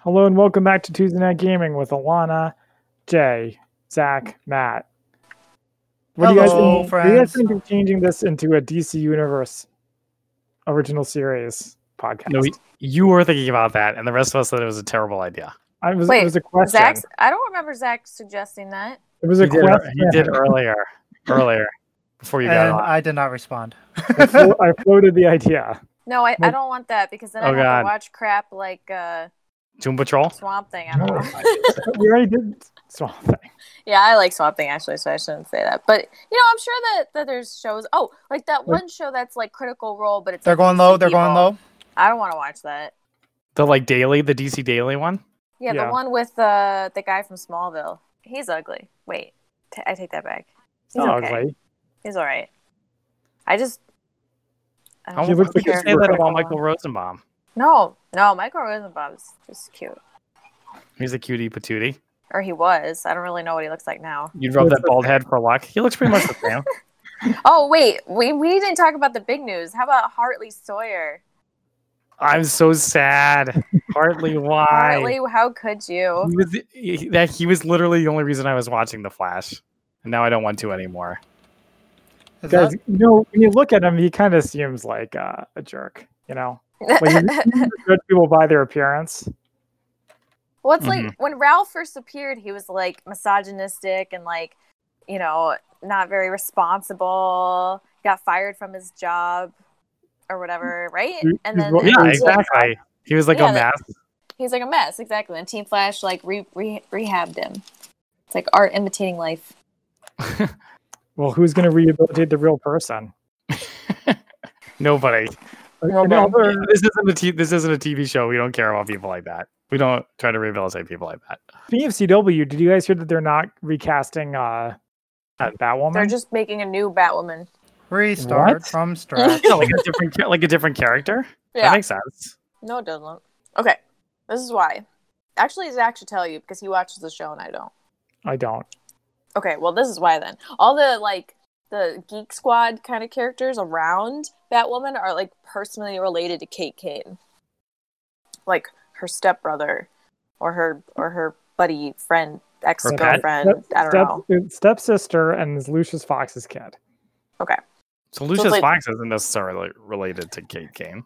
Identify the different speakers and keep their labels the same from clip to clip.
Speaker 1: Hello and welcome back to Tuesday Night Gaming with Alana, Jay, Zach, Matt. What do you guys
Speaker 2: Hello,
Speaker 1: think? What do you guys
Speaker 2: friends.
Speaker 1: think of changing this into a DC Universe original series podcast?
Speaker 3: No, we- You were thinking about that, and the rest of us said it was a terrible idea.
Speaker 1: I was, it
Speaker 2: Wait,
Speaker 1: was a question.
Speaker 2: Zach, I don't remember Zach suggesting that.
Speaker 1: it was a
Speaker 3: You did,
Speaker 1: question.
Speaker 3: you did earlier, earlier, before you got
Speaker 4: and
Speaker 3: on.
Speaker 4: I did not respond.
Speaker 1: I flo- I floated the idea.
Speaker 2: No, I, I
Speaker 1: Nope.
Speaker 2: don't want that because then
Speaker 3: Oh,
Speaker 2: I have
Speaker 3: God.
Speaker 2: to watch crap like uh,
Speaker 3: Doom Patrol.
Speaker 2: Swamp Thing. I don't
Speaker 1: No.
Speaker 2: know.
Speaker 1: We already did Swamp Thing.
Speaker 2: Yeah, I like Swamp Thing actually, so I shouldn't say that. But you know, I'm sure that, that there's shows. Oh, like that one show that's like Critical Role, but it's
Speaker 4: They're
Speaker 2: like,
Speaker 4: going low. They're
Speaker 2: evil.
Speaker 4: going low.
Speaker 2: I don't want to watch that.
Speaker 3: The like daily, the DC Daily one.
Speaker 2: Yeah,
Speaker 1: Yeah.
Speaker 2: the one with uh, the guy from Smallville. He's ugly. Wait, t- I take that back. He's
Speaker 1: Not
Speaker 2: okay.
Speaker 1: ugly.
Speaker 2: He's all right. I just. I
Speaker 3: I
Speaker 2: don't
Speaker 1: He
Speaker 3: don't
Speaker 1: looks like
Speaker 3: think you
Speaker 1: he's
Speaker 2: care
Speaker 3: could say
Speaker 2: for
Speaker 3: that
Speaker 2: Critical
Speaker 3: about Michael
Speaker 2: Role.
Speaker 3: Rosenbaum.
Speaker 2: No, no, Michael Rosenbaum's just cute,
Speaker 3: He's a cutie patootie.
Speaker 2: or he was. I don't really know what he looks like now.
Speaker 3: You'd rub
Speaker 1: Looks
Speaker 3: that bald head for luck. He looks pretty much the same.
Speaker 2: Oh wait, we we didn't talk about the big news. How about Hartley Sawyer?
Speaker 3: I'm so sad. Hardly why.
Speaker 2: Hartley, how could you?
Speaker 3: He was the- he- that he was literally the only reason I was watching The Flash, and now I don't want to anymore.
Speaker 4: Is
Speaker 1: Guys,
Speaker 4: that-
Speaker 1: you know, when you look at him, he kind of seems like uh, a jerk, you know? Like, you you judge people by their appearance.
Speaker 2: Well, it's like when Ralph first appeared, he was like misogynistic and like, you know, not very responsible. Got fired from his job or whatever, right?
Speaker 1: He-
Speaker 2: And
Speaker 1: he's
Speaker 2: then
Speaker 1: what-
Speaker 2: Team
Speaker 3: Yeah,
Speaker 2: Flash-
Speaker 3: exactly. He was like
Speaker 2: Yeah,
Speaker 3: a
Speaker 2: that-
Speaker 3: mess.
Speaker 2: he's like a mess, exactly. And Team Flash like re- re- rehabbed him. It's like art imitating life.
Speaker 1: Well, who's going to rehabilitate the real person?
Speaker 3: Nobody.
Speaker 1: Uh,
Speaker 4: Well,
Speaker 1: in
Speaker 4: well,
Speaker 1: other-
Speaker 3: This isn't a t- this isn't a TV show. We don't care about people like that. We don't try to rehabilitate people like that.
Speaker 1: Speaking of CW, did you guys hear that they're not recasting uh, uh Batwoman?
Speaker 2: They're just making a new Batwoman.
Speaker 4: Restart
Speaker 1: What?
Speaker 4: from scratch.
Speaker 3: Yeah, like a different cha- like a different character.
Speaker 2: Yeah.
Speaker 3: That makes sense.
Speaker 2: No, it doesn't. Okay, this is why. Actually, Zach should tell you because he watches the show and I don't.
Speaker 1: I don't.
Speaker 2: Okay, well, this is why then. All the like the Geek Squad kind of characters around Batwoman are like personally related to Kate Kane, like her stepbrother, or her or her buddy friend ex girlfriend.
Speaker 1: Step-
Speaker 2: I don't
Speaker 1: step-
Speaker 2: know.
Speaker 1: it's Stepsister and is Lucius Fox's kid.
Speaker 3: So Lucius
Speaker 2: like-
Speaker 3: Fox isn't necessarily related to Kate Kane.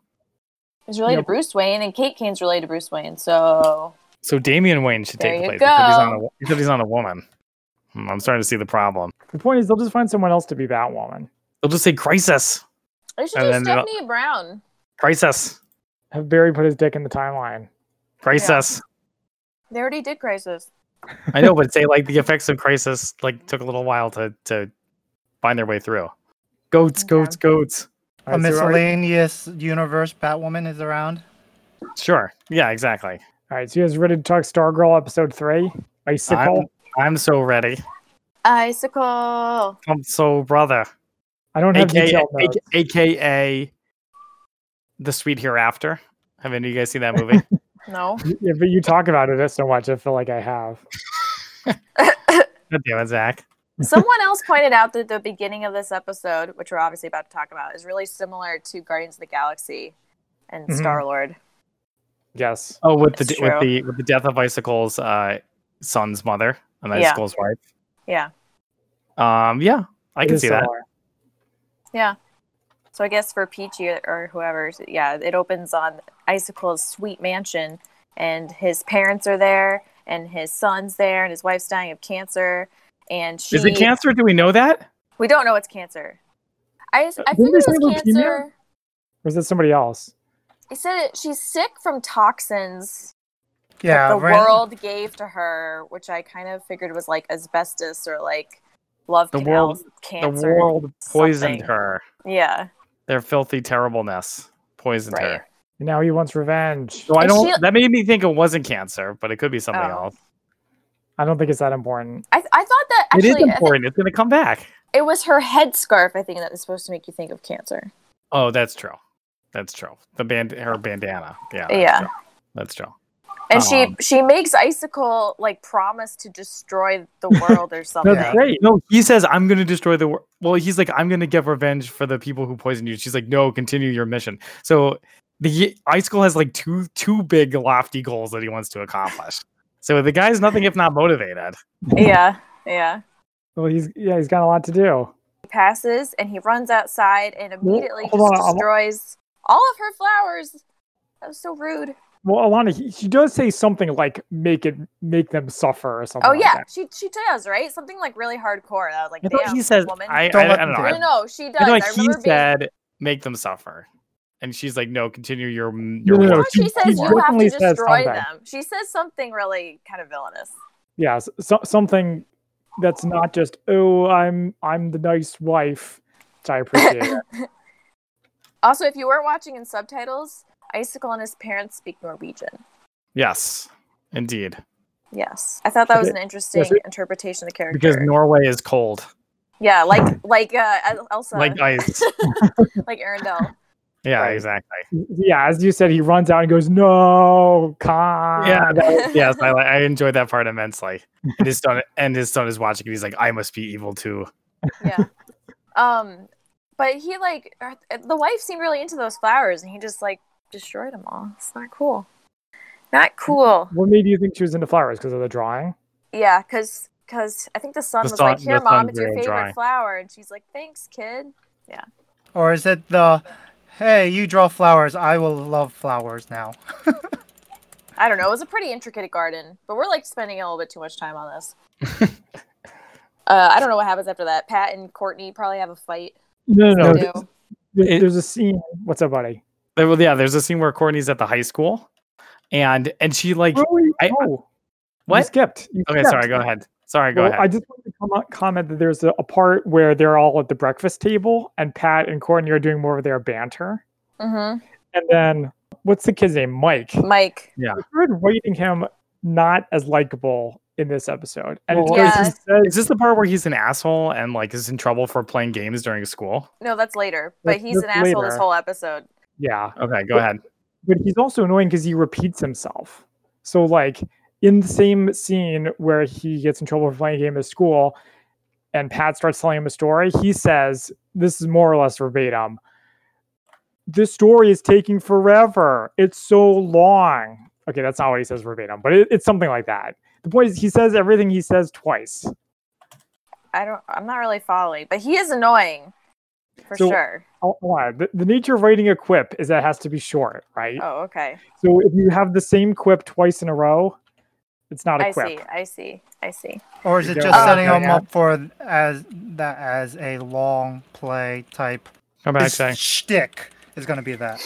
Speaker 2: It's related
Speaker 1: Yeah.
Speaker 2: to Bruce Wayne, and Kate Kane's related to Bruce Wayne. So
Speaker 3: So Damian Wayne should
Speaker 2: There
Speaker 3: take the
Speaker 2: you
Speaker 3: place except he's, on a,
Speaker 2: go.
Speaker 3: except he's on a woman. Hmm, I'm starting to see the problem.
Speaker 1: The point is, they'll just find someone else to be Batwoman.
Speaker 3: They'll just say crisis,
Speaker 2: I should
Speaker 3: And
Speaker 2: do
Speaker 3: then they'll-
Speaker 2: Stephanie Brown.
Speaker 3: crisis,
Speaker 1: Have Barry put his dick in the timeline?
Speaker 3: crisis.
Speaker 2: They already did Crisis.
Speaker 3: I know, but say like the effects of crisis like took a little while to to find their way through. Goats,
Speaker 2: Okay.
Speaker 3: goats, goats.
Speaker 1: All
Speaker 4: A
Speaker 1: right, so we're already-
Speaker 4: miscellaneous universe Batwoman is around.
Speaker 3: Sure. Yeah. Exactly.
Speaker 1: all right, so you guys ready to talk Stargirl episode three? Icicle.
Speaker 3: I'm, I'm so ready.
Speaker 2: Icicle.
Speaker 3: I'm so brother.
Speaker 1: I don't have
Speaker 3: AKA,
Speaker 1: detail notes.
Speaker 3: AKA the sweet hereafter. Have any of you guys seen that movie?
Speaker 2: No.
Speaker 1: Yeah, but you talk about it so much, I feel like I have.
Speaker 3: God damn it, Zach.
Speaker 2: Someone else pointed out that the beginning of this episode, which we're obviously about to talk about, is really similar to Guardians of the Galaxy and
Speaker 1: Mhm.
Speaker 2: Star Lord.
Speaker 1: Yes.
Speaker 3: Oh, with the
Speaker 2: It's
Speaker 3: d- with
Speaker 2: true.
Speaker 3: the with the death of Icicle's uh, son's mother and
Speaker 2: Yeah.
Speaker 3: Icicle's wife.
Speaker 2: Yeah.
Speaker 3: Um. Yeah, I
Speaker 1: It
Speaker 3: can
Speaker 1: is
Speaker 3: see that.
Speaker 1: similar.
Speaker 2: So I guess for Peachy or whoever, yeah, it opens on Icicle's sweet mansion, and his parents are there, and his son's there, and his wife's dying of cancer, and she.
Speaker 3: Is it cancer? Do we know that?
Speaker 2: We don't know it's cancer. I I
Speaker 1: Didn't
Speaker 2: figured
Speaker 1: they
Speaker 2: it
Speaker 1: say
Speaker 2: was
Speaker 1: leukemia?
Speaker 2: cancer.
Speaker 1: Or is it somebody else?
Speaker 2: He said it, she's sick from toxins
Speaker 4: Yeah,
Speaker 2: the
Speaker 4: Ren-
Speaker 2: world gave to her, which I kind of figured was like asbestos or like love
Speaker 3: The
Speaker 2: canal
Speaker 3: world-
Speaker 2: cancer.
Speaker 3: the world poisoned
Speaker 2: something.
Speaker 3: her.
Speaker 2: Yeah,
Speaker 3: Their filthy terribleness poisoned
Speaker 2: right.
Speaker 3: her.
Speaker 1: And now he wants revenge.
Speaker 3: So I
Speaker 2: And
Speaker 3: don't.
Speaker 2: she-
Speaker 3: that made me think it wasn't cancer, but it could be something
Speaker 2: Oh.
Speaker 3: else.
Speaker 1: I don't think it's that important.
Speaker 2: I, I thought that
Speaker 3: it
Speaker 2: actually
Speaker 3: is
Speaker 2: I think
Speaker 3: important. It's going to come back.
Speaker 2: it was her headscarf. I think that was supposed to make you think of cancer.
Speaker 3: Oh, that's true. That's true. The band, her bandana. Yeah. That's
Speaker 2: Yeah.
Speaker 3: True. That's true.
Speaker 2: And
Speaker 3: Um.
Speaker 2: she she makes icicle like promise to destroy the world or something.
Speaker 1: That's great.
Speaker 3: No, he says, I'm going to destroy the world. Well, he's like, I'm going to get revenge for the people who poisoned you. She's like, no, continue your mission. So the Ice Skull has like two two big lofty goals that he wants to accomplish. So the guy's nothing if not motivated.
Speaker 2: yeah, yeah.
Speaker 1: Well, he's yeah, he's got a lot to do.
Speaker 2: He passes and he runs outside and immediately
Speaker 1: hold
Speaker 2: just
Speaker 1: on, I'm-
Speaker 2: destroys all of her flowers. That was so rude.
Speaker 1: Well, Alana, he, she does say something like "make it, make them suffer" or something.
Speaker 2: Oh
Speaker 1: like
Speaker 2: yeah,
Speaker 1: that.
Speaker 2: she she does right something like really hardcore. And I was like,
Speaker 3: I thought
Speaker 2: damn,
Speaker 3: he says
Speaker 2: woman.
Speaker 3: I, I,
Speaker 4: Don't
Speaker 3: I
Speaker 4: let
Speaker 3: don't
Speaker 4: them
Speaker 3: know.
Speaker 4: do
Speaker 3: I-
Speaker 2: no, no, no, she
Speaker 3: I
Speaker 2: does.
Speaker 3: know
Speaker 2: I,
Speaker 3: like he
Speaker 2: remember being.
Speaker 3: said make them suffer. And she's like, no, continue your
Speaker 1: No,
Speaker 3: your
Speaker 1: no,
Speaker 3: work.
Speaker 1: no,
Speaker 2: Well, Oh, she
Speaker 1: she-
Speaker 2: says
Speaker 1: she
Speaker 2: you have
Speaker 1: definitely
Speaker 2: to
Speaker 1: says
Speaker 2: destroy
Speaker 1: something.
Speaker 2: them. She says something really kind of villainous.
Speaker 1: yeah, s- so, something that's not just "oh, I'm I'm the nice wife," which I appreciate.
Speaker 2: Also, if you weren't watching in subtitles, Icicle and his parents speak Norwegian.
Speaker 3: Yes, indeed,
Speaker 2: Yes, I thought that was an interesting
Speaker 1: Yes, it-
Speaker 2: interpretation of the character.
Speaker 3: because Norway is cold,
Speaker 2: yeah, like like uh, El- Elsa,
Speaker 3: like
Speaker 2: like,
Speaker 3: ice.
Speaker 2: Arendelle.
Speaker 3: Yeah,
Speaker 1: Right.
Speaker 3: exactly.
Speaker 1: yeah, as you said, he runs out and goes, "No, Khan."
Speaker 3: Yeah, that- yes, I, li- I enjoyed that part immensely. And his son, and his son is watching, and he's like, "I must be evil too."
Speaker 2: yeah. Um, but he like uh, the wife seemed really into those flowers, and he just like destroyed them all. It's not cool. Not cool.
Speaker 1: What made you think she was into flowers because of the drawing?
Speaker 2: Yeah, cause cause I think the son
Speaker 3: The
Speaker 2: was
Speaker 3: son-
Speaker 2: like, "Here,
Speaker 3: the
Speaker 2: mom,
Speaker 3: son's
Speaker 2: it's your
Speaker 3: real
Speaker 2: favorite
Speaker 3: dry.
Speaker 2: flower," and she's like, "Thanks, kid."
Speaker 4: Or is it the, hey, you draw flowers, I will love flowers now?
Speaker 2: I don't know. It was a pretty intricate garden, but we're like spending a little bit too much time on this. uh, I don't know what happens after that. Pat and Courtney probably have a fight.
Speaker 1: No, no,
Speaker 3: no, no,
Speaker 2: too.
Speaker 3: It-
Speaker 1: there's a scene. What's up, buddy?
Speaker 3: There- Well, yeah, there's a scene where Courtney's at the high school, and and she like,
Speaker 1: Where were you-
Speaker 3: I-
Speaker 1: oh, You
Speaker 3: What?
Speaker 1: skipped. You
Speaker 3: okay,
Speaker 1: skipped.
Speaker 3: sorry, go ahead. Sorry, go
Speaker 1: Well, I
Speaker 3: ahead.
Speaker 1: just wanted to com- comment that there's a, a part where they're all at the breakfast table, and Pat and Courtney are doing more of their banter.
Speaker 2: Mm-hmm.
Speaker 1: And then, what's the kid's name? Mike. I
Speaker 2: Mike.
Speaker 1: started rating him not as likable in this episode, and it's
Speaker 2: Well,
Speaker 1: because
Speaker 2: Yeah.
Speaker 1: he says
Speaker 3: Is this the part where he's an asshole and like is in trouble for playing games during school?
Speaker 2: No, that's later. But
Speaker 1: That's-
Speaker 2: he's an
Speaker 1: that's
Speaker 2: asshole this
Speaker 1: later.
Speaker 2: whole episode.
Speaker 1: yeah,
Speaker 3: Okay, go ahead.
Speaker 1: but he's also annoying because he repeats himself. So like in the same scene where he gets in trouble for playing a game at school, and Pat starts telling him a story, he says, "This is more or less verbatim. This story is taking forever. It's so long." Okay, that's not what he says verbatim, but it, it's something like that. The point is, he says everything he says twice.
Speaker 2: I don't. I'm not really following, but he is annoying, for
Speaker 1: So-
Speaker 2: sure.
Speaker 1: Oh, hold on. The, the nature of writing a quip is that it has to be short, right?
Speaker 2: Oh, okay.
Speaker 1: So if you have the same quip twice in a row, it's not a
Speaker 2: I
Speaker 1: quip.
Speaker 2: see. I see. I see.
Speaker 4: Or is
Speaker 1: You
Speaker 4: it
Speaker 1: don't
Speaker 4: just
Speaker 2: know.
Speaker 4: setting
Speaker 1: Okay,
Speaker 4: them
Speaker 1: yeah.
Speaker 4: up for as that as a long play type
Speaker 3: Come back,
Speaker 4: His
Speaker 3: Shay.
Speaker 4: shtick is gonna be that.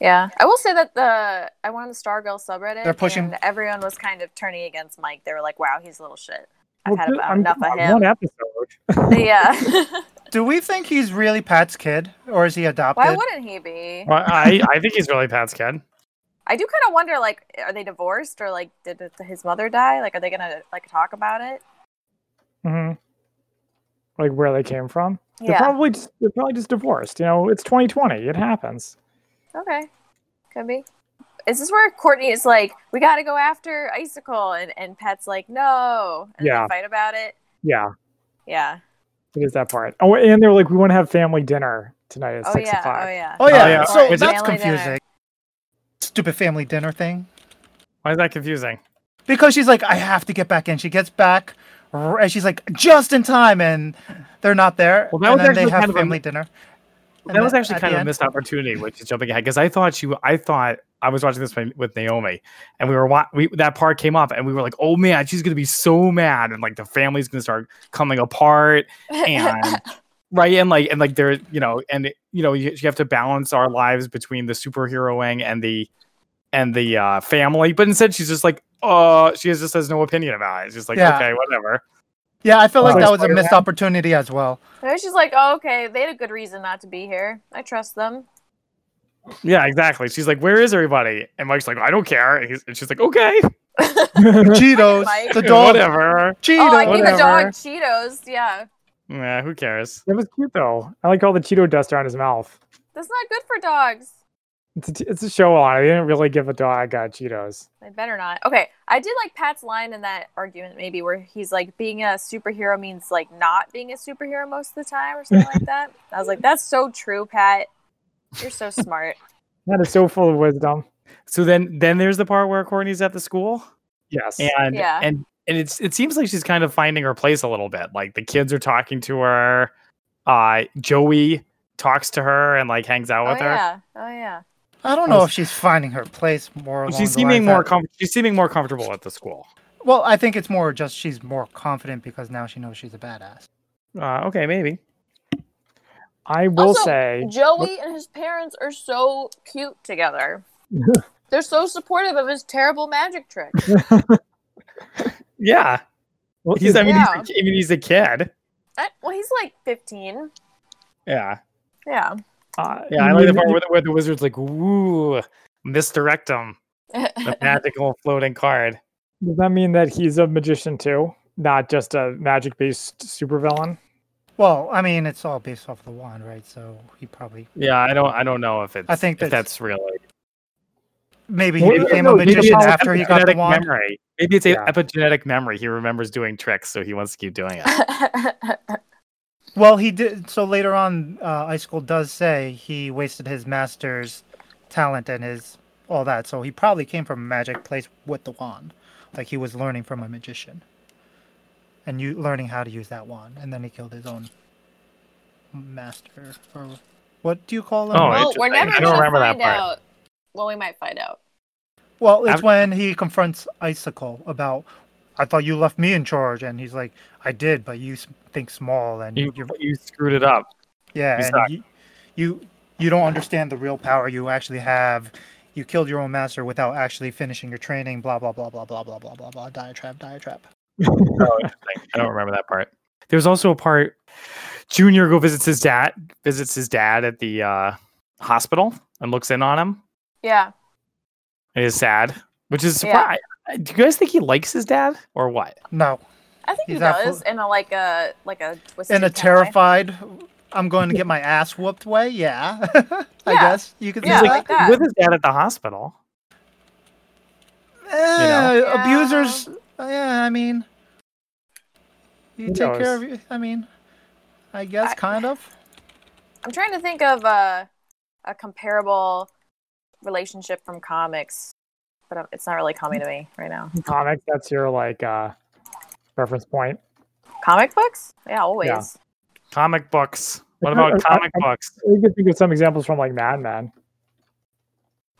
Speaker 2: Yeah, I will say that the I went on the Stargirl subreddit.
Speaker 4: They're pushing-
Speaker 2: And everyone was kind of turning against Mike. They were like, "Wow, he's a little shit." I've
Speaker 1: Well,
Speaker 2: had
Speaker 1: good-
Speaker 2: about
Speaker 1: I mean,
Speaker 2: enough
Speaker 1: come
Speaker 2: of
Speaker 1: on,
Speaker 2: him.
Speaker 1: One episode.
Speaker 2: yeah.
Speaker 4: Do we think he's really Pat's kid, or is he adopted?
Speaker 2: Why wouldn't he be?
Speaker 3: Well, I I think he's really Pat's kid.
Speaker 2: I do kind of wonder, like, are they divorced or like did did his mother die? Like, are they gonna like talk about it?
Speaker 1: Mhm. Like where they came from. They're
Speaker 2: Yeah.
Speaker 1: probably just, they're probably just divorced. You know, it's 2020. It happens.
Speaker 2: Okay. Could be. Is this where Courtney is like, we got to go after Icicle, and and Pat's like, no, and
Speaker 1: Yeah.
Speaker 2: they fight about it.
Speaker 1: Yeah,
Speaker 2: Yeah.
Speaker 1: it is that part. Oh, and they're like, we want to have family dinner tonight at
Speaker 2: Oh
Speaker 1: six
Speaker 2: yeah.
Speaker 1: o'clock.
Speaker 2: Oh yeah.
Speaker 4: Oh yeah,
Speaker 3: Oh, yeah.
Speaker 4: so
Speaker 2: Is it-
Speaker 4: that's
Speaker 2: Family dinner.
Speaker 4: confusing. Stupid family dinner thing.
Speaker 3: Why is that confusing?
Speaker 4: Because she's like, I have to get back in. She gets back, r- and she's like, just in time, and they're not there.
Speaker 3: Well, that
Speaker 4: and
Speaker 3: was
Speaker 4: then they
Speaker 3: actually
Speaker 4: have
Speaker 3: kind of a-
Speaker 4: family dinner. And
Speaker 3: that was
Speaker 4: then
Speaker 3: actually
Speaker 4: at
Speaker 3: kind
Speaker 4: the
Speaker 3: of a
Speaker 4: end-
Speaker 3: missed opportunity, which is jumping ahead because I thought she, I thought I was watching this with- with Naomi, and we were wa- we, that part came up, and we were like, oh man, she's gonna be so mad, and like the family's gonna start coming apart, and right, and like and like there, you know, and you know, you, you have to balance our lives between the superheroing and the and the uh, family, but instead she's just like, uh, she just has no opinion about it. She's like,
Speaker 4: Yeah.
Speaker 3: okay, whatever.
Speaker 4: Yeah, I felt like
Speaker 1: Oh,
Speaker 4: that was a missed
Speaker 1: Spider-Man?
Speaker 4: opportunity as well.
Speaker 2: Maybe she's like, oh, okay, they had a good reason not to be here. I trust them.
Speaker 3: Yeah, exactly. She's like, where is everybody? And Mike's like, I don't care. And, he's, and she's like, okay,
Speaker 2: Mike.
Speaker 4: Cheetos, the dog,
Speaker 3: whatever.
Speaker 4: Cheetos.
Speaker 2: oh, I gave the
Speaker 3: whatever.
Speaker 2: dog Cheetos. Yeah.
Speaker 3: Yeah, who cares?
Speaker 1: That was cute though. I like all the Cheeto dust around his mouth.
Speaker 2: That's not good for dogs.
Speaker 1: It's a, t- it's a show on. They didn't really give a dog uh, Cheetos.
Speaker 2: I better not. Okay, I did like Pat's line in that argument, maybe where he's like, "Being a superhero means like not being a superhero most of the time," or something like that. I was like, "That's so true, Pat. You're so smart."
Speaker 1: That is so full of wisdom.
Speaker 3: So then then there's the part where Courtney's at the school
Speaker 1: Yes.
Speaker 3: and
Speaker 2: Yeah.
Speaker 3: and and it's it seems like she's kind of finding her place a little bit. Like the kids are talking to her. Uh Joey talks to her and like hangs out
Speaker 2: Oh
Speaker 3: with her.
Speaker 2: yeah. Oh yeah.
Speaker 4: I don't know if she's finding her place more.
Speaker 3: Well,
Speaker 4: along
Speaker 3: She's
Speaker 4: the lines
Speaker 3: seeming more
Speaker 4: that-
Speaker 3: com- she's seeming more comfortable at the school.
Speaker 4: well, I think it's more just she's more confident because now she knows she's a badass.
Speaker 3: Uh, okay, maybe.
Speaker 1: I will
Speaker 2: Also,
Speaker 1: say
Speaker 2: Joey and his parents are so cute together. They're so supportive of his terrible magic trick.
Speaker 3: Yeah,
Speaker 1: well,
Speaker 3: he's. I mean, he's a-
Speaker 2: Yeah.
Speaker 3: I mean, he's a kid.
Speaker 2: I, well, he's like 15.
Speaker 3: Yeah,
Speaker 2: Yeah.
Speaker 1: uh,
Speaker 3: yeah. I like the
Speaker 1: you-
Speaker 3: part where the, where the wizard's like, "Woo, misdirect him." The magical floating card.
Speaker 1: Does that mean that he's a magician too, not just a magic based supervillain?
Speaker 4: Well, I mean, it's all based off the wand, right? So he probably
Speaker 3: Yeah, I don't. I don't know if it's.
Speaker 4: I think
Speaker 3: if
Speaker 4: that's-
Speaker 3: that's really.
Speaker 4: maybe he
Speaker 1: Well,
Speaker 4: became
Speaker 1: no,
Speaker 4: a
Speaker 1: you just
Speaker 4: magician
Speaker 1: follow
Speaker 4: after he got the
Speaker 3: Epigenetic
Speaker 4: wand.
Speaker 3: memory. Maybe it's a
Speaker 1: Yeah.
Speaker 3: epigenetic memory. He remembers doing tricks, so he wants to keep doing it.
Speaker 4: Well, he did. So later on, uh, Ice School does say he wasted his master's talent and his all that. So he probably came from a magic place with the wand, like he was learning from a magician, and you learning how to use that wand. And then he killed his own master. Or what do you call him?
Speaker 3: Oh,
Speaker 4: Well,
Speaker 2: well,
Speaker 3: interesting.
Speaker 2: we're never
Speaker 3: I don't
Speaker 2: gonna
Speaker 3: remember that
Speaker 2: find
Speaker 3: part.
Speaker 2: out. Well, we might find out.
Speaker 4: Well, it's
Speaker 3: I've-
Speaker 4: when he confronts Icicle about, I thought you left me in charge, and he's like, I did, but you s- think small, and
Speaker 3: You,
Speaker 4: you're,
Speaker 3: you screwed it up.
Speaker 4: yeah,
Speaker 3: you
Speaker 4: and
Speaker 3: suck."
Speaker 4: you, you you don't understand the real power you actually have. You killed your own master without actually finishing your training. Blah blah blah blah blah blah blah blah blah. Diatrap, diatrap.
Speaker 3: Oh, interesting. I don't remember that part. There's also a part Junior go visits his dad visits his dad at the uh, hospital and looks in on him
Speaker 2: Yeah.
Speaker 3: and is sad, which is
Speaker 2: Yeah.
Speaker 3: surprise. Do you guys think he likes his dad or what?
Speaker 4: No,
Speaker 2: I think
Speaker 4: He's
Speaker 2: he
Speaker 4: absol-
Speaker 2: does in a like a like a twisted
Speaker 4: in a
Speaker 2: kind of way.
Speaker 4: terrified, I'm going to get my ass whooped way. Yeah, I
Speaker 2: Yeah.
Speaker 4: guess you could
Speaker 2: Yeah,
Speaker 4: say
Speaker 3: He's
Speaker 2: I like
Speaker 4: that.
Speaker 2: that.
Speaker 3: with his dad at the hospital.
Speaker 4: Eh,
Speaker 2: know.
Speaker 4: Abusers. Yeah, I mean, you
Speaker 1: Who
Speaker 4: take care
Speaker 1: knows?
Speaker 4: of you. I mean, I guess
Speaker 2: I-
Speaker 4: kind of.
Speaker 2: I'm trying to think of a a comparable relationship from comics, but um, it's not really coming to me right now.
Speaker 1: Comic, that's your like uh reference point.
Speaker 2: Comic books? Yeah, always.
Speaker 1: Yeah.
Speaker 3: Comic books. What
Speaker 1: not-
Speaker 3: about
Speaker 1: I- I-
Speaker 3: comic books?
Speaker 1: You can think of some examples from like Mad Men.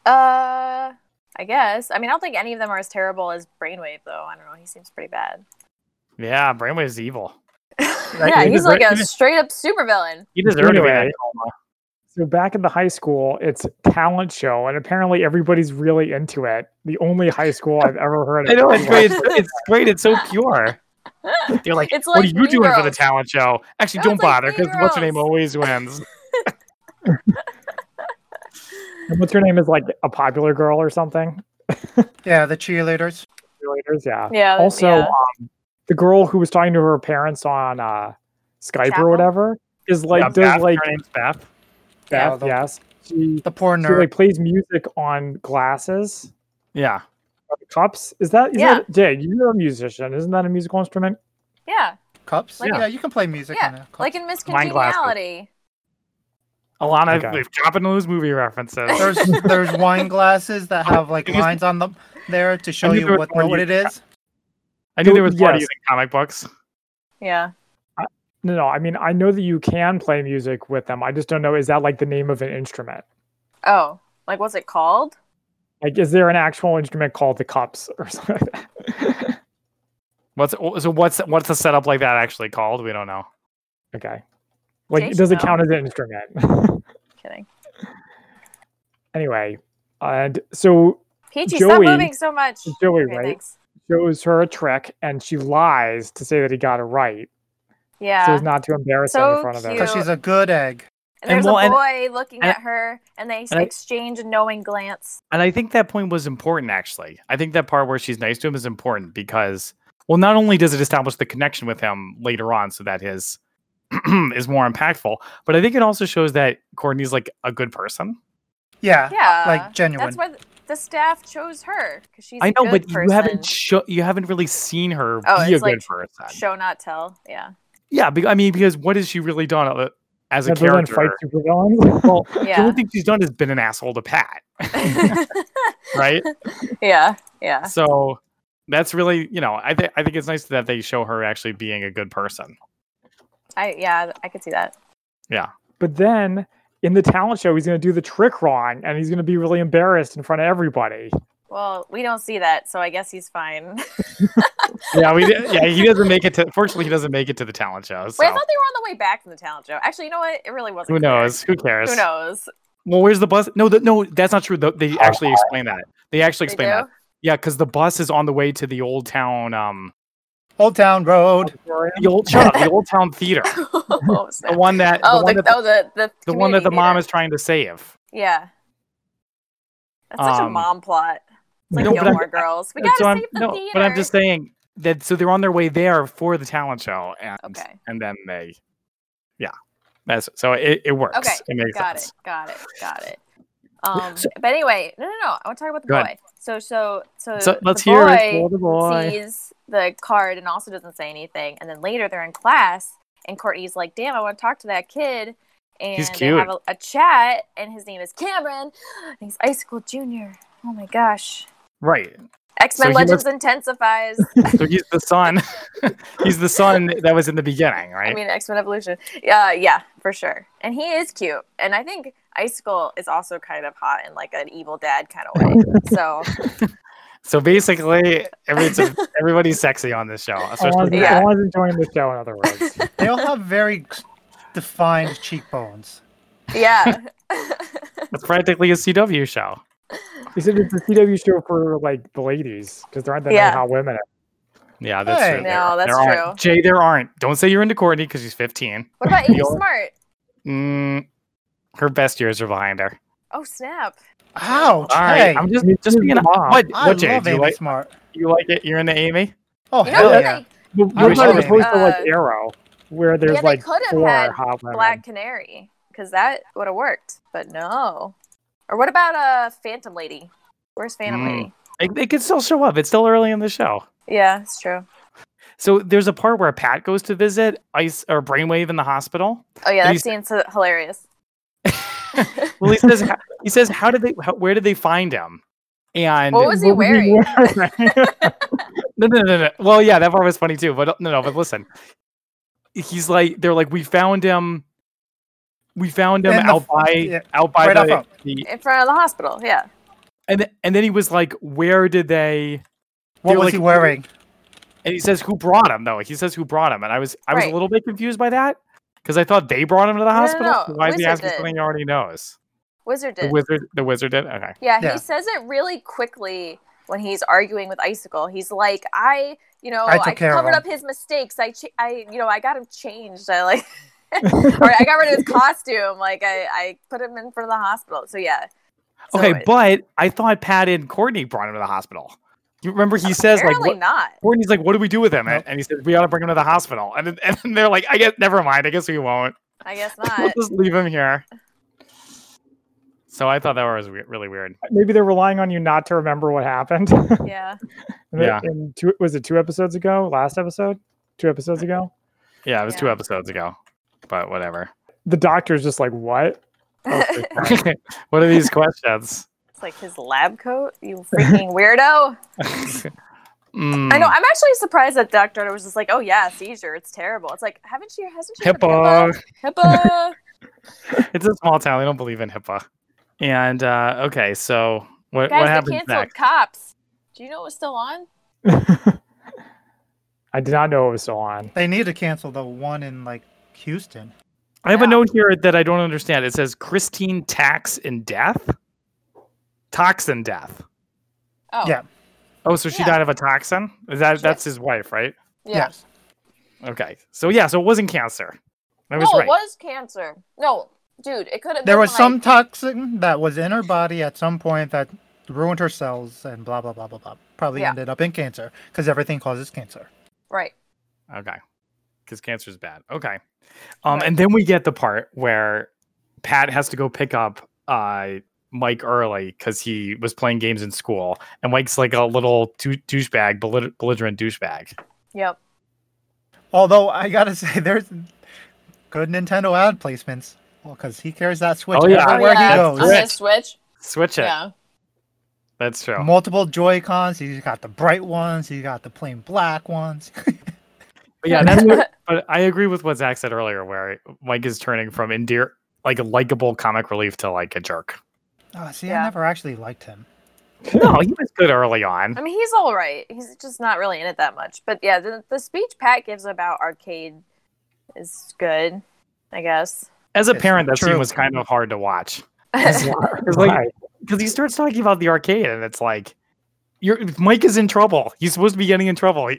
Speaker 2: Uh, I guess. I mean, I don't think any of them are as terrible as Brainwave, though. I don't know. He seems pretty bad.
Speaker 3: Yeah, Brainwave's evil.
Speaker 2: yeah,
Speaker 3: he
Speaker 2: he's
Speaker 3: deserve-
Speaker 2: like
Speaker 3: he
Speaker 2: a
Speaker 3: de-
Speaker 2: straight up supervillain.
Speaker 3: He deserved to be in
Speaker 1: Anyway.
Speaker 3: a coma.
Speaker 1: So back at the high school, it's talent show, and apparently everybody's really into it. The only high school I've ever heard of.
Speaker 3: I know it's great. It's, it's great. It's so pure. They're like,
Speaker 2: It's
Speaker 3: what
Speaker 2: like
Speaker 3: are you
Speaker 2: Mean
Speaker 3: doing for the
Speaker 2: Girls.
Speaker 3: talent show? Actually,
Speaker 2: No,
Speaker 3: don't
Speaker 2: it's like
Speaker 3: bother
Speaker 2: Mean
Speaker 3: because what's her name
Speaker 2: Girls.
Speaker 3: always wins.
Speaker 1: And what's her name is like a popular girl or something.
Speaker 4: Yeah, the cheerleaders.
Speaker 1: Cheerleaders, yeah.
Speaker 2: Yeah.
Speaker 1: Also,
Speaker 2: Oh, yeah.
Speaker 3: uh,
Speaker 1: um, the girl who was talking to her parents on uh, Skype
Speaker 2: Chapel?
Speaker 1: or whatever is like
Speaker 3: Yeah,
Speaker 1: does
Speaker 3: Beth,
Speaker 1: like
Speaker 3: her name's Beth.
Speaker 4: Yeah,
Speaker 1: Beth,
Speaker 4: the-
Speaker 1: yes, she,
Speaker 4: The poor
Speaker 1: she
Speaker 4: nerd.
Speaker 1: like plays music on glasses.
Speaker 3: Yeah.
Speaker 1: on the Cups is that is
Speaker 2: Yeah.
Speaker 1: that Jay? You're a musician, isn't that a musical instrument?
Speaker 2: yeah,
Speaker 4: Cups?
Speaker 3: Like-
Speaker 4: yeah. you can play music on a
Speaker 2: yeah.
Speaker 4: cup.
Speaker 2: Like in Miss
Speaker 3: Wine glasses.
Speaker 2: Congeniality.
Speaker 3: Alana,
Speaker 1: Okay.
Speaker 3: we've dropping those movie references.
Speaker 4: there's there's wine glasses that have like
Speaker 3: It was-
Speaker 4: lines on them there to show
Speaker 3: knew
Speaker 4: you
Speaker 3: there was
Speaker 4: what
Speaker 3: more
Speaker 4: what
Speaker 3: you-
Speaker 4: it is.
Speaker 3: I knew there was more to
Speaker 1: Yes.
Speaker 3: using comic books.
Speaker 2: Yeah.
Speaker 1: No, no. I mean, I know that you can play music with them. I just don't know. Is that like the name of an instrument?
Speaker 2: Oh, like what's it called?
Speaker 1: Like, is there an actual instrument called the cups or something like that?
Speaker 3: What's so? What's what's the setup like that actually called? We don't know.
Speaker 1: okay. Like,
Speaker 2: Jason,
Speaker 1: does it
Speaker 2: no.
Speaker 1: count as an instrument?
Speaker 2: Kidding.
Speaker 1: anyway, and so
Speaker 2: Peachy, stop
Speaker 1: Joey-
Speaker 2: moving so much.
Speaker 1: Joey,
Speaker 2: Okay,
Speaker 1: right,
Speaker 2: thanks.
Speaker 1: shows her a trick, and she lies to say that he got it right, so
Speaker 2: Yeah.
Speaker 1: as not to embarrass him
Speaker 2: So
Speaker 1: in front of
Speaker 2: cute.
Speaker 1: him.
Speaker 4: Because she's a good egg.
Speaker 2: And there's
Speaker 3: And well,
Speaker 2: a
Speaker 3: and-
Speaker 2: boy looking
Speaker 3: and-
Speaker 2: at her, and they
Speaker 3: and I-
Speaker 2: exchange a knowing glance.
Speaker 3: And I think that point was important. Actually, I think that part where she's nice to him is important because, well, not only does it establish the connection with him later on, so that his is more impactful, but I think it also shows that Courtney's like a good person.
Speaker 4: Yeah.
Speaker 2: Yeah,
Speaker 4: Like genuine.
Speaker 2: That's why th- the staff chose her because she's.
Speaker 3: I
Speaker 2: a
Speaker 3: know,
Speaker 2: good
Speaker 3: but you
Speaker 2: person.
Speaker 3: haven't sho- you haven't really seen her
Speaker 2: Oh,
Speaker 3: be a
Speaker 2: it's like
Speaker 3: good person.
Speaker 2: show not tell. Yeah,
Speaker 3: Yeah, be- I mean, because what has she really done? Uh, as a
Speaker 1: Rather than
Speaker 3: character.
Speaker 1: fight supervillains. Well,
Speaker 3: The
Speaker 2: Yeah.
Speaker 3: only thing she's done is been an asshole to Pat, right?
Speaker 2: yeah. Yeah.
Speaker 3: so that's really, you know, I think I think it's nice that they show her actually being a good person.
Speaker 2: I yeah, I could see that.
Speaker 1: but then in the talent show, he's going to do the trick wrong, and he's going to be really embarrassed in front of everybody.
Speaker 2: Well, we don't see that, so I guess he's fine.
Speaker 3: Yeah, we yeah, he doesn't make it to fortunately he doesn't make it to the talent show. So
Speaker 2: Wait, I thought they were on the way back from the talent show. Actually, you know what? It really wasn't.
Speaker 3: who
Speaker 2: clear.
Speaker 3: knows? Who cares?
Speaker 2: Who knows?
Speaker 3: Well, where's the bus? No, the, no, that's not true. The, they actually explain that. They actually
Speaker 2: They do?
Speaker 3: explain that. Yeah, because the bus is on the way to the old town, um,
Speaker 4: Old Town Road.
Speaker 3: the old shut up, the old town theater,
Speaker 2: oh, snap.
Speaker 3: the one that,
Speaker 2: oh,
Speaker 3: the one
Speaker 2: the,
Speaker 3: that,
Speaker 2: oh, the the,
Speaker 3: the, one that the
Speaker 2: community
Speaker 3: mom
Speaker 2: theater.
Speaker 3: is trying to save.
Speaker 2: Yeah. That's such a
Speaker 3: Um,
Speaker 2: mom plot. It's like
Speaker 3: no, but I'm-
Speaker 2: Gilmore Girls. We
Speaker 3: And
Speaker 2: gotta
Speaker 3: so I'm-
Speaker 2: save the
Speaker 3: no,
Speaker 2: theater.
Speaker 3: but I'm just saying that. So they're on their way there for the talent show, and
Speaker 2: Okay.
Speaker 3: and then they, yeah, that's so it, it works.
Speaker 2: Okay,
Speaker 3: it makes
Speaker 2: got
Speaker 3: sense.
Speaker 2: it, got it, got it. Um, but anyway, no, no, no. I want to talk about the
Speaker 3: Go
Speaker 2: boy.
Speaker 3: ahead.
Speaker 2: So, so, so,
Speaker 3: So
Speaker 2: the
Speaker 3: let's
Speaker 2: boy
Speaker 3: hear it for the boy.
Speaker 2: sees the card and also doesn't say anything. And then later they're in class, and Courtney's like, "Damn, I want to talk to that kid." And
Speaker 3: He's
Speaker 2: they have a, a chat, and his name is Cameron. And he's Ice Cold Junior. Oh my gosh!
Speaker 3: Right.
Speaker 2: X Men
Speaker 3: he
Speaker 2: Legends intensifies.
Speaker 3: So he's the son. he's the son that was in the beginning, right?
Speaker 2: I mean, X Men Evolution. Yeah, yeah, for sure. And he is cute, and I think Icicle is also kind of hot in like an evil dad kind of way. so
Speaker 3: So basically, every, it's a- everybody's sexy on this show.
Speaker 1: Owen's,
Speaker 3: Especially
Speaker 4: Oh,
Speaker 2: Yeah.
Speaker 1: Owen's enjoying the show, in other words.
Speaker 4: They all have very defined cheekbones.
Speaker 2: yeah,
Speaker 3: it's practically a CW show.
Speaker 1: He said it's a CW show for like the ladies because there aren't that
Speaker 2: Yeah.
Speaker 1: many hot women.
Speaker 3: Yeah, that's
Speaker 4: Hey.
Speaker 3: true.
Speaker 2: No,
Speaker 3: There-
Speaker 2: that's
Speaker 3: there aren't. Jay, there aren't. Don't say you're into Courtney because she's 15.
Speaker 2: what about Amy
Speaker 3: You're-
Speaker 2: Smart?
Speaker 3: Mm, her best years are behind her.
Speaker 2: Oh snap!
Speaker 4: Ouch!
Speaker 3: All right,
Speaker 4: hey,
Speaker 3: I'm
Speaker 1: I
Speaker 3: just
Speaker 1: mean,
Speaker 3: just
Speaker 1: she's
Speaker 3: being
Speaker 1: the
Speaker 3: a
Speaker 1: mom.
Speaker 3: What,
Speaker 4: I
Speaker 3: what Jay?
Speaker 4: love
Speaker 3: Do you
Speaker 4: Amy
Speaker 3: like
Speaker 4: Smart.
Speaker 3: you like it? You're into Amy?
Speaker 4: Oh
Speaker 2: You know,
Speaker 4: hell
Speaker 2: like
Speaker 4: yeah!
Speaker 1: Well,
Speaker 3: I
Speaker 1: We're
Speaker 3: wish
Speaker 1: not
Speaker 3: I
Speaker 1: opposed to like
Speaker 2: was- uh,
Speaker 1: Arrow, where there's
Speaker 2: Yeah, they
Speaker 1: like
Speaker 2: could have
Speaker 1: four
Speaker 2: had
Speaker 1: hot women.
Speaker 2: Black Canary, because that would have worked, but no. Or what about uh Phantom Lady? Where's Phantom
Speaker 3: Mm.
Speaker 2: Lady?
Speaker 3: It, it could still show up. It's still early in the show.
Speaker 2: Yeah, it's true.
Speaker 3: So there's a part where Pat goes to visit Ice or Brainwave in the hospital.
Speaker 2: Oh yeah, that
Speaker 3: He's-
Speaker 2: scene's h- hilarious.
Speaker 3: Well, he says he says, "How did they? How, where did they find him?" And
Speaker 2: What was he
Speaker 1: What was he
Speaker 2: wearing?
Speaker 3: No, no, no, no. Well, yeah, that part was funny too. But uh, no, no. But listen, he's like, they're like, we found him. We found him
Speaker 4: In the
Speaker 3: out
Speaker 4: f-
Speaker 3: by
Speaker 4: yeah,
Speaker 3: out by
Speaker 4: right off
Speaker 3: the,
Speaker 4: up.
Speaker 3: the
Speaker 2: In front of the hospital, yeah.
Speaker 3: and th- and then he was like, where did they?
Speaker 4: What
Speaker 3: They're
Speaker 4: was
Speaker 3: like-
Speaker 4: he wearing?
Speaker 3: And he says, who brought him? Though he says, who brought him? And I was I was
Speaker 2: Right.
Speaker 3: a little bit confused by that because I thought they brought him to the
Speaker 2: no,
Speaker 3: hospital.
Speaker 2: no,
Speaker 3: so Why is he
Speaker 2: Wizard
Speaker 3: asking
Speaker 2: did.
Speaker 3: something he already knows?
Speaker 2: Wizard
Speaker 3: The
Speaker 2: did.
Speaker 3: wizard, the wizard did. Okay,
Speaker 2: Yeah, he
Speaker 4: Yeah.
Speaker 2: says it really quickly when he's arguing with Icicle. He's like, I, you know,
Speaker 4: I
Speaker 2: I,
Speaker 4: took care of
Speaker 2: covered
Speaker 4: him."
Speaker 2: up his mistakes. I, ch- I, you know, I got him changed. I like, or I got rid of his costume. Like, I, I put him in front of the hospital. So yeah. So
Speaker 3: okay.
Speaker 2: it-
Speaker 3: But I thought Pat and Courtney brought him to the hospital. You remember he says like
Speaker 2: apparently
Speaker 3: what,
Speaker 2: not.
Speaker 3: Courtney's like, "What do we do with him?"
Speaker 4: Nope.
Speaker 3: And he says, "We ought to bring him to the hospital." And, then- and then they're like, "I guess never mind. I guess we won't.
Speaker 2: I guess
Speaker 3: we'll
Speaker 2: not.
Speaker 3: just leave him here." So I thought that was we- really weird.
Speaker 1: Maybe they're relying on you not to remember what happened.
Speaker 2: yeah.
Speaker 3: Yeah.
Speaker 1: In two, was it two episodes ago? Last episode? Two episodes ago?
Speaker 3: Yeah, it was two
Speaker 2: Yeah.
Speaker 3: episodes ago, but whatever.
Speaker 1: The doctor's just like, what? Okay, fine.
Speaker 3: what are these questions?
Speaker 2: It's like his lab coat. You freaking weirdo. I know.
Speaker 3: Mm,
Speaker 2: I'm actually surprised that Dr. was just like, oh yeah, seizure. It's terrible. It's like, haven't she, hasn't she? heard of
Speaker 3: HIPAA.
Speaker 2: HIPAA. HIPAA.
Speaker 3: It's a small town. They don't believe in HIPAA. And uh, okay, so what
Speaker 2: Guys,
Speaker 3: what
Speaker 2: the
Speaker 3: happens
Speaker 2: canceled
Speaker 3: next?
Speaker 2: cops. Do you know it was still on?
Speaker 1: I did not know it was still on.
Speaker 4: They need to cancel the one in like Houston.
Speaker 3: I have a
Speaker 2: Yeah.
Speaker 3: note here that I don't understand. It says Christine tax and death, toxin death.
Speaker 2: Oh,
Speaker 4: Yeah.
Speaker 3: Oh, so she
Speaker 2: Yeah.
Speaker 3: died of a toxin? Is that
Speaker 2: Yeah.
Speaker 3: that's his wife, right?
Speaker 2: yeah.
Speaker 4: Yes.
Speaker 3: Okay. So yeah, so it wasn't cancer. I was
Speaker 2: no,
Speaker 3: right.
Speaker 2: it was cancer. No, dude, it could have.
Speaker 4: There
Speaker 2: been
Speaker 4: was
Speaker 2: like,
Speaker 4: some toxin that was in her body at some point that ruined her cells and blah blah blah blah blah. Probably
Speaker 2: Yeah.
Speaker 4: ended up in cancer because everything causes cancer.
Speaker 2: right.
Speaker 3: Okay. Because cancer is bad. Okay. Um,
Speaker 2: Right.
Speaker 3: and then we get the part where Pat has to go pick up uh Mike early because he was playing games in school, and Mike's like a little dou- douchebag, belli- belligerent douchebag.
Speaker 2: Yep.
Speaker 4: Although I gotta say, there's Good Nintendo ad placements. Well, because he carries that Switch
Speaker 3: Oh, yeah.
Speaker 4: everywhere
Speaker 2: yeah,
Speaker 4: Ah, he
Speaker 2: on
Speaker 4: goes.
Speaker 3: Switch.
Speaker 2: the Switch.
Speaker 3: Switch it.
Speaker 2: Yeah.
Speaker 3: That's true.
Speaker 4: Multiple Joy Cons. He's got the bright ones. He's got the plain black ones.
Speaker 3: But yeah, that's what, but I agree with what Zach said earlier, where Mike is turning from endear, like a likable comic relief to like a jerk.
Speaker 4: oh, see, I
Speaker 2: Yeah.
Speaker 4: never actually liked him.
Speaker 3: No, he was good early on.
Speaker 2: I mean, he's all right. He's just not really in it that much. But yeah, the, the speech Pat gives about arcade is good, I guess.
Speaker 3: As a
Speaker 4: Yes,
Speaker 3: parent, that scene
Speaker 4: true.
Speaker 3: was kind of hard to watch
Speaker 1: It's
Speaker 3: like-
Speaker 1: like,
Speaker 3: because he starts talking about the arcade, and it's like, you're Mike is in trouble. He's supposed to be getting in trouble.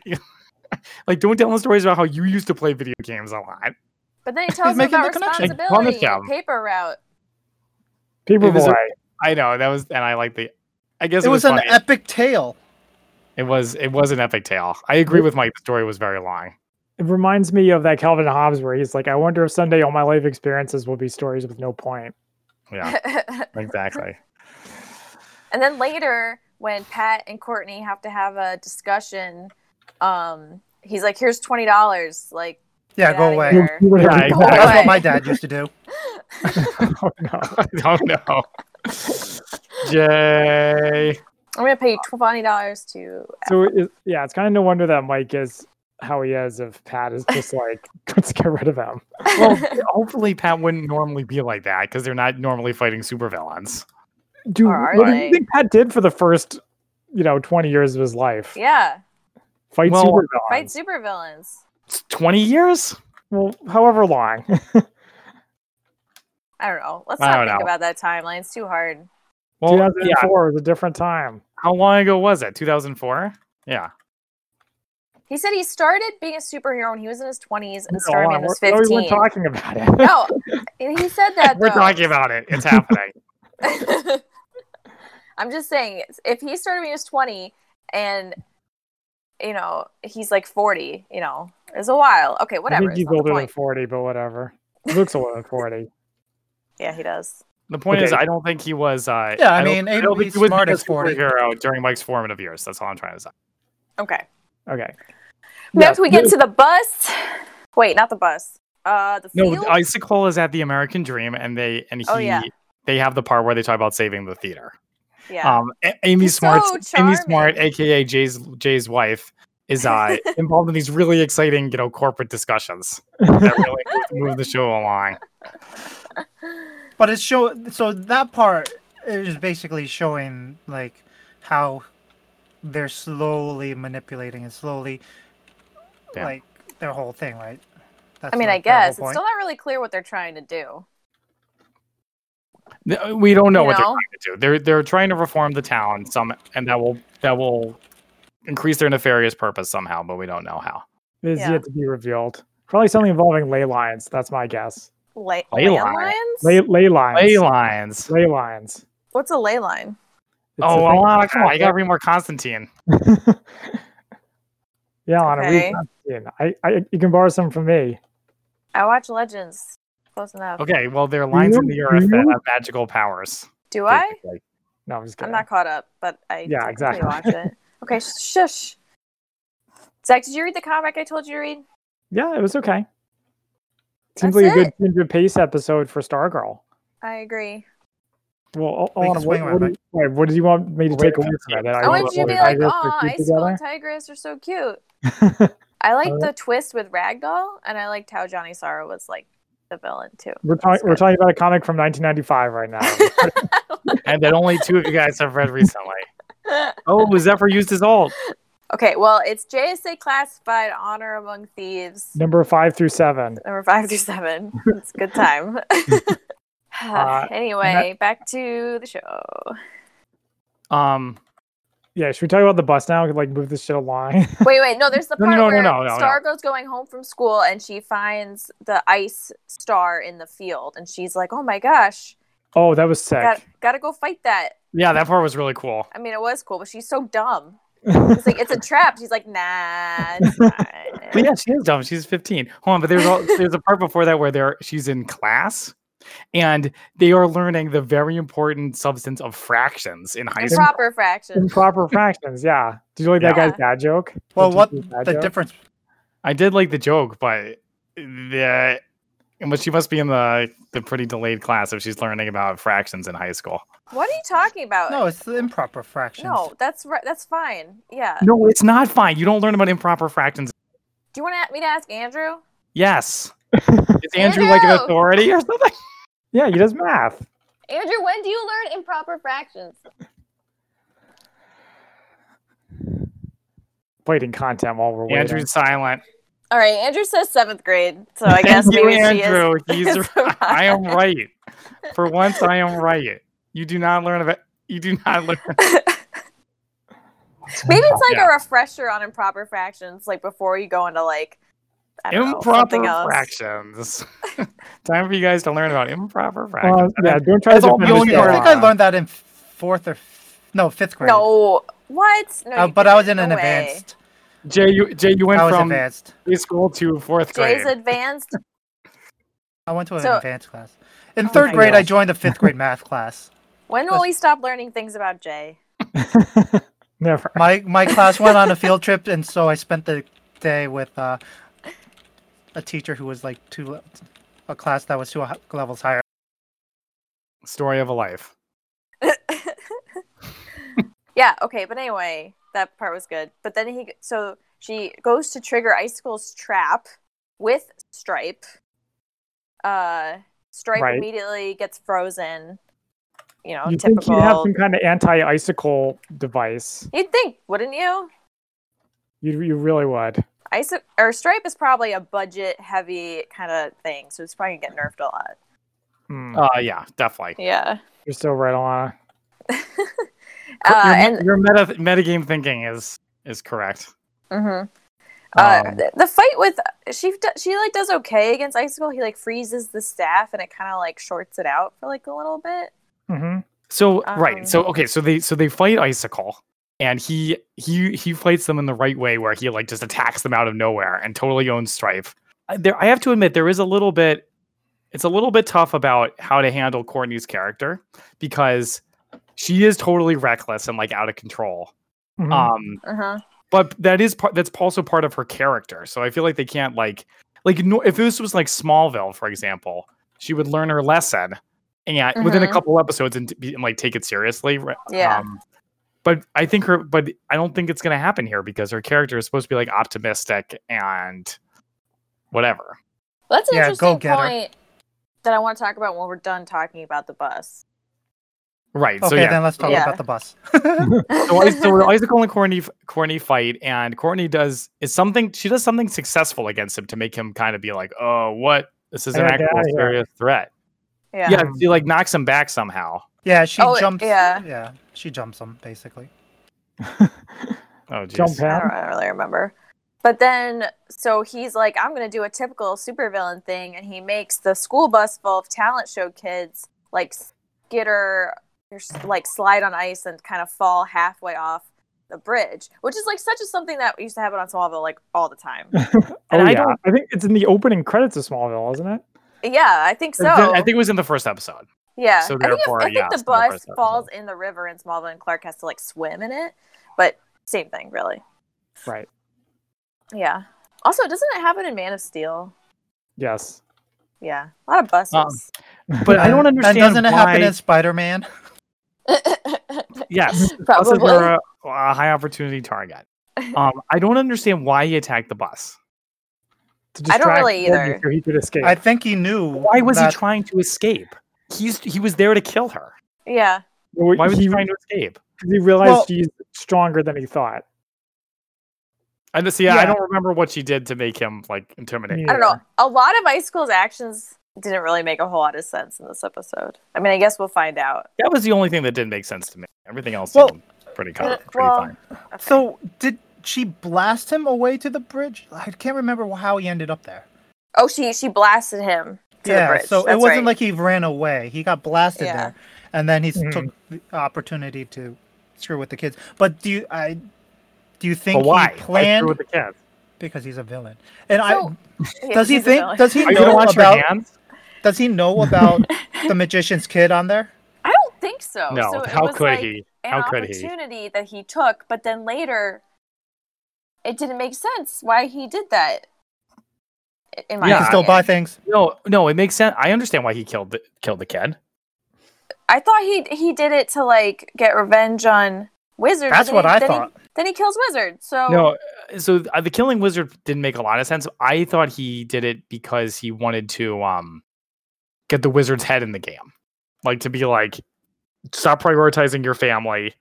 Speaker 3: like, don't tell him stories about how you used to play video games a lot.
Speaker 2: But then he tells him
Speaker 4: making
Speaker 2: about
Speaker 4: the connection.
Speaker 3: I promise
Speaker 2: responsibility,
Speaker 3: you.
Speaker 2: and paper route.
Speaker 1: Paper
Speaker 3: It was a-
Speaker 1: Boy.
Speaker 3: I know that was, and I like the. I guess
Speaker 4: It was an
Speaker 3: funny.
Speaker 4: epic tale.
Speaker 3: it was it was an epic tale. I agree with Mike. The story was very long.
Speaker 1: It reminds me of that Calvin Hobbes where he's like, I wonder if someday all my life experiences will be stories with no point.
Speaker 3: Yeah, exactly.
Speaker 2: And then later, when Pat and Courtney have to have a discussion, um, he's like, "Here's twenty dollars." Like,
Speaker 4: Yeah,
Speaker 2: Get
Speaker 4: go
Speaker 2: outta
Speaker 4: away.
Speaker 2: here.
Speaker 1: You'll see what
Speaker 3: Yeah,
Speaker 1: I-
Speaker 2: Go exactly.
Speaker 4: That's what
Speaker 2: away.
Speaker 4: my dad used to do.
Speaker 1: Oh, no.
Speaker 3: I don't know. Jay.
Speaker 2: I'm gonna pay you twenty dollars to.
Speaker 1: So it, yeah, it's kind of no wonder that Mike is how he is if Pat is just like, let's get rid of him.
Speaker 3: Well, hopefully Pat wouldn't normally be like that because they're not normally fighting supervillains.
Speaker 1: Dude,
Speaker 2: Or are
Speaker 1: what do
Speaker 2: they?
Speaker 1: you think Pat did for the first, you know, 20 years of his life?
Speaker 2: yeah,
Speaker 1: Fight
Speaker 3: Well,
Speaker 1: super
Speaker 2: fight supervillains.
Speaker 3: It's Twenty years?
Speaker 1: Well, however long.
Speaker 2: I don't know. Let's
Speaker 3: I
Speaker 2: not
Speaker 3: don't
Speaker 2: think
Speaker 3: know.
Speaker 2: about that timeline. It's too hard.
Speaker 3: Well, yeah.
Speaker 1: 2004 was a different time.
Speaker 3: How long ago was it? Two thousand four? Yeah.
Speaker 2: He said he started being a superhero when he was in his twenties and
Speaker 1: No,
Speaker 2: started when he was
Speaker 1: we're- no, we
Speaker 2: fifteen.
Speaker 1: weren't talking about it.
Speaker 2: no, he said that.
Speaker 3: We're
Speaker 2: though.
Speaker 3: talking about it. It's happening.
Speaker 2: I'm just saying, if he started when he was 20 and, you know, he's like 40, you know, it's a while. Okay,
Speaker 1: I
Speaker 2: whatever.
Speaker 1: think
Speaker 2: it's
Speaker 1: he's
Speaker 2: not the
Speaker 1: older than
Speaker 2: point.
Speaker 1: 40, but whatever. He looks older than 40.
Speaker 2: Yeah, he does.
Speaker 3: The point is,
Speaker 1: Okay.
Speaker 3: I don't think he was. Uh,
Speaker 4: Yeah, I
Speaker 3: don't-
Speaker 4: mean,
Speaker 3: I
Speaker 4: Abe
Speaker 3: don't
Speaker 4: would
Speaker 3: think
Speaker 4: be
Speaker 3: he was
Speaker 4: smart
Speaker 3: being a
Speaker 4: at 40.
Speaker 3: superhero during Mike's formative years. That's all I'm trying to say.
Speaker 2: Okay.
Speaker 1: Okay.
Speaker 2: Next, we get to the bus. Wait, not the bus. Uh, the
Speaker 3: No,
Speaker 2: field.
Speaker 3: Icicle is at the American Dream, and they and he
Speaker 2: Oh, yeah.
Speaker 3: they have the part where they talk about saving the theater.
Speaker 2: yeah.
Speaker 3: Um, A- Amy
Speaker 2: He's
Speaker 3: Smart,
Speaker 2: so
Speaker 3: Amy Smart,
Speaker 2: charming.
Speaker 3: aka Jay's Jay's wife, is uh, involved in these really exciting, you know, corporate discussions that really move, move the show along.
Speaker 4: But it's show so that part is basically showing like how they're slowly manipulating and slowly
Speaker 3: Yeah.
Speaker 4: like their whole thing, right? That's
Speaker 2: I mean, I
Speaker 4: like, their whole
Speaker 2: guess. It's
Speaker 4: point.
Speaker 2: still not really clear what they're trying to do.
Speaker 3: Th- uh, We don't know
Speaker 2: You
Speaker 3: what
Speaker 2: know?
Speaker 3: they're trying to do. They're they're trying to reform the town some, and that will that will increase their nefarious purpose somehow, but we don't know how.
Speaker 1: It is
Speaker 2: Yeah.
Speaker 1: yet to be revealed. Probably something involving ley lines. That's my guess.
Speaker 2: Lay-
Speaker 3: Ley
Speaker 2: ley
Speaker 3: line.
Speaker 2: lines?
Speaker 1: Ley, ley lines.
Speaker 3: Ley lines.
Speaker 1: Ley lines. It's
Speaker 2: What's a ley line?
Speaker 1: a
Speaker 3: oh,
Speaker 1: thing-
Speaker 3: Alana, come on! I gotta read more Constantine.
Speaker 1: yeah, Alana,
Speaker 2: Okay.
Speaker 1: read Constantine. I, I, you can borrow some from me.
Speaker 2: I watch Legends. Close enough.
Speaker 3: Okay, well, there are lines in
Speaker 1: you-
Speaker 3: the
Speaker 1: do
Speaker 3: earth that
Speaker 1: you-
Speaker 3: have magical powers.
Speaker 2: Do I?
Speaker 3: basically.
Speaker 1: No, I'm just
Speaker 2: I'm
Speaker 1: kidding.
Speaker 2: not caught up, but I
Speaker 1: Yeah,
Speaker 2: technically
Speaker 1: exactly.
Speaker 2: watch it. Okay, shush. Zach, did you read the comic I told you to read?
Speaker 1: Yeah, it was okay. Seems like
Speaker 2: That's
Speaker 1: a
Speaker 2: it.
Speaker 1: good change of pace episode for Stargirl.
Speaker 2: I agree.
Speaker 1: Well,
Speaker 4: We can
Speaker 1: Alana,
Speaker 4: swing
Speaker 1: what,
Speaker 4: around
Speaker 1: what, do you, wait, what do you want me to
Speaker 3: Wait
Speaker 1: take
Speaker 3: a
Speaker 1: away
Speaker 3: minute.
Speaker 1: from it? That I
Speaker 2: I
Speaker 1: want
Speaker 2: want
Speaker 1: to
Speaker 2: you to be
Speaker 1: put Tigress to
Speaker 2: like, oh,
Speaker 1: sleep
Speaker 2: Icicle and Tigress are so cute. I like the twist with Ragdoll, and I liked how Johnny Sorrow was like the villain too.
Speaker 1: We're, talk- we're talking about a comic from 1995 right now.
Speaker 3: and that only two of you guys have read recently. Oh, was Zephyr used his alt?
Speaker 2: okay, well, it's JSA classified honor among thieves,
Speaker 1: Number five through seven.
Speaker 2: number five through seven. It's a good time.
Speaker 1: Uh,
Speaker 2: anyway, back to the show.
Speaker 3: Um,
Speaker 1: Yeah, should we talk about the bus now? Like, move this shit along.
Speaker 2: Wait, wait, no, there's the
Speaker 3: No,
Speaker 2: part
Speaker 3: no, no, no,
Speaker 2: where
Speaker 3: no, no, no.
Speaker 2: Stargirl's going home from school and she finds the ice star in the field and she's like, Oh my gosh,
Speaker 1: oh, that was sick.
Speaker 2: got, gotta go fight that.
Speaker 3: yeah, that part was really cool.
Speaker 2: I mean, it was cool, but she's so dumb. It's like, it's a trap. She's like, Nah, it's
Speaker 3: But
Speaker 2: fine.
Speaker 3: yeah, she is dumb. She's 15. Hold on, but there's all, there's a part before that where there she's in class, and they are learning the very important substance of fractions in high school.
Speaker 2: Improper fraction.
Speaker 1: Improper fractions. Yeah. Did you like that
Speaker 2: Yeah.
Speaker 1: guy's dad joke?
Speaker 4: well,
Speaker 1: Did you
Speaker 4: what
Speaker 1: see his dad
Speaker 4: the
Speaker 1: joke?
Speaker 4: difference?
Speaker 3: I did like the joke, but the And but she must be in the the pretty delayed class if she's learning about fractions in high school.
Speaker 2: What are you talking about?
Speaker 4: No, it's the improper fractions.
Speaker 2: No, that's right. That's fine. Yeah.
Speaker 3: No, it's not fine. You don't learn about improper fractions.
Speaker 2: Do you want to, me to ask Andrew?
Speaker 3: Yes. Is Andrew like an
Speaker 2: Andrew!
Speaker 3: authority or something?
Speaker 1: Yeah, he does math.
Speaker 2: Andrew, when do you learn improper fractions?
Speaker 1: Played in content while we're waiting.
Speaker 3: Andrew's silent.
Speaker 2: All right, Andrew says seventh grade, so I guess
Speaker 3: Thank you,
Speaker 2: maybe
Speaker 3: Andrew.
Speaker 2: she
Speaker 3: He's
Speaker 2: is.
Speaker 3: right. I am right. For once, I am right. You do not learn about. You do not learn.
Speaker 2: Maybe it's like
Speaker 3: Yeah.
Speaker 2: a refresher on improper fractions, like before you go into like I don't know,
Speaker 3: improper
Speaker 2: something else.
Speaker 3: fractions. Time for you guys to learn about improper
Speaker 1: Uh,
Speaker 3: fractions.
Speaker 1: yeah, don't try to
Speaker 3: That's all
Speaker 1: defend
Speaker 3: the
Speaker 1: this
Speaker 3: only
Speaker 4: Yeah, I
Speaker 1: guy.
Speaker 4: think I learned that in fourth or f- no fifth grade.
Speaker 2: No, what? No,
Speaker 4: Uh,
Speaker 2: you
Speaker 4: but I was in
Speaker 2: didn't.
Speaker 4: an
Speaker 2: No way.
Speaker 4: advanced.
Speaker 3: Jay, you, Jay, you went
Speaker 4: I was
Speaker 3: from
Speaker 4: advanced.
Speaker 3: preschool to fourth grade.
Speaker 2: Jay's advanced.
Speaker 4: I went to an
Speaker 2: So-
Speaker 4: advanced class. In
Speaker 1: Oh
Speaker 4: third
Speaker 1: my
Speaker 4: grade, I
Speaker 1: gosh.
Speaker 4: joined a fifth grade math class.
Speaker 2: When will we stop learning things about Jay?
Speaker 1: Never.
Speaker 4: My my class went on a field trip, and so I spent the day with uh, a teacher who was like two, le- a class that was two h- levels higher.
Speaker 3: Story of a life.
Speaker 2: yeah, okay, but anyway, that part was good. But then he so she goes to trigger Icicle's trap with Stripe. Uh Stripe
Speaker 1: Right.
Speaker 2: immediately gets frozen. You know,
Speaker 1: You'd think
Speaker 2: typical.
Speaker 1: he'd have some kind of anti-icicle device.
Speaker 2: You'd think, wouldn't you?
Speaker 1: You you really would.
Speaker 2: Ice or Stripe is probably a budget heavy kind of thing, so it's probably gonna get nerfed a lot.
Speaker 1: Mm,
Speaker 3: Uh, yeah, definitely.
Speaker 2: Yeah.
Speaker 1: you're still right on.
Speaker 2: Uh,
Speaker 3: your,
Speaker 2: and
Speaker 3: me- your meta metagame thinking is is correct.
Speaker 2: Mm-hmm. Uh,
Speaker 3: Um,
Speaker 2: th- the fight with she d- she like does okay against icicle. He like freezes the staff and it kind of like shorts it out for like a little bit.
Speaker 1: hmm
Speaker 3: So right. So
Speaker 2: Um,
Speaker 3: okay. So they so they fight Icicle, and he he he fights them in the right way, where he like just attacks them out of nowhere and totally owns Stripe. I- There, I have to admit, there is a little bit. It's a little bit tough about how to handle Courtney's character because she is totally reckless and like out of control.
Speaker 1: mm-hmm. Hmm.
Speaker 3: Um,
Speaker 2: Uh huh.
Speaker 3: but that is part. That's also part of her character. So I feel like they can't like like no, if this was like Smallville, for example, she would learn her lesson, and within a
Speaker 2: Mhm.
Speaker 3: couple episodes and, be- and like take it seriously. ri-
Speaker 2: Yeah.
Speaker 3: Um, but I think her. But I don't think it's gonna happen here because her character is supposed to be like optimistic and whatever.
Speaker 2: Well, that's an
Speaker 4: Yeah, go
Speaker 2: interesting
Speaker 4: get her.
Speaker 2: point that I want to talk about when we're done talking about the bus.
Speaker 3: Right.
Speaker 4: Okay,
Speaker 3: so yeah.
Speaker 4: then let's talk
Speaker 2: Yeah.
Speaker 4: about the bus.
Speaker 3: so, I- so Icicle and Courtney, f- Courtney fight, and Courtney does is something. She does something successful against him to make him kind of be like, "Oh, what? This is an
Speaker 1: Yeah, get
Speaker 3: actual
Speaker 1: outta here."
Speaker 3: serious threat."
Speaker 2: yeah.
Speaker 3: yeah, she like knocks him back somehow.
Speaker 4: Yeah, she
Speaker 2: Oh,
Speaker 4: jumps.
Speaker 2: yeah.
Speaker 4: yeah, she jumps them basically.
Speaker 3: Oh,
Speaker 1: Jump
Speaker 3: jeez.
Speaker 2: I don't,
Speaker 1: pad.
Speaker 2: I don't really remember. But then, so he's like, I'm going to do a typical supervillain thing. And he makes the school bus full of talent show kids like skitter, or, s- like slide on ice and kind of fall halfway off the bridge, which is like such a something that used to happen on Smallville like all the time.
Speaker 1: Oh
Speaker 3: And I
Speaker 1: yeah,
Speaker 3: don't-
Speaker 1: I think it's in the opening credits of Smallville, isn't it?
Speaker 2: yeah, I think so.
Speaker 3: I think it was in the first episode.
Speaker 2: yeah.
Speaker 3: so
Speaker 2: I think, if-
Speaker 3: therefore,
Speaker 2: I think
Speaker 3: yeah, it's
Speaker 2: the
Speaker 3: in the first
Speaker 2: bus
Speaker 3: episode.
Speaker 2: falls in the river in Smallville and Clark has to like swim in it. But same thing, really.
Speaker 1: Right.
Speaker 2: Yeah. Also, doesn't it happen in Man of Steel?
Speaker 1: Yes.
Speaker 2: Yeah, a lot of buses.
Speaker 3: Um, But I don't
Speaker 4: And-
Speaker 3: understand.
Speaker 4: And doesn't it happen
Speaker 3: why-
Speaker 4: in Spider-Man?
Speaker 3: yes, Um, buses
Speaker 2: Probably.
Speaker 3: are uh, a, a high opportunity target. Um, I don't understand why he attacked the bus.
Speaker 1: To
Speaker 2: I don't
Speaker 1: distract
Speaker 2: really
Speaker 1: Courtney
Speaker 2: either.
Speaker 1: So he could escape.
Speaker 4: I think he knew.
Speaker 3: Why was he
Speaker 4: that-
Speaker 3: trying to escape? He's he was there to kill her.
Speaker 2: yeah.
Speaker 1: Well,
Speaker 3: Why was he,
Speaker 1: he,
Speaker 3: trying to escape?
Speaker 1: he realized
Speaker 4: Well-
Speaker 1: she's stronger than he thought.
Speaker 3: I just, yeah, I
Speaker 4: Yeah.
Speaker 3: don't remember what she did to make him like intimidate.
Speaker 1: Yeah.
Speaker 2: I don't know. A lot of Icicle's actions didn't really make a whole lot of sense in this episode. I mean, I guess we'll find out.
Speaker 3: That was the only thing that didn't make sense to me. Everything else
Speaker 4: Well-
Speaker 3: seemed pretty, co-
Speaker 2: Uh,
Speaker 3: pretty
Speaker 2: well-
Speaker 3: fine.
Speaker 2: Okay.
Speaker 4: So did she blast him away to the bridge? I can't remember how he ended up there.
Speaker 2: oh, she she blasted him to
Speaker 4: yeah,
Speaker 2: the bridge.
Speaker 4: so
Speaker 2: That's
Speaker 4: it wasn't
Speaker 2: right.
Speaker 4: like he ran away. He got blasted
Speaker 2: Yeah.
Speaker 4: there, and then he s-
Speaker 1: Mhm.
Speaker 4: took
Speaker 3: Mm-hmm.
Speaker 4: the opportunity to screw with the kids. But do you, I do you think
Speaker 3: But why?
Speaker 4: he
Speaker 3: Why
Speaker 4: planned
Speaker 3: screw with the kids?
Speaker 4: because he's a villain? And
Speaker 2: So-
Speaker 4: I
Speaker 2: Yeah,
Speaker 4: does he
Speaker 2: he's a
Speaker 4: think
Speaker 2: villain.
Speaker 4: does he
Speaker 3: Are you gonna
Speaker 4: know
Speaker 3: wash your
Speaker 4: about
Speaker 3: hands?
Speaker 4: does he know about the magician's kid on there?
Speaker 2: I don't think so.
Speaker 3: No.
Speaker 2: Oh, So it
Speaker 3: how
Speaker 2: was
Speaker 3: could
Speaker 2: like
Speaker 3: he?
Speaker 2: An
Speaker 3: How could he?
Speaker 2: opportunity that he took, but then later, it didn't make sense why he did that. in my
Speaker 4: You can
Speaker 3: Yeah.
Speaker 4: still
Speaker 2: opinion.
Speaker 4: buy things.
Speaker 3: No, no, it makes sense. I understand why he killed the, killed the kid.
Speaker 2: I thought he he did it to like get revenge on wizards.
Speaker 4: That's
Speaker 2: and
Speaker 4: what
Speaker 2: he-
Speaker 4: I
Speaker 2: then he-
Speaker 4: thought.
Speaker 2: then he kills wizards. So
Speaker 3: No, uh, so uh, the killing wizard didn't make a lot of sense. I thought he did it because he wanted to um get the wizard's head in the game, like to be like stop prioritizing your family.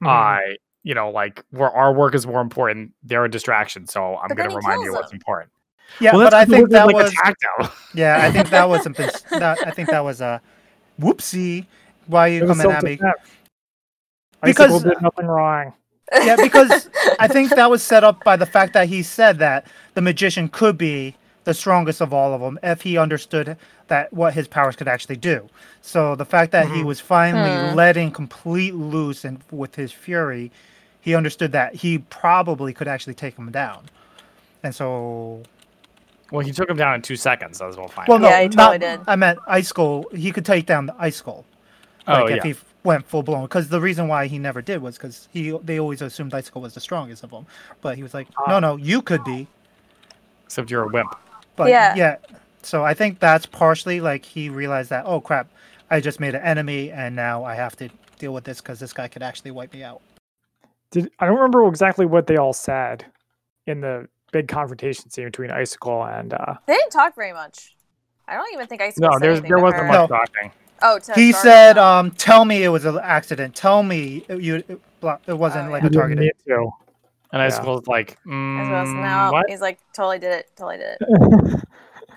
Speaker 4: Mm-hmm.
Speaker 1: Mm-hmm.
Speaker 3: I you know like where our work is more important, they're a distraction. So I'm
Speaker 2: But then
Speaker 3: gonna
Speaker 2: he
Speaker 3: remind you
Speaker 2: kills
Speaker 3: what's
Speaker 2: them.
Speaker 3: important.
Speaker 4: Yeah,
Speaker 3: well,
Speaker 4: but
Speaker 3: that's
Speaker 4: I
Speaker 3: 'cause the
Speaker 4: think
Speaker 3: wizard,
Speaker 4: that
Speaker 3: like,
Speaker 4: was
Speaker 3: attacked them.
Speaker 4: yeah, I think that was something. s- That, I think that was a whoopsie. Why are
Speaker 1: It
Speaker 4: you
Speaker 1: was
Speaker 4: coming at me?
Speaker 1: self-defense.
Speaker 4: Because-
Speaker 1: Icicle did nothing wrong.
Speaker 4: Yeah, because I think that was set up by the fact that he said that the magician could be the strongest of all of them if he understood that what his powers could actually do. So the fact that he was finally
Speaker 2: Hmm.
Speaker 4: letting complete loose and with his fury, he understood that he probably could actually take him down. And so,
Speaker 3: Well, he took him down in two seconds. That was all fine.
Speaker 4: well, no,
Speaker 2: Yeah, he totally
Speaker 4: not-
Speaker 2: did.
Speaker 4: I meant Ice Skull. He could take down the Ice Skull. Like
Speaker 3: oh
Speaker 4: if
Speaker 3: yeah.
Speaker 4: he f- went full blown, because the reason why he never did was because he they always assumed Icicle was the strongest of them, but he was like, no, no, you could be,
Speaker 3: Except you're a wimp.
Speaker 4: but yeah.
Speaker 2: Yeah.
Speaker 4: So I think that's partially like he realized that oh crap, I just made an enemy and now I have to deal with this because this guy could actually wipe me out.
Speaker 1: Did I don't remember exactly what they all said in the big confrontation scene between Icicle and uh
Speaker 2: they didn't talk very much. I don't even think I.
Speaker 3: No, there's, there wasn't
Speaker 4: No.
Speaker 3: much talking.
Speaker 2: Oh, to
Speaker 4: he
Speaker 2: Zarya.
Speaker 4: said, um, tell me it was an accident. Tell me it, you it, blah, it wasn't
Speaker 2: Oh,
Speaker 4: like
Speaker 2: yeah.
Speaker 4: a targeted.
Speaker 1: too.
Speaker 3: And I
Speaker 1: Yeah.
Speaker 3: was like,
Speaker 2: As well as
Speaker 3: mm,
Speaker 2: now,
Speaker 3: what?
Speaker 2: he's like, totally did it, totally did it.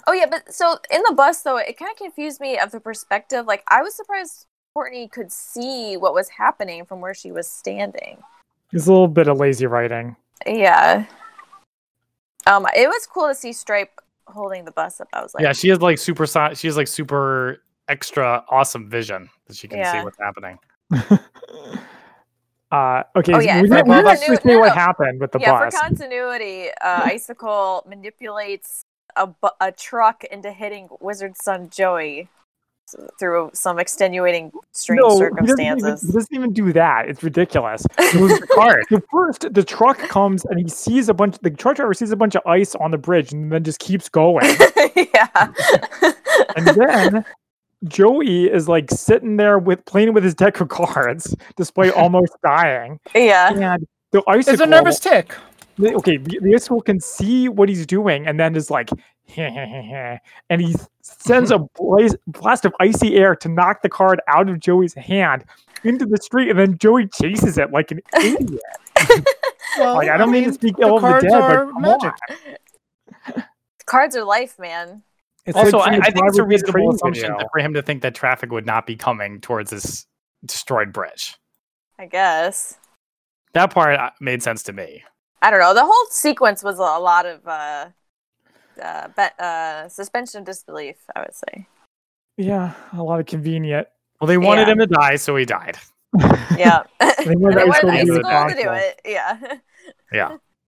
Speaker 2: oh yeah, but so in the bus though, it kind of confused me of the perspective. Like I was surprised Courtney could see what was happening from where she was standing.
Speaker 1: It's a little bit of lazy writing.
Speaker 2: Yeah. Um, it was cool to see Stripe holding the bus up. I was like,
Speaker 3: yeah, she has like super. si- She has like super extra awesome vision that she can see
Speaker 2: Yeah.
Speaker 3: what's happening.
Speaker 1: Uh, okay,
Speaker 2: Oh,
Speaker 1: so
Speaker 2: yeah,
Speaker 1: we
Speaker 4: for
Speaker 1: didn't, we didn't
Speaker 4: continuity-
Speaker 1: actually say
Speaker 2: no,
Speaker 1: what
Speaker 2: no.
Speaker 1: happened with the
Speaker 2: yeah,
Speaker 1: bus.
Speaker 2: for continuity, uh, Icicle manipulates a, bu- a truck into hitting Wizard Son Joey s- through some extenuating strange
Speaker 1: he doesn't, even,
Speaker 2: circumstances.
Speaker 1: he doesn't even do that. It's ridiculous.
Speaker 3: It was the card.
Speaker 1: The first, the truck comes and he sees a bunch. The truck driver sees a bunch of ice on the bridge and then just keeps going.
Speaker 2: yeah.
Speaker 1: and then Joey is like sitting there with playing with his deck of cards, despite almost dying.
Speaker 2: yeah.
Speaker 1: And the icicle.
Speaker 4: It's a nervous tick.
Speaker 1: the- okay, the, the icicle can see what he's doing, and then is like, and he sends a blaze, blast of icy air to knock the card out of Joey's hand into the street, and then Joey chases it like an idiot.
Speaker 4: Well,
Speaker 1: Like I don't mean to speak
Speaker 4: the
Speaker 1: ill of the
Speaker 4: cards
Speaker 1: dead, but
Speaker 4: are
Speaker 1: come
Speaker 4: magic.
Speaker 1: on.
Speaker 2: Cards are life, man.
Speaker 1: It's
Speaker 3: Also,
Speaker 1: like
Speaker 3: I,
Speaker 1: seeing
Speaker 3: I think it's
Speaker 1: driver's
Speaker 3: a
Speaker 1: ed
Speaker 3: reasonable
Speaker 1: training
Speaker 3: assumption
Speaker 1: video.
Speaker 3: that for him to think that traffic would not be coming towards this destroyed bridge.
Speaker 2: I guess.
Speaker 3: That part uh, made sense to me.
Speaker 2: I don't know. The whole sequence was a lot of uh, uh, be- uh, suspension of disbelief, I would say.
Speaker 1: Yeah, a lot of convenient.
Speaker 3: Well, they wanted
Speaker 2: Yeah.
Speaker 3: him to die, so he died.
Speaker 2: Yeah.
Speaker 1: They wanted
Speaker 2: they
Speaker 1: Icicle
Speaker 2: wanted
Speaker 1: to do it
Speaker 2: Icicle to do
Speaker 1: actual.
Speaker 2: it. Yeah.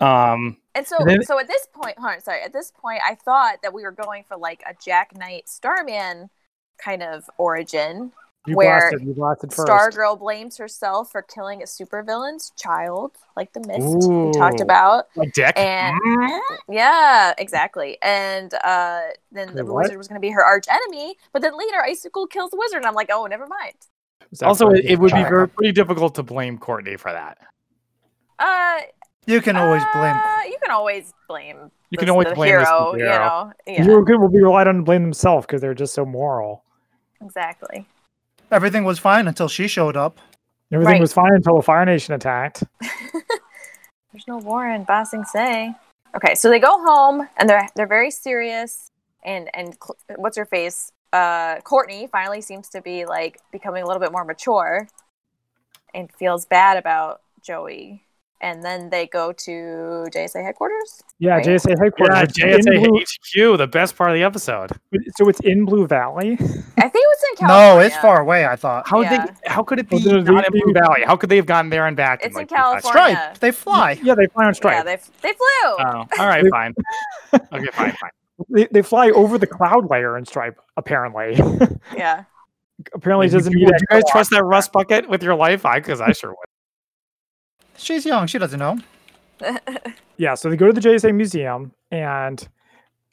Speaker 3: Um,
Speaker 2: And so,
Speaker 3: And then-
Speaker 2: so at this point, hold on, sorry, at this point, I thought that we were going for like a Jack Knight Starman kind of origin.
Speaker 1: You
Speaker 2: Where
Speaker 1: blasted. You blasted first.
Speaker 2: Stargirl blames herself for killing a supervillain's child, like the Mist we talked
Speaker 3: Ooh.
Speaker 2: about.
Speaker 3: like Dick.
Speaker 2: And-
Speaker 3: Mm.
Speaker 2: Yeah, exactly. And uh, then
Speaker 1: Wait,
Speaker 2: the
Speaker 1: what?
Speaker 2: wizard was going to be her arch enemy, but then later Icicle kills the wizard, and I'm like, oh, never mind.
Speaker 1: Is that
Speaker 3: Also,
Speaker 1: for
Speaker 3: it,
Speaker 1: the
Speaker 3: it would be
Speaker 1: child?
Speaker 3: very, pretty difficult to blame Courtney for that.
Speaker 2: Uh,
Speaker 4: You can always blame.
Speaker 2: uh, You can always blame.
Speaker 3: You
Speaker 2: the-
Speaker 3: can always
Speaker 2: the
Speaker 3: blame this
Speaker 2: hero,
Speaker 3: hero.
Speaker 2: You know, yeah,
Speaker 1: You were good. Will be relied on to blame themselves because they're just so moral.
Speaker 2: exactly.
Speaker 4: Everything was fine until she showed up.
Speaker 1: Everything
Speaker 2: Right.
Speaker 1: was fine until the Fire Nation attacked.
Speaker 2: There's no war in Ba Sing Se. Okay, so they go home and they're they're very serious. And and cl- what's her face? Uh, Courtney finally seems to be like becoming a little bit more mature, and feels bad about Joey. And then they go to JSA headquarters.
Speaker 1: Yeah,
Speaker 2: Right.
Speaker 1: JSA headquarters.
Speaker 3: Yeah,
Speaker 1: which is in Blue-
Speaker 3: JSA HQ, the best part of the episode.
Speaker 1: so it's in Blue Valley.
Speaker 2: I think it was in California.
Speaker 4: No, it's far away. I thought.
Speaker 3: How
Speaker 2: Yeah.
Speaker 3: did they? How could it be
Speaker 1: Well, they're-
Speaker 3: not in
Speaker 1: they-
Speaker 3: Blue Valley? How could they have gotten there and back?
Speaker 2: It's in
Speaker 3: like, two seconds?
Speaker 2: California.
Speaker 4: Stripe. They fly.
Speaker 1: Yeah, they fly on
Speaker 2: Yeah,
Speaker 1: strike.
Speaker 2: they they flew.
Speaker 4: Uh,
Speaker 3: Oh, all right, fine. Okay, fine, fine.
Speaker 1: they-, they fly over the cloud layer in Stripe. Apparently,
Speaker 2: yeah.
Speaker 1: apparently it
Speaker 3: Would
Speaker 1: doesn't
Speaker 3: you,
Speaker 1: need.
Speaker 3: would you guys
Speaker 1: extra-
Speaker 3: trust that rust bucket with your life? I because I sure would.
Speaker 4: She's young. She doesn't know.
Speaker 1: Yeah, so they go to the JSA museum and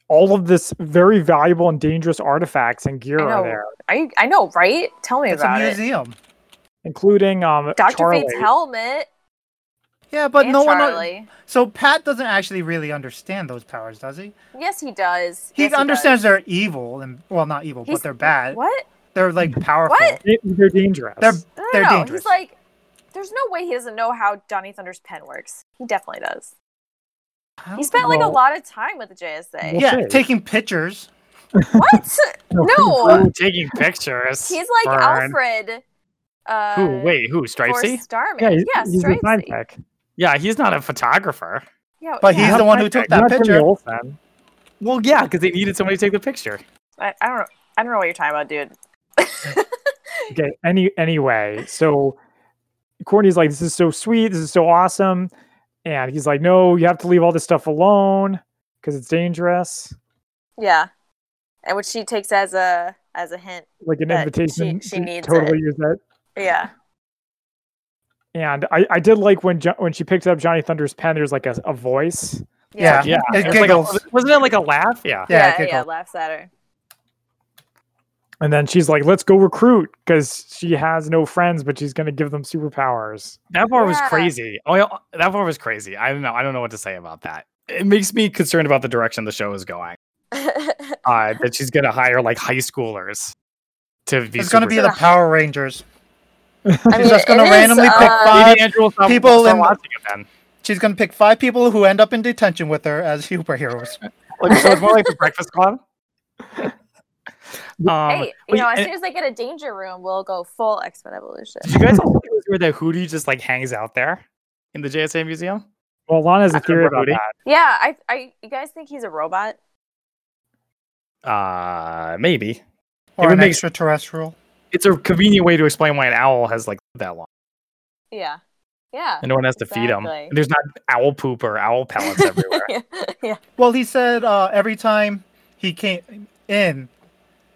Speaker 1: all of this very valuable and dangerous artifacts and gear
Speaker 2: I
Speaker 1: are
Speaker 2: know.
Speaker 1: there,
Speaker 2: I I know, right? Tell me
Speaker 4: It's a
Speaker 2: about it.
Speaker 4: museum.
Speaker 1: including um
Speaker 2: Doctor
Speaker 1: Charlie.
Speaker 2: Fate's helmet.
Speaker 4: Yeah, but
Speaker 2: and
Speaker 4: no one.
Speaker 2: Charlie.
Speaker 4: So Pat doesn't actually really understand those powers, does he?
Speaker 2: Yes, he does.
Speaker 4: He
Speaker 2: Yes,
Speaker 4: understands they're evil and well, not evil,
Speaker 2: He's-
Speaker 4: but they're bad.
Speaker 2: does. What?
Speaker 4: They're like powerful.
Speaker 2: What?
Speaker 1: They- They're dangerous.
Speaker 4: They're
Speaker 2: No, no,
Speaker 4: They're
Speaker 2: no.
Speaker 4: dangerous.
Speaker 2: He's like, there's no way he doesn't know how Johnny Thunder's pen works. He definitely does. He spent like a
Speaker 1: Well-
Speaker 2: lot of time with the JSA.
Speaker 1: Well,
Speaker 4: yeah,
Speaker 1: shit.
Speaker 4: taking pictures.
Speaker 2: What? no,
Speaker 3: taking pictures.
Speaker 2: he's like
Speaker 3: Burn.
Speaker 2: Alfred. Uh,
Speaker 3: Who? Wait, who?
Speaker 2: for
Speaker 3: Stripesy?
Speaker 2: Starman.
Speaker 1: yeah,
Speaker 2: Yeah,
Speaker 1: he's, he's a sign
Speaker 2: Stripesy.
Speaker 1: tech.
Speaker 3: Yeah, he's not a photographer.
Speaker 2: Yeah,
Speaker 4: But
Speaker 2: yeah.
Speaker 4: he's the one who
Speaker 1: Not
Speaker 4: took
Speaker 1: from
Speaker 4: that
Speaker 1: the
Speaker 4: picture.
Speaker 1: Olsen.
Speaker 3: Well, yeah, because they needed somebody to take the picture.
Speaker 2: I, I don't know. I don't know what you're talking about, dude.
Speaker 1: Okay. Any anyway, so Courtney's like, "This is so sweet. This is so awesome," and he's like, "No, you have to leave all this stuff alone because it's dangerous."
Speaker 2: Yeah, and which she takes as a as a hint.
Speaker 1: Like an
Speaker 2: That she-
Speaker 1: invitation.
Speaker 2: she
Speaker 1: to
Speaker 2: needs
Speaker 1: totally use that.
Speaker 2: Yeah,
Speaker 1: And I, I did like when jo- when she picked up Johnny Thunder's pen. There's like a, a voice.
Speaker 4: Yeah.
Speaker 3: Yeah,
Speaker 4: It
Speaker 3: it's like a-
Speaker 4: giggles.
Speaker 3: wasn't it like a laugh? Yeah.
Speaker 4: Yeah,
Speaker 2: yeah,
Speaker 4: it
Speaker 2: yeah.
Speaker 4: giggled.
Speaker 2: laughs at her.
Speaker 1: And then she's like, let's go recruit because she has no friends, but she's going to give them superpowers.
Speaker 3: That part was
Speaker 2: Yeah.
Speaker 3: crazy. Oh, yeah, that part was crazy. I don't know. I don't know what to say about that. It makes me concerned about the direction the show is going. Uh, that she's gonna hire like high schoolers to be.
Speaker 4: It's going to be the
Speaker 2: superheroes.
Speaker 4: Power Rangers.
Speaker 2: I mean,
Speaker 4: just gonna
Speaker 2: it is,
Speaker 4: randomly pick
Speaker 2: uh,
Speaker 4: five-
Speaker 3: Maybe Andrew will stop,
Speaker 4: people
Speaker 3: will start
Speaker 4: in-
Speaker 3: watching it then.
Speaker 4: She's going to pick five people who end up in detention with her as superheroes.
Speaker 3: Like, so it's more like the Breakfast Club. Um,
Speaker 2: Hey, you
Speaker 3: wait,
Speaker 2: know, as
Speaker 3: and-
Speaker 2: soon as they get a danger room, we'll go full X Men Evolution.
Speaker 3: Did you guys all think it was where the hoodie just like hangs out there in the JSA museum?
Speaker 1: Well, Lana's a
Speaker 3: I
Speaker 1: theory
Speaker 3: remember
Speaker 1: about
Speaker 3: reading.
Speaker 1: that.
Speaker 2: Yeah, I, I, you guys think he's a robot?
Speaker 3: Uh, maybe.
Speaker 4: Or
Speaker 3: would
Speaker 4: an
Speaker 3: make-
Speaker 4: extraterrestrial.
Speaker 3: It's a convenient way to explain why an owl has like that long,
Speaker 2: Yeah, yeah.
Speaker 3: and no one has to feed him.
Speaker 2: Exactly.
Speaker 3: There's not owl poop or owl pellets everywhere.
Speaker 2: yeah,
Speaker 4: Well, he said uh, every time he came in,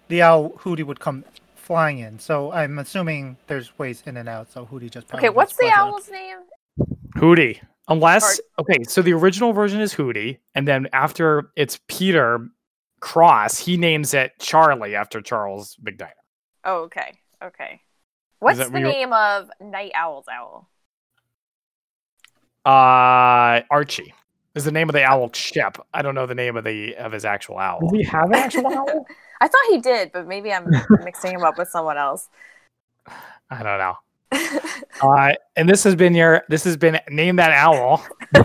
Speaker 4: the owl Hootie would come flying in. So I'm assuming there's ways in and out. So Hootie just probably
Speaker 2: Okay, what's
Speaker 4: just
Speaker 2: the
Speaker 4: wasn't-
Speaker 2: owl's name?
Speaker 3: Hootie. Unless okay, so the original version is Hootie, and then after it's Peter Cross, he names it Charlie after Charles McDyna.
Speaker 2: Oh, okay, okay. What's
Speaker 3: that
Speaker 2: the
Speaker 3: what you-
Speaker 2: name of Night Owl's owl?
Speaker 3: Uh, Archie is the name of the owl ship. I don't know the name of the of his actual
Speaker 1: Does
Speaker 2: Mm-hmm.
Speaker 3: owl.
Speaker 1: he have an actual owl?
Speaker 2: I thought he did, but maybe I'm mixing him up with someone else.
Speaker 3: I don't know. Uh, and this has been your this has been name that owl with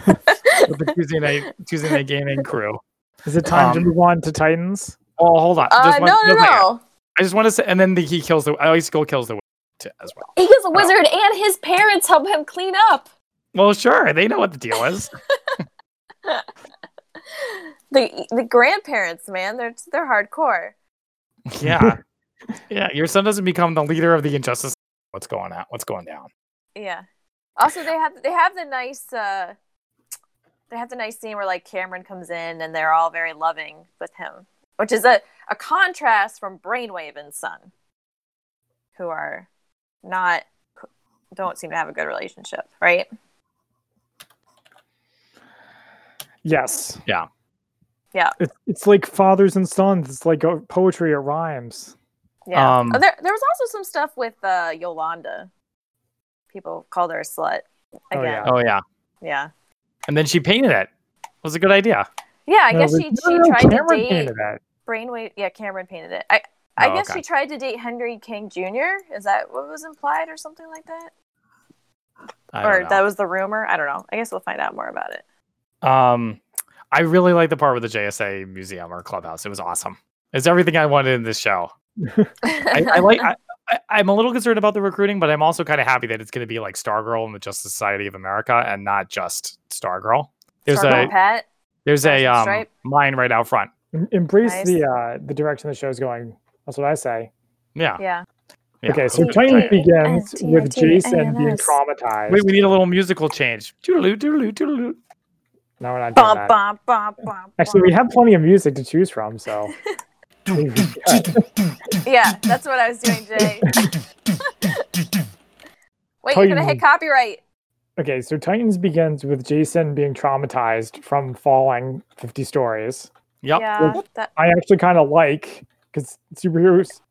Speaker 3: the Tuesday night Tuesday night gaming crew.
Speaker 1: Is it time to
Speaker 3: Um,
Speaker 1: move on to Titans?
Speaker 3: Oh, hold on.
Speaker 2: Uh,
Speaker 3: one-
Speaker 2: no, no,
Speaker 3: one second.
Speaker 2: no.
Speaker 3: I just want to say, and then the, he kills the Ice Skull kills the witch too, as well.
Speaker 2: He is a wizard, and his parents help him clean up.
Speaker 3: Well, sure, they know what the deal is.
Speaker 2: The the grandparents, man, they're they're hardcore.
Speaker 3: yeah, yeah. Your son doesn't become the leader of the injustice. What's going on? What's going down?
Speaker 2: Yeah. Also, they have they have the nice uh, they have the nice scene where like Cameron comes in and they're all very loving with him, which is a, a contrast from Brainwave and Sun, who are not don't seem to have a good relationship, right?
Speaker 1: Yes.
Speaker 3: Yeah.
Speaker 2: Yeah.
Speaker 1: It's, it's like fathers and sons. It's like uh, poetry. It rhymes.
Speaker 2: Yeah.
Speaker 3: Um,
Speaker 2: Oh, there there was also some stuff with uh, Yolanda. People called her a slut
Speaker 1: Oh,
Speaker 2: again.
Speaker 3: Oh yeah,
Speaker 2: yeah.
Speaker 3: and then she painted it. It was a good idea.
Speaker 2: yeah. I
Speaker 1: No,
Speaker 2: guess
Speaker 1: but-
Speaker 2: she,
Speaker 1: no,
Speaker 2: she
Speaker 1: no, no,
Speaker 2: tried
Speaker 1: Cameron
Speaker 2: to date
Speaker 1: painted that.
Speaker 2: Brainwave. Yeah, Cameron painted it. I I
Speaker 3: Oh,
Speaker 2: guess
Speaker 3: okay.
Speaker 2: she tried to date Henry King Jr. Is that what was implied, or something like that?
Speaker 3: I
Speaker 2: Or
Speaker 3: don't
Speaker 2: that was the rumor? I don't know. I guess we'll find out more about it.
Speaker 3: know. um, I really like the part with the JSA museum or clubhouse. It was awesome. It's everything I wanted in this show. I, I like. I, I, I'm a little concerned about the recruiting, but I'm also kind of happy that it's going to be like Stargirl and the Justice Society of America, and not just Stargirl. There's
Speaker 2: Stargirl
Speaker 3: a
Speaker 2: Pat.
Speaker 3: there's a
Speaker 2: Stars and
Speaker 3: um,
Speaker 2: Stripes.
Speaker 3: mine right out front.
Speaker 1: Em- Embrace
Speaker 2: Nice.
Speaker 1: the uh, the direction the show's going. That's what I say.
Speaker 3: Yeah.
Speaker 2: Yeah.
Speaker 3: yeah.
Speaker 1: Okay, so
Speaker 2: T-
Speaker 1: Titans
Speaker 2: T-
Speaker 1: begins
Speaker 2: uh, T-
Speaker 1: with
Speaker 2: T-
Speaker 1: Jason being
Speaker 2: ANS.
Speaker 1: traumatized.
Speaker 3: Wait, we need a little musical change. Toodaloo, toodaloo, toodaloo.
Speaker 1: no, we're not doing
Speaker 2: Bum,
Speaker 1: that.
Speaker 2: bum, bum, bum,
Speaker 1: Actually, we have plenty of music to choose from, so
Speaker 2: bum. Yeah, that's what I was doing, Jay. Wait,
Speaker 1: Tell
Speaker 2: you're gonna
Speaker 1: you-
Speaker 2: hit copyright.
Speaker 1: Okay, so Titans begins with Jason being traumatized from falling 50 stories.
Speaker 3: Yep.
Speaker 2: Yeah. That,
Speaker 1: I actually kind of like because superheroes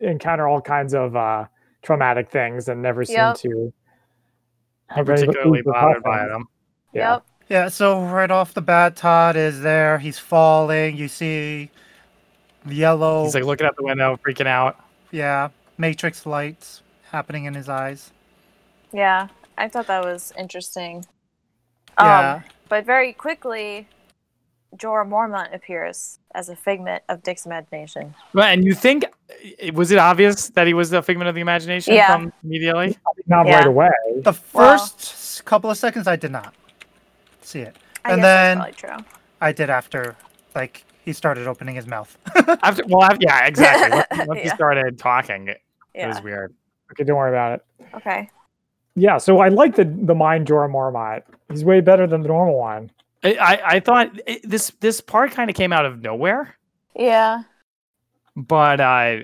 Speaker 1: encounter all kinds of uh, traumatic things and never
Speaker 2: Yep.
Speaker 1: seem to have any
Speaker 3: particularly bothered by
Speaker 1: repercussions.
Speaker 3: them.
Speaker 1: Yeah.
Speaker 2: Yep.
Speaker 4: Yeah, so right off the bat, Todd is there. He's falling. You see yellow.
Speaker 3: He's like looking out the window, freaking out.
Speaker 4: yeah, matrix lights happening in his eyes.
Speaker 2: Yeah. I thought that was interesting. Um,
Speaker 4: Yeah.
Speaker 2: But very quickly, Jorah Mormont appears as a figment of Dick's imagination.
Speaker 3: Right, and you think was it obvious that he was the figment of the imagination
Speaker 2: Yeah.
Speaker 3: from immediately?
Speaker 1: Not
Speaker 2: Yeah.
Speaker 1: right away.
Speaker 4: the
Speaker 2: Well-
Speaker 4: first s- couple of seconds, I did not see it.
Speaker 2: I
Speaker 4: And
Speaker 2: guess that's
Speaker 4: then-
Speaker 2: probably true.
Speaker 4: I did after, like, he started opening his mouth.
Speaker 3: After, well, after, yeah, exactly. Once, once he
Speaker 2: Yeah.
Speaker 3: started talking, it, it was
Speaker 2: Yeah.
Speaker 3: weird.
Speaker 1: Okay, don't worry about it.
Speaker 2: Okay.
Speaker 1: Yeah, so I like the the mind Jorah Mormont. He's way better than the normal one.
Speaker 3: I, I, I thought it, this this part kind of came out of nowhere,
Speaker 2: Yeah.
Speaker 3: but uh,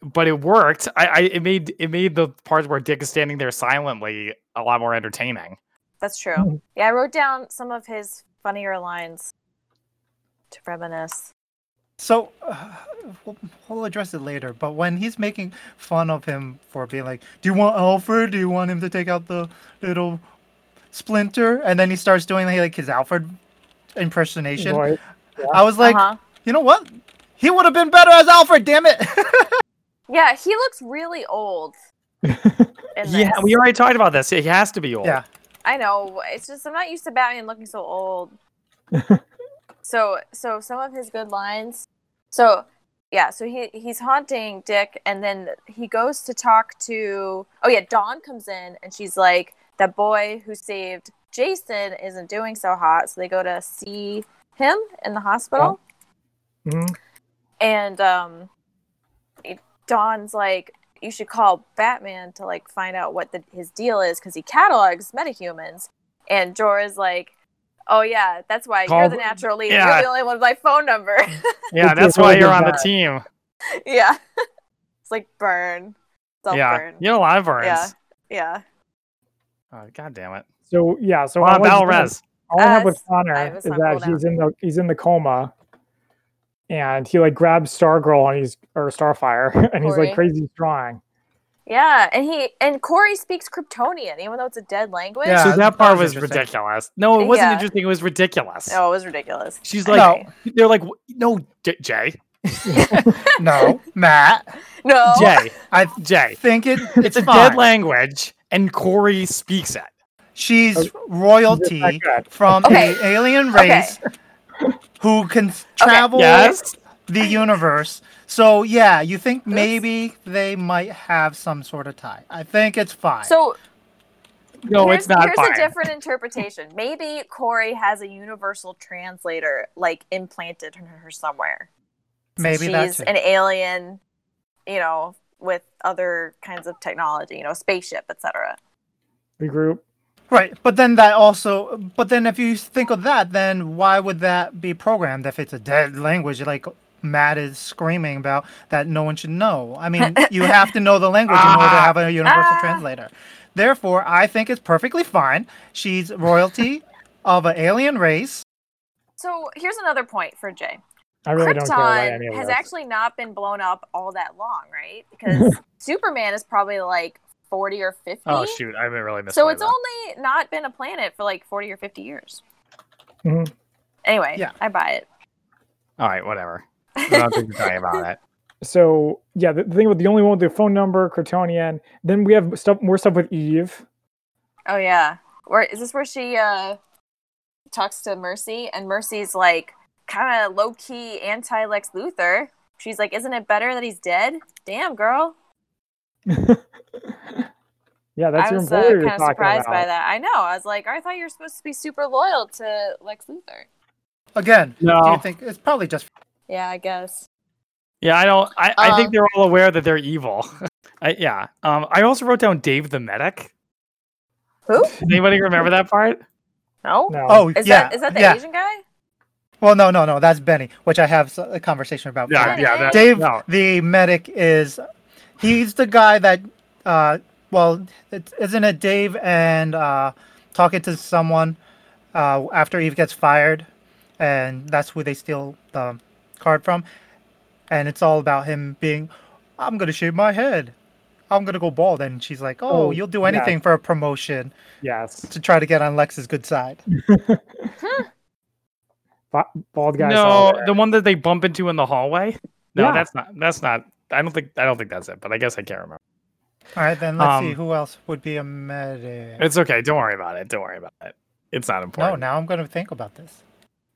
Speaker 3: but it worked. I, I it made it made the parts where Dick is standing there silently a lot more entertaining.
Speaker 2: That's true. Yeah. I wrote down some of his funnier lines to reminisce.
Speaker 4: So uh, we'll, we'll address it later. But when he's making fun of him for being like, "Do you want Alfred? Do you want him to take out the little splinter?" and then he starts doing like his Alfred impersonation,
Speaker 1: Right?
Speaker 4: I was like,
Speaker 2: uh-huh.
Speaker 4: you know what? He would have been better as Alfred. Damn it!
Speaker 2: Yeah. He looks really old. in
Speaker 3: Yeah,
Speaker 2: this.
Speaker 3: we already talked about this. He has to be old.
Speaker 4: yeah,
Speaker 2: I know. It's just I'm not used to Batman looking so old. so so some of his good lines. So yeah, so he he's haunting Dick and then he goes to talk to Oh yeah, Dawn comes in and she's like the boy who saved Jason isn't doing so hot, so they go to see him in the hospital
Speaker 1: Mhm.
Speaker 2: and um it- Dawn's like you should call Batman to like find out what the, his deal is because he catalogs metahumans. And Jorah's like, oh yeah, that's why
Speaker 3: Call-
Speaker 2: you're the natural lead.
Speaker 3: Yeah.
Speaker 2: You're the only one with my phone number.
Speaker 3: yeah,
Speaker 1: It's
Speaker 3: that's
Speaker 1: a
Speaker 3: why
Speaker 1: really
Speaker 3: you're
Speaker 1: good
Speaker 3: on the
Speaker 1: guy.
Speaker 3: team.
Speaker 2: yeah, it's like burn, self
Speaker 3: yeah,
Speaker 2: burn.
Speaker 3: you know a lot of burns.
Speaker 2: Yeah. Yeah,
Speaker 3: Oh, God damn it!
Speaker 1: So yeah, so
Speaker 3: Come on,
Speaker 1: all I-
Speaker 3: Battle Res.
Speaker 1: All I have
Speaker 2: Uh,
Speaker 1: with
Speaker 2: I
Speaker 1: Connor
Speaker 2: was
Speaker 1: is
Speaker 2: on
Speaker 1: that
Speaker 2: cooldown.
Speaker 1: he's in the he's in the coma, and he like grabs Stargirl and he's or Starfire and he's
Speaker 2: Corey.
Speaker 1: like crazy strong.
Speaker 2: yeah. And he and Corey speaks Kryptonian, even though it's a dead language.
Speaker 4: Yeah,
Speaker 3: so that part was,
Speaker 4: interesting.
Speaker 3: ridiculous. No, it wasn't
Speaker 2: Yeah.
Speaker 3: interesting. It was ridiculous.
Speaker 2: Oh, it was ridiculous.
Speaker 3: She's
Speaker 2: I
Speaker 3: like,
Speaker 4: No.
Speaker 2: agree.
Speaker 3: they're like, "W- no, J- Jay,
Speaker 4: No, Matt.
Speaker 2: no.
Speaker 3: Jay,
Speaker 4: I
Speaker 3: Jay.
Speaker 4: think it.
Speaker 3: It's a
Speaker 4: fine.
Speaker 3: dead language, and Corey speaks it.
Speaker 4: She's
Speaker 3: Oh,
Speaker 1: He's just
Speaker 4: royalty
Speaker 1: that
Speaker 4: from
Speaker 2: Okay.
Speaker 4: the alien
Speaker 2: Okay.
Speaker 4: race who can s- travel
Speaker 3: Yes,
Speaker 4: the universe. So yeah, you think maybe they might have some sort of tie. I think it's fine.
Speaker 2: So
Speaker 3: no,
Speaker 2: here's,
Speaker 3: it's not
Speaker 2: here's
Speaker 3: fine.
Speaker 2: a different interpretation. Maybe Corey has a universal translator like implanted in her somewhere. So
Speaker 4: maybe
Speaker 2: she's
Speaker 4: that's
Speaker 2: an alien, you know, with other kinds of technology, you know, spaceship,
Speaker 1: guy.
Speaker 2: etc.
Speaker 1: The group.
Speaker 4: right. But then that also. But then if you think of that, then why would that be programmed if it's a dead language? Like Matt is screaming about that no one should know. I mean, you have to know the language in order to
Speaker 3: Ah.
Speaker 4: have a universal
Speaker 2: Ah.
Speaker 4: translator. Therefore, I think it's perfectly fine. She's royalty of an alien race.
Speaker 2: So here's another point for Jay.
Speaker 1: I really don't care about any
Speaker 2: Krypton
Speaker 1: of
Speaker 2: has
Speaker 1: this.
Speaker 2: actually not been blown up all that long, right? Because Superman is probably like 40 or 50.
Speaker 3: Oh shoot, I really missed.
Speaker 2: So it's only not been a planet for like 40 or 50 years.
Speaker 1: Mhm.
Speaker 2: Anyway,
Speaker 4: Yeah.
Speaker 2: I buy it.
Speaker 3: all right. Whatever. I don't think we're talking about it.
Speaker 1: so yeah, the, the thing with the only one with the phone number, Kryptonian. Then we have stuff more stuff with Eve.
Speaker 2: Oh yeah. Where is this where she uh talks to Mercy and Mercy's like kind of low key anti Lex Luthor. She's like, "Isn't it better that he's dead?" Damn, girl.
Speaker 1: Yeah, that's
Speaker 2: I
Speaker 1: your
Speaker 2: was uh,
Speaker 1: employer
Speaker 2: kind
Speaker 1: you're
Speaker 2: of
Speaker 1: talking
Speaker 2: surprised
Speaker 1: about.
Speaker 2: by that. I know. I was like, "I thought you were supposed to be super loyal to Lex Luthor."
Speaker 4: Again, do
Speaker 2: Oh.
Speaker 4: you
Speaker 3: No,
Speaker 4: think it's probably just
Speaker 2: Yeah, I guess.
Speaker 3: yeah, I don't. I, I
Speaker 2: Um,
Speaker 3: think they're all aware that they're evil. I, yeah. Um, I also wrote down Dave the medic.
Speaker 2: Who?
Speaker 3: Does Anybody remember that part?
Speaker 2: No.
Speaker 1: No.
Speaker 4: Oh,
Speaker 2: Is
Speaker 4: yeah.
Speaker 2: that is that the
Speaker 4: yeah.
Speaker 2: Asian guy?
Speaker 4: Well, no, no, no. That's Benny, which I have s- a conversation about.
Speaker 3: Yeah,
Speaker 4: later.
Speaker 3: yeah. That,
Speaker 4: Dave,
Speaker 3: No.
Speaker 4: the medic, is he's the guy that, uh, well, it, isn't it Dave and uh, talking to someone uh, after Eve gets fired, and that's who they steal the card from. And it's all about him being, I'm gonna shave my head, I'm gonna go bald, and she's like, Oh,
Speaker 1: Oh,
Speaker 4: you'll do
Speaker 1: yeah.
Speaker 4: anything for a promotion
Speaker 1: Yes.
Speaker 4: to try to get on Lex's good side.
Speaker 1: Ba- Bald guy.
Speaker 3: no, the one that they bump into in the hallway. No,
Speaker 1: Yeah.
Speaker 3: that's not. That's not. I don't think. I don't think that's it. But I guess I can't remember.
Speaker 4: All right, then let's see
Speaker 3: Um,
Speaker 4: who else would be a medic.
Speaker 3: It's okay. Don't worry about it. Don't worry about it. It's not
Speaker 4: No,
Speaker 3: important.
Speaker 4: now I'm gonna think about this.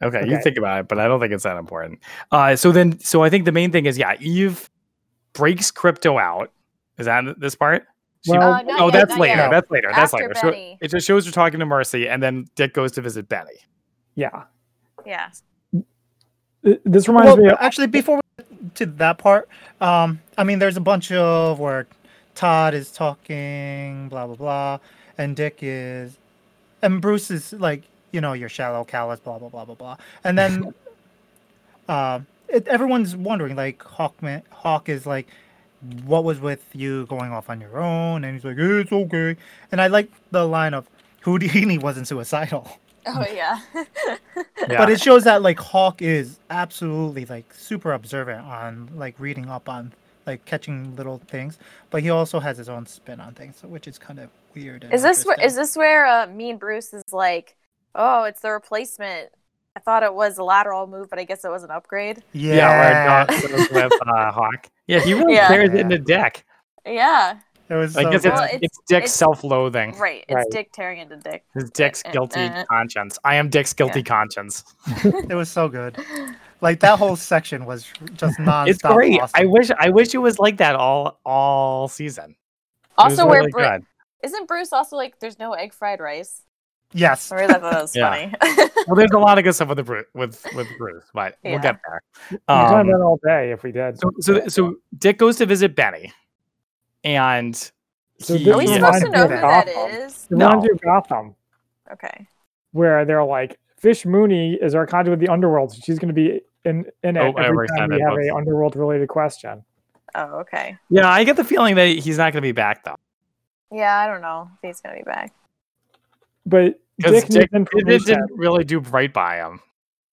Speaker 3: Okay, you
Speaker 1: Okay.
Speaker 3: think about it, but I don't think it's that important. Uh, so then, so I think the main thing is, yeah, Eve breaks crypto out. Is that th- this part?
Speaker 1: Well-
Speaker 5: Uh, not
Speaker 3: oh,
Speaker 5: yet,
Speaker 3: that's
Speaker 5: not
Speaker 3: later.
Speaker 5: yet.
Speaker 3: That's later. That's
Speaker 5: After
Speaker 3: later. So
Speaker 5: Benny.
Speaker 3: it just shows her talking to Mercy, and then Dick goes to visit Benny.
Speaker 1: Yeah.
Speaker 2: Yeah.
Speaker 1: Th- This reminds
Speaker 4: Well,
Speaker 1: me. Of,
Speaker 4: actually, before we get to that part, um, I mean, there's a bunch of where Todd is talking, blah blah blah, and Dick is, and Bruce is like, you know, you're shallow, callous, blah blah blah blah blah, and then, uh, it, everyone's wondering, like, Hawkman, Hawk is like, what was with you going off on your own? And he's like, it's okay, and I like the line of Houdini wasn't suicidal
Speaker 2: Oh yeah.
Speaker 3: Yeah.
Speaker 4: but it shows that like Hawk is absolutely like super observant on like reading up on like catching little things, but he also has his own spin on things, which is kind of weird. and
Speaker 2: is this where
Speaker 4: interesting.
Speaker 2: is this where uh, me and Bruce is like, oh, it's the replacement. I thought it was a lateral move, but I guess it was an upgrade.
Speaker 4: Yeah,
Speaker 3: yeah, where Doc goes with uh, Hawk. Yeah, he really
Speaker 2: Yeah.
Speaker 3: carries it in the deck.
Speaker 2: Yeah.
Speaker 4: it was.
Speaker 3: I
Speaker 4: so
Speaker 3: guess
Speaker 4: good.
Speaker 3: it's,
Speaker 2: Well,
Speaker 3: it's,
Speaker 2: it's-
Speaker 3: Dick's
Speaker 2: it's-
Speaker 3: self-loathing.
Speaker 2: Right. It's
Speaker 1: Right.
Speaker 2: Dick tearing into Dick.
Speaker 3: It's Dick's
Speaker 2: Uh, uh,
Speaker 3: guilty
Speaker 2: uh.
Speaker 3: conscience. I am Dick's guilty conscience.
Speaker 4: it was so good. Like that whole section was just nonstop.
Speaker 3: It's great. I
Speaker 4: awesome.
Speaker 3: wish. I wish it was like that all all season. It was
Speaker 2: Also, where
Speaker 3: really
Speaker 2: Bru-
Speaker 3: good.
Speaker 2: isn't Bruce also like, there's no egg fried rice?
Speaker 4: yes,
Speaker 2: I really thought that was
Speaker 3: Yeah.
Speaker 2: funny.
Speaker 3: well, there's a lot of good stuff with the Bru- with with Bruce, but we'll
Speaker 2: Yeah.
Speaker 3: get there.
Speaker 1: we'd talk
Speaker 3: Um,
Speaker 1: about it all day if we did.
Speaker 3: so, so so Dick goes to visit Benny, and
Speaker 1: So
Speaker 3: he-
Speaker 2: Are we
Speaker 1: Yeah.
Speaker 2: Oh, supposed
Speaker 1: Reminds
Speaker 2: to know who
Speaker 1: me of
Speaker 2: that
Speaker 1: Gotham.
Speaker 2: is?
Speaker 1: It reminds
Speaker 3: no.
Speaker 1: me of Gotham,
Speaker 2: Okay.
Speaker 1: where they're like, Fish Mooney is our conduit with the underworld. So she's going to be in in it
Speaker 3: Oh, I
Speaker 1: every
Speaker 3: already
Speaker 1: time
Speaker 3: said
Speaker 1: we
Speaker 3: it,
Speaker 1: have
Speaker 3: but-
Speaker 1: a underworld related question.
Speaker 2: Oh, okay.
Speaker 3: yeah, I get the feeling that he's not going to be back though.
Speaker 2: Yeah, I don't know if he's gonna be back.
Speaker 1: But Dick,
Speaker 3: Because
Speaker 1: needs
Speaker 3: Dick,
Speaker 1: information.
Speaker 3: didn't, didn't really do right by him.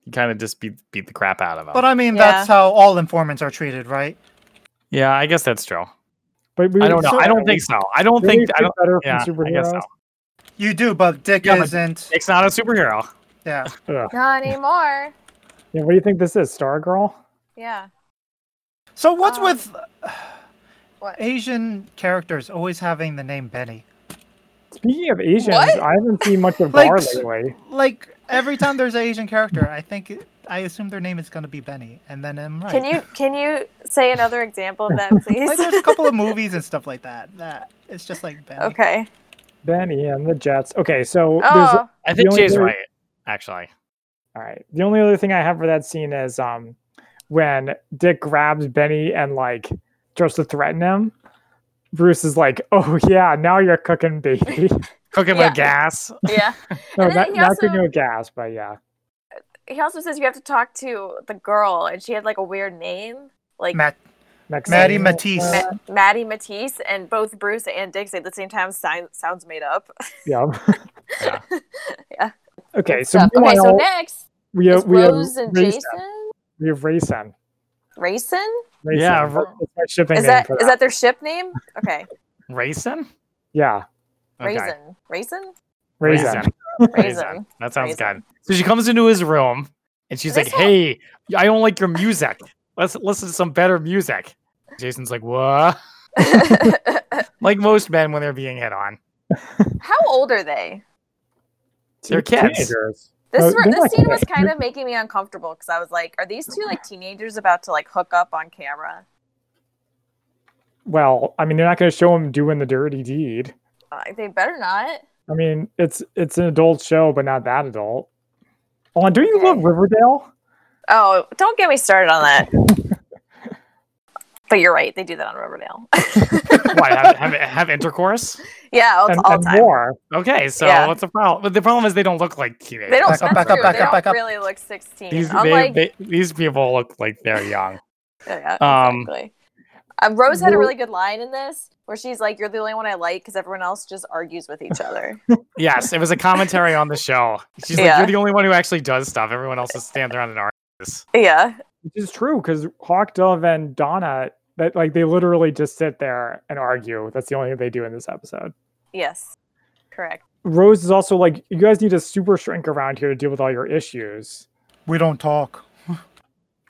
Speaker 3: He kind of just beat beat the crap out of him.
Speaker 4: but I mean
Speaker 2: Yeah.
Speaker 4: that's how all informants are treated, right?
Speaker 3: yeah, I guess that's true.
Speaker 1: but we
Speaker 3: I
Speaker 1: would
Speaker 3: don't know.
Speaker 1: still-
Speaker 3: I don't think so. I don't
Speaker 1: Wouldn't
Speaker 3: think.
Speaker 1: we
Speaker 3: I don't.
Speaker 1: get better
Speaker 3: Yeah,
Speaker 1: from
Speaker 3: I guess so.
Speaker 1: superheroes.
Speaker 4: You do, but Dick
Speaker 3: Yeah, but-
Speaker 4: isn't.
Speaker 3: Dick's not a superhero.
Speaker 4: Yeah,
Speaker 2: Not anymore.
Speaker 1: Yeah, what do you think this is, Stargirl?
Speaker 2: Yeah.
Speaker 4: So what's
Speaker 2: Um,
Speaker 4: with
Speaker 2: what?
Speaker 4: Asian characters always having the name Benny?
Speaker 1: Speaking of Asians,
Speaker 2: What?
Speaker 1: I haven't seen much of
Speaker 4: Like,
Speaker 1: Gar
Speaker 4: s-
Speaker 1: lately.
Speaker 4: Like every time there's an Asian character, I think it- I assume their name is gonna be Benny, and then I'm right.
Speaker 2: Can you can you say another example of that,
Speaker 4: Like there's
Speaker 2: please?
Speaker 4: a couple of movies and stuff like that. That it's just like Benny.
Speaker 2: okay.
Speaker 1: Benny and the Jets. Okay, so there's
Speaker 2: Oh,
Speaker 3: I think
Speaker 1: only
Speaker 3: Jay's
Speaker 1: thing-
Speaker 3: right. Actually,
Speaker 1: All right. The only other thing I have for that scene is um when Dick grabs Benny and like tries to threaten him. Bruce is like, "Oh yeah, now you're cooking, baby."
Speaker 3: cooking
Speaker 2: Yeah.
Speaker 3: with gas.
Speaker 2: yeah.
Speaker 1: no,
Speaker 2: And then
Speaker 1: not,
Speaker 2: he
Speaker 1: not
Speaker 2: also-
Speaker 1: cooking with gas, but yeah,
Speaker 2: He also says you have to talk to the girl, and she had like a weird name, like
Speaker 4: Matt,
Speaker 1: next.
Speaker 4: Maddie
Speaker 1: scene.
Speaker 4: Matisse.
Speaker 1: Uh,
Speaker 2: Ma- Maddie Matisse, and both Bruce and Dick say at the same time sound- sounds made up.
Speaker 1: yeah.
Speaker 3: Yeah.
Speaker 1: Okay, so
Speaker 2: Stuff. okay, so
Speaker 1: meanwhile,
Speaker 2: next
Speaker 1: we have
Speaker 2: is
Speaker 1: we have
Speaker 2: Rose and
Speaker 1: Rayson.
Speaker 2: Jason.
Speaker 1: We have Rayson.
Speaker 2: Rayson?
Speaker 1: Rayson.
Speaker 3: Yeah,
Speaker 1: That's
Speaker 3: Ro-
Speaker 1: my shipping
Speaker 2: Is
Speaker 1: name
Speaker 2: that
Speaker 1: for
Speaker 2: is that their ship name? Okay.
Speaker 3: Raisin.
Speaker 1: Yeah,
Speaker 3: Okay.
Speaker 2: Raisin. Raisin?
Speaker 1: Raisin.
Speaker 2: Raisin.
Speaker 3: That sounds
Speaker 2: Raisin.
Speaker 3: good. So she comes into his room and she's like,
Speaker 2: This one-
Speaker 3: "Hey, I don't like your music. Let's listen to some better music." Jason's like, "What?" Like most men when they're being hit on.
Speaker 2: How old are they?
Speaker 3: They're kids.
Speaker 1: Teenagers.
Speaker 2: This,
Speaker 1: Oh,
Speaker 2: were-
Speaker 1: they're
Speaker 2: this
Speaker 1: not
Speaker 2: scene was
Speaker 1: kids.
Speaker 2: kind of making me uncomfortable because I was like, are these two like teenagers about to like hook up on camera?
Speaker 1: Well, I mean, they're not going to show him doing the dirty deed.
Speaker 2: Uh, they better not.
Speaker 1: I mean, it's it's an adult show, but not that adult. Oh, and don't you love
Speaker 2: Okay.
Speaker 1: Riverdale?
Speaker 2: Oh, don't get me started on that. but you're right. They do that on Riverdale.
Speaker 3: Why have, have have intercourse?
Speaker 2: yeah, all,
Speaker 1: and,
Speaker 2: all
Speaker 1: and
Speaker 2: time.
Speaker 1: more.
Speaker 3: Okay, so
Speaker 2: Yeah.
Speaker 3: what's the problem? But the problem is they don't look like teenagers.
Speaker 2: They don't,
Speaker 4: Back up,
Speaker 2: that's
Speaker 4: back up,
Speaker 2: true,
Speaker 4: back
Speaker 2: they
Speaker 4: up,
Speaker 2: don't
Speaker 4: back up.
Speaker 2: really look 16.
Speaker 3: These they,
Speaker 2: Unlike,
Speaker 3: they- these people look like they're young.
Speaker 2: yeah,
Speaker 3: um,
Speaker 2: exactly. Um, Rose had a
Speaker 1: Well-
Speaker 2: really good line in this where she's like, "You're the only one I like because everyone else just argues with each other."
Speaker 3: Yes, it was a commentary on the show. She's like,
Speaker 2: Yeah.
Speaker 3: you're the only one who actually does stuff. Everyone else is standing around and argues.
Speaker 2: yeah,
Speaker 1: Which is true because Hawk Dove and Donna that like they literally just sit there and argue. That's the only thing they do in this episode.
Speaker 2: yes, correct.
Speaker 1: Rose is also like, you guys need a super shrink around here to deal with all your issues.
Speaker 4: We don't talk.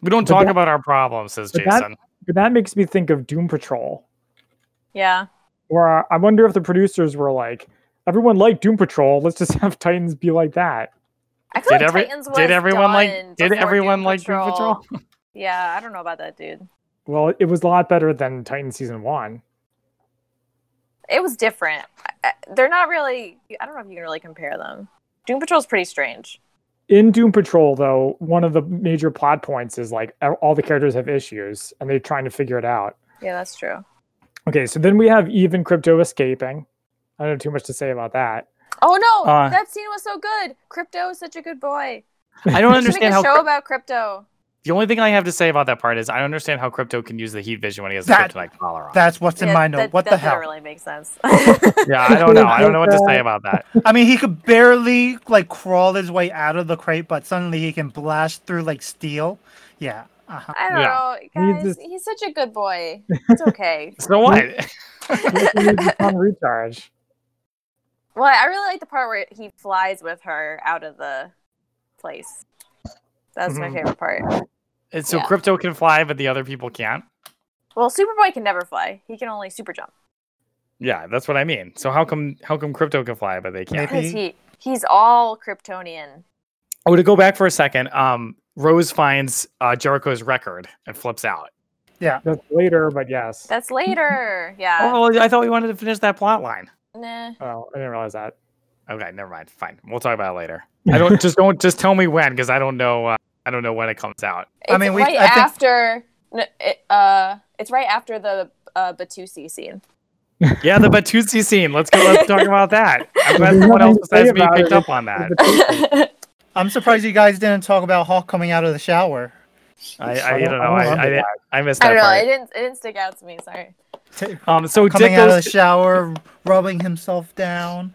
Speaker 3: We don't
Speaker 1: But
Speaker 3: talk
Speaker 1: that-
Speaker 3: about our problems, says
Speaker 1: but that-
Speaker 3: Jason.
Speaker 1: But that makes me think of Doom Patrol,
Speaker 2: Yeah,
Speaker 1: where I wonder if the producers were like, everyone liked Doom Patrol. Let's just have Titans be like that.
Speaker 2: I feel
Speaker 3: Did
Speaker 2: like
Speaker 3: every-
Speaker 2: Titans was
Speaker 3: did everyone like-
Speaker 2: done
Speaker 3: did
Speaker 2: before
Speaker 3: everyone
Speaker 2: Doom
Speaker 3: like Doom
Speaker 2: Patrol. Yeah, I don't know about that, dude.
Speaker 1: Well, it was a lot better than Titan season one.
Speaker 2: It was different. I- I- They're not really. I don't know if you can really compare them. Doom Patrol's pretty strange.
Speaker 1: In Doom Patrol, though, one of the major plot points is like e- all the characters have issues and they're trying to figure it out.
Speaker 2: Yeah, that's true.
Speaker 1: Okay, so then we have Eve and Crypto escaping. I don't have too much to say about that.
Speaker 2: Oh no,
Speaker 3: Uh,
Speaker 2: that scene was so good. Crypto is such a good boy.
Speaker 3: I don't
Speaker 2: We should make
Speaker 3: understand
Speaker 2: a
Speaker 3: how
Speaker 2: show
Speaker 3: cryp-
Speaker 2: about crypto.
Speaker 3: the only thing I have to say about that part is I don't understand how crypto can use the heat vision when he has
Speaker 4: That-
Speaker 3: kryptonite collar on.
Speaker 4: That's what's in
Speaker 2: Yeah,
Speaker 4: my note.
Speaker 2: that-
Speaker 4: what
Speaker 2: that
Speaker 4: the
Speaker 2: doesn't
Speaker 4: hell?
Speaker 2: really make sense.
Speaker 3: yeah, I don't know. I don't know what to say about that.
Speaker 4: I mean, he could barely like crawl his way out of the crate, but suddenly he can blast through like steel. Yeah. Uh-huh.
Speaker 2: I don't know,
Speaker 1: He's
Speaker 2: guys.
Speaker 1: just-
Speaker 2: He's such a good boy. It's okay.
Speaker 3: So what?
Speaker 1: on recharge.
Speaker 2: well, I really like the part where he flies with her out of the place. That's my
Speaker 3: Mhm.
Speaker 2: favorite part.
Speaker 3: And so
Speaker 2: Yeah.
Speaker 3: crypto can fly, but the other people can't.
Speaker 2: Well, Superboy can never fly. He can only super jump
Speaker 3: Yeah, that's what I mean. So how come how come crypto can fly but they can't?
Speaker 2: because
Speaker 4: Maybe-
Speaker 2: he he's all Kryptonian.
Speaker 3: Oh, to go back for a second, um, Rose finds uh, Jericho's record and flips out.
Speaker 1: That's later, but yes.
Speaker 2: That's later. Yeah.
Speaker 3: Oh, I thought we wanted to finish that plot line.
Speaker 2: Nah.
Speaker 1: Oh, I didn't realize that.
Speaker 3: Okay, never mind. Fine, we'll talk about it later. I don't just don't just tell me when because I don't know. Uh, I don't know when it comes out.
Speaker 4: I
Speaker 2: It's
Speaker 4: mean, we-
Speaker 2: right
Speaker 4: I think-
Speaker 2: after n- it, uh, it's right after the uh, Batusi scene.
Speaker 3: Yeah, the Batuzzi scene. Let's go. Let's talk about that. I'm glad
Speaker 1: There's
Speaker 3: someone
Speaker 1: nothing
Speaker 3: else
Speaker 1: to
Speaker 3: besides
Speaker 1: say
Speaker 3: me
Speaker 1: about
Speaker 3: picked
Speaker 1: it.
Speaker 3: up on that.
Speaker 4: I'm surprised you guys didn't talk about Hawk coming out of the shower.
Speaker 3: I,
Speaker 1: I
Speaker 3: I don't
Speaker 1: don't- I don't
Speaker 3: know. I, I,
Speaker 1: remember
Speaker 3: didn't- I missed
Speaker 2: I don't
Speaker 3: that
Speaker 2: know. It
Speaker 3: part.
Speaker 2: didn't. It didn't stick out to me. Sorry.
Speaker 3: Um, so Dick
Speaker 4: Coming out of
Speaker 3: goes.
Speaker 4: the shower, rubbing himself down,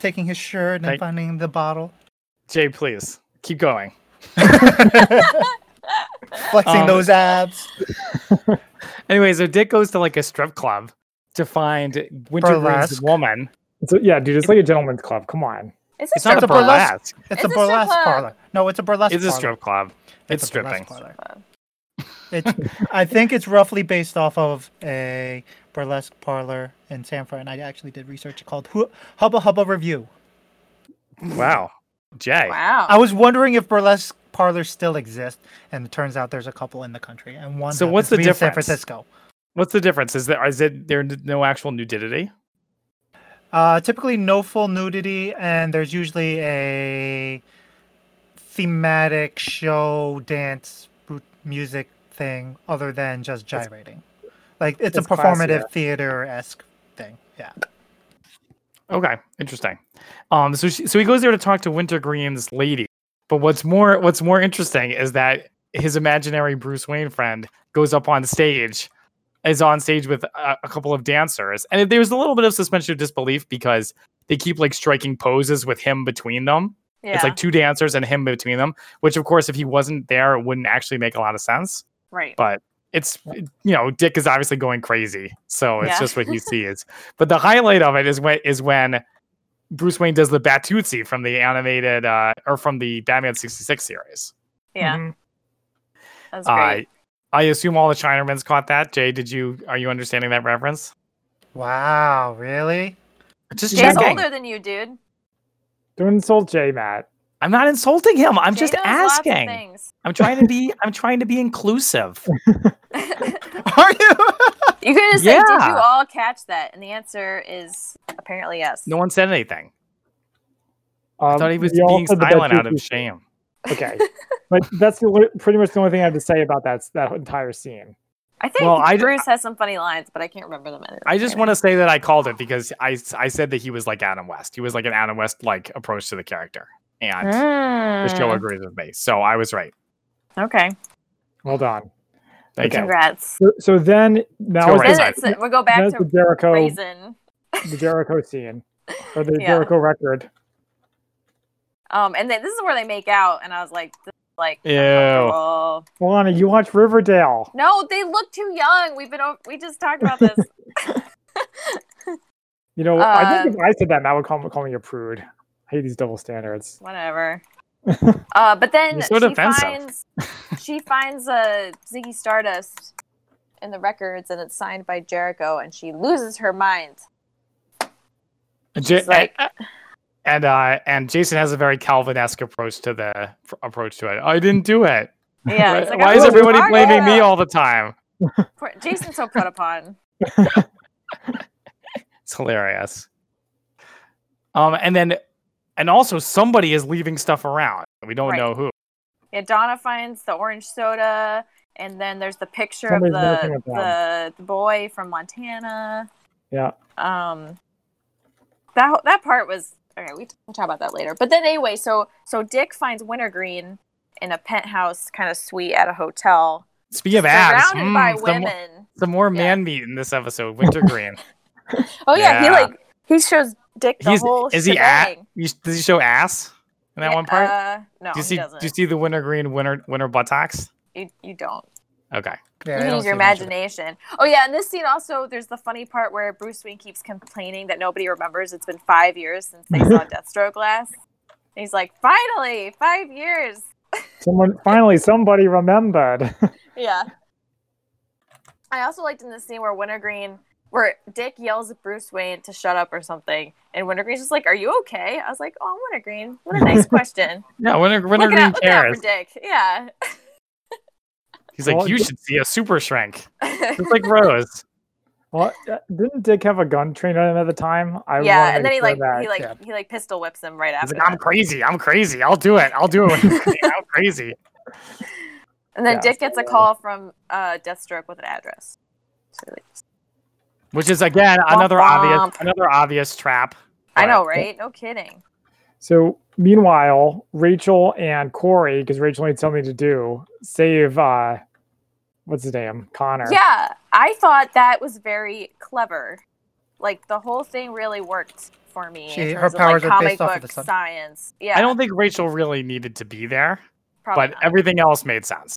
Speaker 4: taking his shirt and
Speaker 3: Thank-
Speaker 4: finding the bottle,
Speaker 3: Jay, please keep going.
Speaker 4: flexing
Speaker 3: Um,
Speaker 4: those abs.
Speaker 3: Anyway, so Dick goes to like a strip club to find Wintergreen's
Speaker 4: Burlesque.
Speaker 3: woman.
Speaker 1: So, yeah, dude, it's like a gentleman's club. Come on.
Speaker 2: It's a
Speaker 3: It's not a
Speaker 2: strip
Speaker 4: strip club.
Speaker 3: burlesque.
Speaker 4: It's,
Speaker 2: It's a
Speaker 4: a
Speaker 2: strip
Speaker 4: burlesque
Speaker 2: club.
Speaker 4: parlor. No, it's a burlesque.
Speaker 3: It's a
Speaker 4: parlor.
Speaker 3: strip club. It's
Speaker 4: a burlesque parlor.
Speaker 3: stripping.
Speaker 2: club.
Speaker 4: It's, I think it's roughly based off of a burlesque parlor in San Fran. I actually did research called Hu- Hubba Hubba Review.
Speaker 3: Wow, Jay.
Speaker 2: Wow.
Speaker 4: I was wondering if burlesque parlors still exist, and it turns out there's a couple in the country, and one.
Speaker 3: So
Speaker 4: happens
Speaker 3: what's
Speaker 4: to
Speaker 3: the
Speaker 4: be in San
Speaker 3: difference?
Speaker 4: Francisco.
Speaker 3: What's the difference? Is there is it there n- no actual nudity?
Speaker 4: Uh, typically, no full nudity, and there's usually a thematic show, dance, ru- music thing other than just
Speaker 1: It's-
Speaker 4: gyrating. Like it's,
Speaker 1: it's
Speaker 4: a
Speaker 1: classier.
Speaker 4: performative theater esque thing. Yeah.
Speaker 3: Okay, interesting. Um, so she, so he goes there to talk to Wintergreen's lady. But what's more what's more interesting is that his imaginary Bruce Wayne friend goes up on stage, is on stage with a, a couple of dancers, and there's a little bit of suspension of disbelief because they keep like striking poses with him between them.
Speaker 2: yeah.
Speaker 3: It's like two dancers and him between them, which of course, if he wasn't there, it wouldn't actually make a lot of sense.
Speaker 2: right.
Speaker 3: but it's you know dick is obviously going crazy so it's
Speaker 2: Yeah.
Speaker 3: just what he sees but the highlight of it is when is when bruce wayne does the batutsi from the animated uh or from the batman 66 series
Speaker 2: Yeah.
Speaker 1: Mhm.
Speaker 2: That's
Speaker 3: i
Speaker 2: great.
Speaker 3: i assume all the chinermans caught that jay did you are you understanding that reference
Speaker 4: Wow. Really?
Speaker 3: just
Speaker 2: Jay's
Speaker 3: checking
Speaker 2: older than you, dude.
Speaker 1: Don't insult Jay, Matt.
Speaker 3: i'm not insulting him i'm
Speaker 2: Jay
Speaker 3: just
Speaker 2: knows lots of
Speaker 3: asking
Speaker 2: things.
Speaker 3: i'm trying to be i'm trying to be inclusive
Speaker 4: Are you?
Speaker 2: you could just say, "Did you
Speaker 3: Yeah.
Speaker 2: all catch that?" And the answer is apparently yes.
Speaker 3: no one said anything
Speaker 1: Um,
Speaker 3: i thought he was
Speaker 1: we all
Speaker 3: being
Speaker 1: said the
Speaker 3: silent out
Speaker 1: Batucci-
Speaker 3: of shame
Speaker 1: Okay. but that's the li- pretty much the only thing I have to say about that, that entire scene.
Speaker 2: I think
Speaker 3: Well, I d-
Speaker 2: Bruce has some funny lines, but I can't remember them.
Speaker 3: I just want to say that I called it because I s- I said that he was like Adam West. He was like an Adam West like approach to the character, and Hmm.
Speaker 1: Mm.
Speaker 3: the show agrees with me. So I was right.
Speaker 2: Okay.
Speaker 1: Well done.
Speaker 3: Thank you.
Speaker 2: Congrats.
Speaker 1: So, so then now
Speaker 3: go
Speaker 1: is
Speaker 3: right
Speaker 1: the-
Speaker 2: Then
Speaker 3: side.
Speaker 2: it's, we'll go back
Speaker 1: that's the
Speaker 2: to
Speaker 1: Jericho
Speaker 2: Raisin.
Speaker 1: the Jericho scene or the
Speaker 2: Yeah.
Speaker 1: Jericho record.
Speaker 2: Um, and then this is where they make out, and I was like, this is like,
Speaker 3: Ew.
Speaker 2: uncomfortable.
Speaker 1: Milana, you watch Riverdale.
Speaker 2: no, they look too young. We've been, o- we just talked about this.
Speaker 1: You know, I think
Speaker 2: Um,
Speaker 1: if I said that, Matt would call, call me a prude. I hate these double standards.
Speaker 2: Whatever. Uh, but then
Speaker 3: You're so
Speaker 2: she
Speaker 3: defensive.
Speaker 2: finds, she finds uh, Ziggy Stardust in the records, and it's signed by Jericho, and she loses her mind.
Speaker 3: Ja-
Speaker 2: It's like-
Speaker 3: and- and uh, and Jason has a very Calvin-esque approach to the approach to it. I didn't do it.
Speaker 2: Yeah.
Speaker 3: Why-
Speaker 2: it's like, oh,
Speaker 3: Why
Speaker 2: I'm
Speaker 3: is
Speaker 2: so
Speaker 3: everybody
Speaker 2: proud of
Speaker 3: blaming me
Speaker 2: her.
Speaker 3: all the time?
Speaker 2: Poor- Jason's so put upon.
Speaker 3: It's hilarious. Um, and then, and also somebody is leaving stuff around. We don't
Speaker 2: Right.
Speaker 3: know who.
Speaker 2: Yeah, Donna finds the orange soda, and then there's the picture
Speaker 1: Somebody's messing
Speaker 2: of
Speaker 1: with
Speaker 2: the,
Speaker 1: them.
Speaker 2: the the boy from Montana.
Speaker 1: Yeah.
Speaker 2: Um, that whole- that part was all right. We t- we'll talk about that later. But then anyway, so so Dick finds Wintergreen in a penthouse kind of suite at a hotel,
Speaker 3: Speaking of abs,
Speaker 2: surrounded
Speaker 3: mm,
Speaker 2: by
Speaker 3: some,
Speaker 2: women.
Speaker 3: some more
Speaker 2: Yeah.
Speaker 3: man meat in this episode. Wintergreen.
Speaker 2: oh yeah, he
Speaker 3: Yeah.
Speaker 2: like he shows Dick the
Speaker 3: He's-
Speaker 2: whole
Speaker 3: is he at-
Speaker 2: shebang.
Speaker 3: you, does he show ass in that
Speaker 2: Yeah,
Speaker 3: one part?
Speaker 2: Uh, no,
Speaker 3: do you
Speaker 2: he
Speaker 3: see? Do
Speaker 2: doesn't.
Speaker 3: you see the wintergreen winter winter buttocks?
Speaker 2: you, you don't.
Speaker 3: Okay.
Speaker 4: Yeah, I
Speaker 2: you
Speaker 4: don't
Speaker 2: need
Speaker 4: see
Speaker 2: your
Speaker 4: much of it.
Speaker 2: imagination. Oh yeah, in this scene also, there's the funny part where Bruce Wayne keeps complaining that nobody remembers it's been five years since they saw Deathstroke last. And he's like, "Finally, five years."
Speaker 1: Someone finally somebody remembered.
Speaker 2: Yeah. I also liked in this scene where Wintergreen, where Dick yells at Bruce Wayne to shut up or something, and Wintergreen's just like, "Are you okay?" I was like, "Oh, Wintergreen, what a nice question."
Speaker 3: Yeah, winter,
Speaker 2: look it
Speaker 3: wintergreen
Speaker 2: out, look it out
Speaker 3: cares.
Speaker 2: for Dick. Yeah.
Speaker 3: He's like,
Speaker 1: Well,
Speaker 3: you
Speaker 1: yeah.
Speaker 3: should see a super shrink. It's like Rose.
Speaker 1: well, uh, didn't Dick have a gun trained on him at the time? I wanna
Speaker 2: yeah, and
Speaker 1: make
Speaker 2: then he
Speaker 1: sure
Speaker 2: like
Speaker 1: that-
Speaker 2: he like
Speaker 4: yeah.
Speaker 2: he like pistol whips him right
Speaker 3: He's
Speaker 2: after.
Speaker 3: like, I'm
Speaker 2: that.
Speaker 3: crazy. I'm crazy. I'll do it. I'll do it. I'm crazy.
Speaker 2: And then
Speaker 1: Yeah.
Speaker 2: Dick gets a call from uh, Deathstroke with an address. So, like,
Speaker 3: Which is again another
Speaker 2: womp.
Speaker 3: obvious, another obvious trap.
Speaker 2: I
Speaker 3: But
Speaker 2: know, right? No kidding.
Speaker 1: So meanwhile, Rachel and Corey, because Rachel needs something to do, save uh what's his name? Connor.
Speaker 2: Yeah, I thought that was very clever. Like the whole thing really worked for me.
Speaker 4: She-
Speaker 2: in
Speaker 4: her
Speaker 2: terms
Speaker 4: powers are
Speaker 2: of, like, comic
Speaker 4: based off of
Speaker 2: book
Speaker 4: the sun.
Speaker 2: science. Yeah,
Speaker 3: I don't think Rachel really needed to be there,
Speaker 2: probably
Speaker 3: but
Speaker 2: not.
Speaker 3: everything else made sense.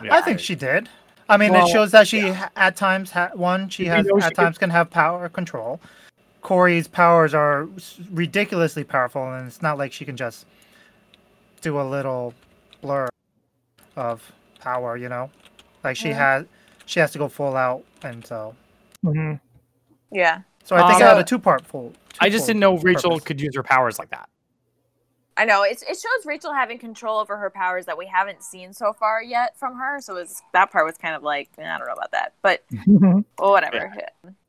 Speaker 4: I think she did. I mean,
Speaker 1: Well,
Speaker 4: it shows that she ha- at times ha- one she
Speaker 1: You
Speaker 4: has
Speaker 1: know she
Speaker 4: at
Speaker 1: could-
Speaker 4: times can have power control. Corey's powers are s- ridiculously powerful, and it's not like she can just do a little blur of power. You know, like she
Speaker 2: Yeah.
Speaker 4: has she has to go full out, and so
Speaker 1: Mhm.
Speaker 2: yeah,
Speaker 4: so I think it
Speaker 2: Um,
Speaker 4: had a two part full.
Speaker 3: I just didn't know Rachel
Speaker 4: purpose.
Speaker 3: could use her powers like that.
Speaker 2: I know. It's, it shows Rachel having control over her powers that we haven't seen so far yet from her. So it's that part was kind of like eh, I don't know about that, but
Speaker 1: Mm-hmm.
Speaker 2: well, whatever.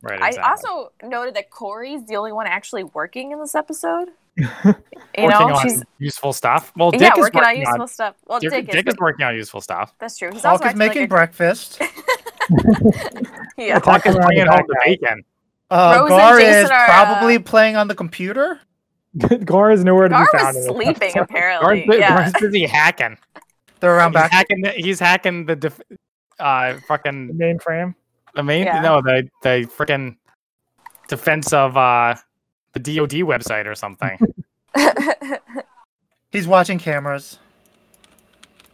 Speaker 3: Right.
Speaker 2: I
Speaker 3: exactly.
Speaker 2: also noted that Corey's the only one actually working in this episode. you
Speaker 3: working
Speaker 2: know,
Speaker 3: on
Speaker 2: she's
Speaker 3: useful stuff. Well, Dick
Speaker 2: yeah
Speaker 3: is
Speaker 2: working on
Speaker 3: working
Speaker 2: useful stuff. Well,
Speaker 3: Dick,
Speaker 2: Dick, is,
Speaker 3: Dick is working on useful stuff.
Speaker 2: that's true. He's
Speaker 4: Hawk
Speaker 2: also
Speaker 4: is making
Speaker 2: acting like
Speaker 4: breakfast.
Speaker 2: a, yeah.
Speaker 1: Talk
Speaker 3: Dick is
Speaker 1: around
Speaker 3: bringing
Speaker 1: the
Speaker 3: home the
Speaker 1: back
Speaker 3: bacon.
Speaker 4: Uh,
Speaker 2: Rose and
Speaker 4: Gar
Speaker 2: Jason
Speaker 4: is
Speaker 2: are, uh,
Speaker 4: probably playing on the computer.
Speaker 1: Gar is nowhere to
Speaker 2: Gar
Speaker 1: be found.
Speaker 2: was
Speaker 1: in this
Speaker 2: sleeping
Speaker 1: episode.
Speaker 2: apparently.
Speaker 3: Gar's, bu-
Speaker 2: yeah,
Speaker 3: Gar's busy hacking.
Speaker 4: They're around
Speaker 3: He's
Speaker 4: back.
Speaker 3: hacking the, he's hacking the def- uh
Speaker 1: The
Speaker 3: fucking
Speaker 1: mainframe.
Speaker 3: the main
Speaker 2: Yeah.
Speaker 3: no the the freaking defense of uh the DoD website or something.
Speaker 4: He's watching cameras.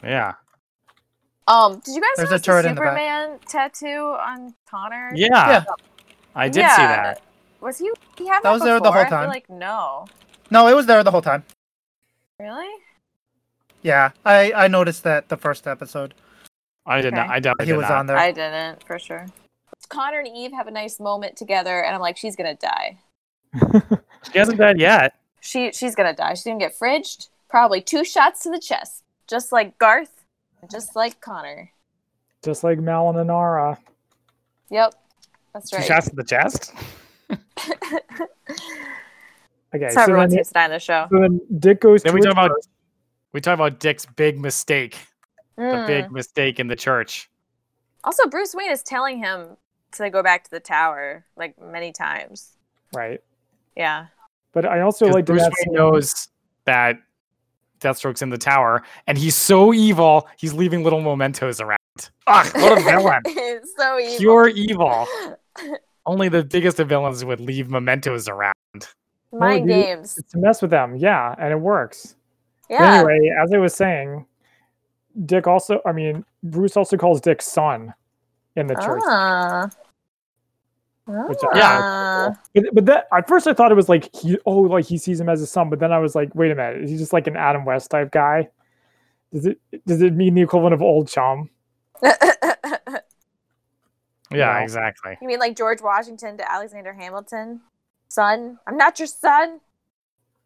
Speaker 3: yeah.
Speaker 2: um, did you guys
Speaker 4: There's a
Speaker 2: notice
Speaker 4: turret
Speaker 2: the
Speaker 4: in the back.
Speaker 2: Superman tattoo on Connor?
Speaker 3: Yeah. I did see
Speaker 2: Yeah.
Speaker 3: that.
Speaker 2: was he? He had that,
Speaker 4: That was there the
Speaker 2: before?
Speaker 4: whole
Speaker 2: I feel
Speaker 4: time.
Speaker 2: like no,
Speaker 4: No, it was there the whole time.
Speaker 2: really.
Speaker 4: Yeah, I I noticed that the first episode
Speaker 3: I did not
Speaker 2: Okay.
Speaker 3: I definitely
Speaker 4: he
Speaker 3: did
Speaker 4: was
Speaker 3: not.
Speaker 4: on there.
Speaker 2: I didn't for sure. Connor and Eve have a nice moment together, and I'm like, she's gonna die.
Speaker 3: She hasn't died yet.
Speaker 2: She she's gonna die. She's gonna get fridged. Probably two shots to the chest, just like Garth, just like Connor.
Speaker 1: Just like Mal and Anara.
Speaker 2: Yep, that's
Speaker 3: Two
Speaker 2: right.
Speaker 3: shots to the chest.
Speaker 1: Okay,
Speaker 2: That's how
Speaker 1: so
Speaker 2: everyone
Speaker 1: then,
Speaker 2: seems to die in the show.
Speaker 1: so then Dick goes
Speaker 3: Then
Speaker 1: to
Speaker 3: we talk
Speaker 1: his
Speaker 3: about
Speaker 1: first-
Speaker 3: we talk about Dick's big mistake. The
Speaker 2: Mm.
Speaker 3: big mistake in the church.
Speaker 2: Also, Bruce Wayne is telling him to go back to the tower like many times.
Speaker 1: right.
Speaker 2: Yeah.
Speaker 1: But I also
Speaker 3: 'Cause
Speaker 1: like
Speaker 3: Bruce
Speaker 1: that
Speaker 3: Wayne
Speaker 1: scene-
Speaker 3: knows that Deathstroke's in the tower, and he's so evil, he's leaving little mementos around. Ugh, what a villain.
Speaker 2: It's so evil.
Speaker 3: Pure evil. Only the biggest of villains would leave mementos around.
Speaker 1: dude.
Speaker 2: Mind games.
Speaker 1: to mess with them. Yeah, and it works. But
Speaker 2: Yeah.
Speaker 1: Anyway, as I was saying, Dick also, I mean, Bruce also calls Dick son in the church.
Speaker 2: Ah.
Speaker 1: Which I-
Speaker 2: Ah.
Speaker 1: But, but that at first I thought it was like he oh like he sees him as his son, but then I was like, wait a minute, is he just like an Adam West type guy? Does it does it mean the equivalent of old chum?
Speaker 3: Yeah,
Speaker 1: No.
Speaker 3: exactly.
Speaker 2: you mean like George Washington to Alexander Hamilton? Son? I'm not your son.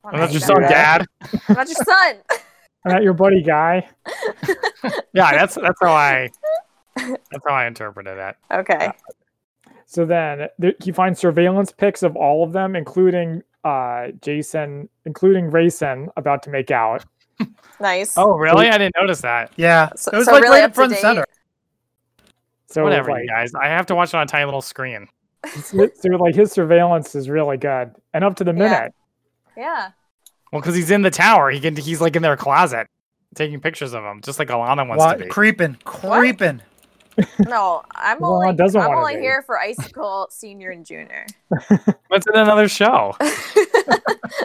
Speaker 2: Well,
Speaker 3: I'm
Speaker 2: now
Speaker 3: not
Speaker 2: you
Speaker 3: your
Speaker 2: know
Speaker 3: son,
Speaker 2: that.
Speaker 3: Dad.
Speaker 2: I'm not your son.
Speaker 1: I'm not your buddy guy.
Speaker 3: Yeah, that's that's how I that's how I interpreted it.
Speaker 2: Okay.
Speaker 1: So then th- he finds surveillance pics of all of them, including uh Jason, including Rayson about to make out.
Speaker 2: Nice.
Speaker 3: Oh, really? I didn't notice that.
Speaker 4: Yeah,
Speaker 2: So-
Speaker 4: it was
Speaker 2: so
Speaker 4: like
Speaker 2: really
Speaker 4: right
Speaker 2: up
Speaker 4: up
Speaker 2: to
Speaker 4: front and
Speaker 2: date.
Speaker 4: center.
Speaker 1: So
Speaker 3: Whatever,
Speaker 1: like,
Speaker 3: you guys. I have to watch it on a tiny little screen.
Speaker 1: so like his surveillance is really good and up to the
Speaker 2: Yeah.
Speaker 1: minute.
Speaker 2: Yeah.
Speaker 3: Well, because he's in the tower. He can. He's like in their closet, taking pictures of him, just like Alana wants
Speaker 4: What?
Speaker 3: to be.
Speaker 4: Creeping, creeping.
Speaker 2: No, I'm
Speaker 1: Well,
Speaker 2: only
Speaker 1: it doesn't
Speaker 2: I'm
Speaker 1: wanna
Speaker 2: only
Speaker 1: be.
Speaker 2: here for Icicle Senior and Junior.
Speaker 3: That's in another show.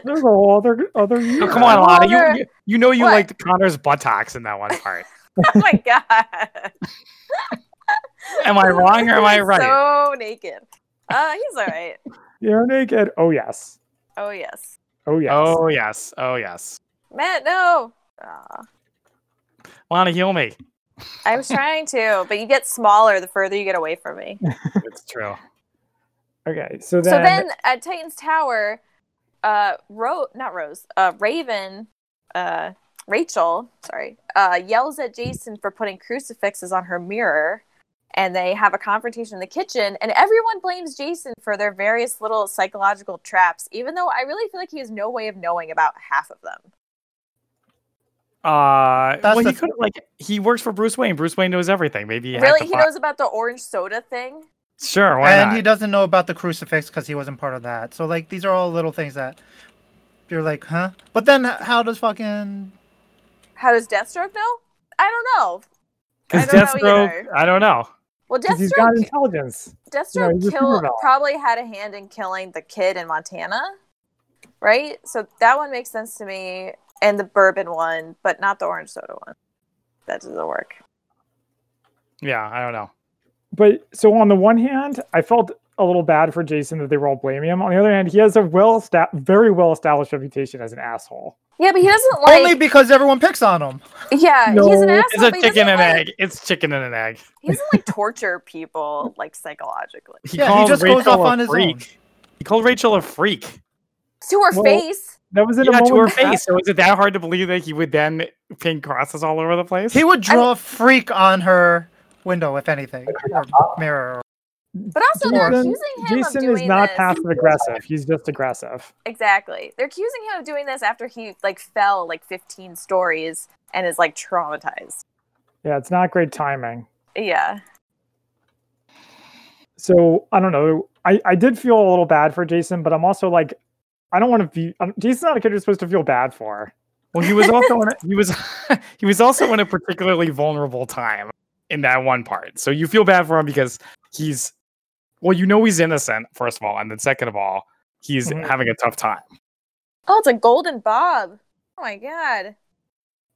Speaker 1: There's a whole other other
Speaker 3: Oh,
Speaker 1: year.
Speaker 3: come on,
Speaker 2: Well,
Speaker 3: Alana. You,
Speaker 2: there-
Speaker 3: you you know you
Speaker 2: What?
Speaker 3: liked Connor's buttocks in that one part.
Speaker 2: oh my god.
Speaker 3: am I wrong or am I
Speaker 2: He's
Speaker 3: right?
Speaker 2: So naked. Uh, he's all right.
Speaker 1: You're naked. Oh yes.
Speaker 2: Oh yes.
Speaker 1: Oh yes.
Speaker 3: Oh yes. Oh yes.
Speaker 2: Matt, no. Aw.
Speaker 3: Alana, heal me.
Speaker 2: I was trying to, but you get smaller the further you get away from me.
Speaker 3: It's true.
Speaker 1: Okay. So then,
Speaker 2: so then at Titan's Tower, uh, Ro- not Rose, uh, Raven, uh, Rachel, sorry, uh, yells at Jason for putting crucifixes on her mirror, and they have a confrontation in the kitchen, and everyone blames Jason for their various little psychological traps, even though I really feel like he has no way of knowing about half of them.
Speaker 3: Uh,
Speaker 4: That's
Speaker 3: well, he
Speaker 4: the-
Speaker 3: could like he works for Bruce Wayne. Bruce Wayne knows everything. Maybe he hacked
Speaker 2: really,
Speaker 3: the
Speaker 2: he
Speaker 3: plot.
Speaker 2: knows about the orange soda thing.
Speaker 3: Sure, why
Speaker 4: and
Speaker 3: not?
Speaker 4: he doesn't know about the crucifix because he wasn't part of that. So like these are all little things that you're like, huh? But then h- how does fucking
Speaker 2: How does Deathstroke know? I don't know.
Speaker 3: Because
Speaker 2: I don't know
Speaker 3: Deathstroke,
Speaker 2: either.
Speaker 3: I don't know.
Speaker 2: Well,
Speaker 1: 'cause he's got
Speaker 2: Deathstroke
Speaker 1: intelligence. No,
Speaker 2: Deathstroke
Speaker 1: he's a
Speaker 2: kill,
Speaker 1: supervillain.
Speaker 2: probably had a hand in killing the kid in Montana, right? So that one makes sense to me, and the bourbon one, but not the orange soda one. That doesn't work.
Speaker 3: Yeah, I don't know.
Speaker 1: But so on the one hand, I felt a little bad for Jason that they were all blaming him. On the other hand, he has a well sta- very well established reputation as an asshole.
Speaker 2: Yeah, but he doesn't like.
Speaker 4: only because everyone picks on him?
Speaker 2: yeah,
Speaker 1: No.
Speaker 2: he's an asshole.
Speaker 3: It's a
Speaker 2: but he
Speaker 3: chicken
Speaker 2: doesn't
Speaker 3: and
Speaker 2: like-
Speaker 3: egg. It's chicken and an egg.
Speaker 2: He doesn't like torture people like psychologically
Speaker 3: He
Speaker 4: Yeah, he
Speaker 3: called
Speaker 4: just goes
Speaker 3: Rachel
Speaker 4: off
Speaker 3: a
Speaker 4: on his
Speaker 3: freak.
Speaker 4: own.
Speaker 3: He called Rachel a freak.
Speaker 2: to her
Speaker 1: Well,
Speaker 2: face.
Speaker 1: That was in
Speaker 3: Yeah,
Speaker 1: a
Speaker 3: to her
Speaker 1: moment
Speaker 3: face. So is it that hard to believe that he would then paint crosses all over the place?
Speaker 4: He would draw a freak on her window, if anything, or mirror. Or...
Speaker 2: But also, they're
Speaker 1: Jason,
Speaker 2: accusing him of
Speaker 1: Jason
Speaker 2: doing
Speaker 1: is not
Speaker 2: this.
Speaker 1: passive aggressive. He's just aggressive.
Speaker 2: Exactly. They're accusing him of doing this after he like fell like 15 stories and is like traumatized.
Speaker 1: Yeah, it's not great timing.
Speaker 2: Yeah.
Speaker 1: so I don't know. I, I did feel a little bad for Jason, but I'm also like, I don't want to be. I'm, Jason's not a kid you're supposed to feel bad for.
Speaker 3: Well, he was also in a, he was he was also in a particularly vulnerable time in that one part. So you feel bad for him because he's well, you know he's innocent first of all, and then second of all, he's
Speaker 1: Mhm.
Speaker 3: having a tough time.
Speaker 2: Oh, it's a golden bob. Oh my god.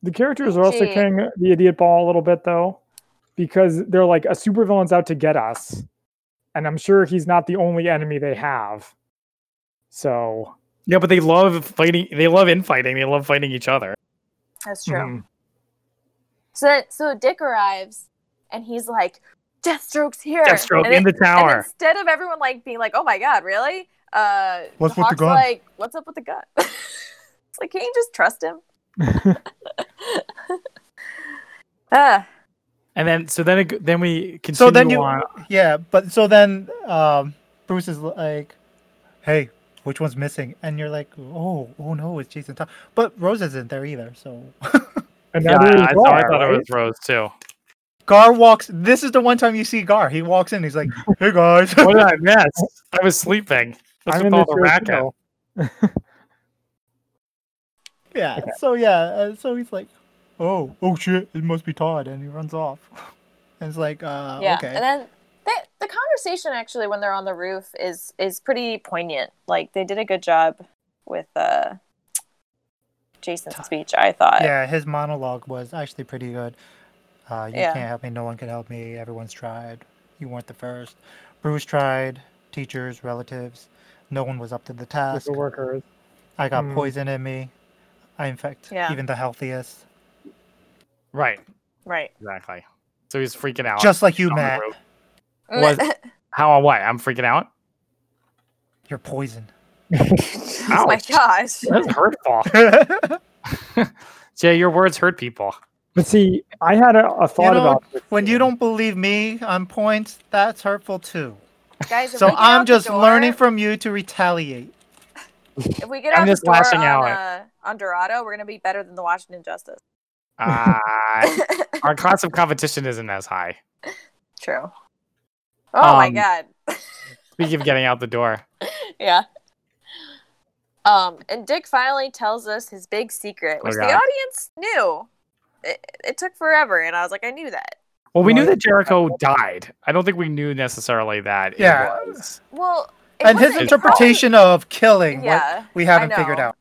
Speaker 1: The characters are also
Speaker 2: Gee.
Speaker 1: carrying the idiot ball a little bit though, because they're like a supervillain's out to get us, and I'm sure he's not the only enemy they have. So
Speaker 3: Yeah, but they love fighting. They love infighting. They love fighting each other.
Speaker 2: That's true.
Speaker 3: Mm-hmm.
Speaker 1: mhm.
Speaker 2: So that, so Dick arrives and he's like, Deathstroke's here.
Speaker 3: Deathstroke
Speaker 2: and
Speaker 3: in the
Speaker 2: it- and
Speaker 3: tower.
Speaker 2: instead of everyone like being like, Oh my god, really? Uh
Speaker 4: What's with the
Speaker 2: Hawk's
Speaker 4: gun?
Speaker 2: like, what's up with the gun? it's like, can you just trust him? Ah,
Speaker 3: And then so then it, g- then we continue
Speaker 4: So then you,
Speaker 3: on.
Speaker 4: yeah, but so then um, Bruce is like, "Hey, which one's missing?" And you're like, "Oh, oh no, it's Jason Todd." But Rose isn't there either. So
Speaker 1: And
Speaker 3: Yeah,
Speaker 1: that is
Speaker 3: I, thought, I
Speaker 1: Gar,
Speaker 3: thought it
Speaker 1: right?
Speaker 3: was Rose too.
Speaker 4: Gar walks. This is the one time you see Gar. He walks in. He's like, "Hey guys."
Speaker 3: What did I miss? I was sleeping. That's
Speaker 1: I'm
Speaker 3: with
Speaker 1: in
Speaker 3: all
Speaker 1: this
Speaker 3: the
Speaker 1: year,
Speaker 3: racket.
Speaker 1: too.
Speaker 4: Yeah. So yeah. Uh, so he's like, "Oh, oh shit! It must be Todd," and he runs off. And it's like, uh,
Speaker 2: yeah
Speaker 4: okay.
Speaker 2: and then they, the conversation actually when they're on the roof is is pretty poignant like they did a good job with uh jason's speech i thought
Speaker 4: yeah, his monologue was actually pretty good. Uh, you
Speaker 2: Yeah.
Speaker 4: can't help me. No one can help me. Everyone's tried. You weren't the first. Bruce tried. Teachers, relatives. No one was up to the task.
Speaker 1: the workers.
Speaker 4: I got
Speaker 3: Hmm.
Speaker 1: Mm.
Speaker 4: poison in me. I infect
Speaker 2: Yeah.
Speaker 4: even the healthiest.
Speaker 3: Right.
Speaker 2: right
Speaker 3: Exactly. So he's freaking out.
Speaker 4: Just like you,
Speaker 3: on the
Speaker 4: Matt.
Speaker 3: road. Was- How? Why? I'm freaking out.
Speaker 4: You're poison.
Speaker 2: oh my
Speaker 3: Ouch.
Speaker 2: gosh
Speaker 3: That's hurtful. Jay, your words hurt people.
Speaker 1: But see, I had a, a thought
Speaker 4: know,
Speaker 1: about this
Speaker 4: when you
Speaker 1: scene.
Speaker 4: don't believe me on points, that's hurtful too.
Speaker 2: guys if
Speaker 4: So
Speaker 2: we get out
Speaker 4: I'm
Speaker 2: the
Speaker 4: just
Speaker 2: door-
Speaker 4: learning from you to retaliate.
Speaker 2: if we get
Speaker 3: I'm
Speaker 2: out
Speaker 3: just
Speaker 2: the door
Speaker 3: lashing
Speaker 2: on,
Speaker 3: out.
Speaker 2: Uh, on dorado we're gonna be better than the washington justice
Speaker 3: Uh, our class of competition isn't as high.
Speaker 2: true oh my
Speaker 3: Um,
Speaker 2: god
Speaker 3: Speaking of getting out the door,
Speaker 2: yeah um and dick finally tells us his big secret
Speaker 3: Oh,
Speaker 2: which the
Speaker 3: God.
Speaker 2: audience knew it, it took forever and i was like i knew that
Speaker 3: well, we knew
Speaker 1: Right.
Speaker 3: that Jericho died. I don't think we knew necessarily that. it
Speaker 4: Yeah.
Speaker 3: was.
Speaker 2: Well, it
Speaker 4: and his
Speaker 2: wasn't
Speaker 4: interpretation of killing
Speaker 2: called-
Speaker 4: what
Speaker 2: yeah,
Speaker 4: we haven't figured
Speaker 2: know.
Speaker 4: out.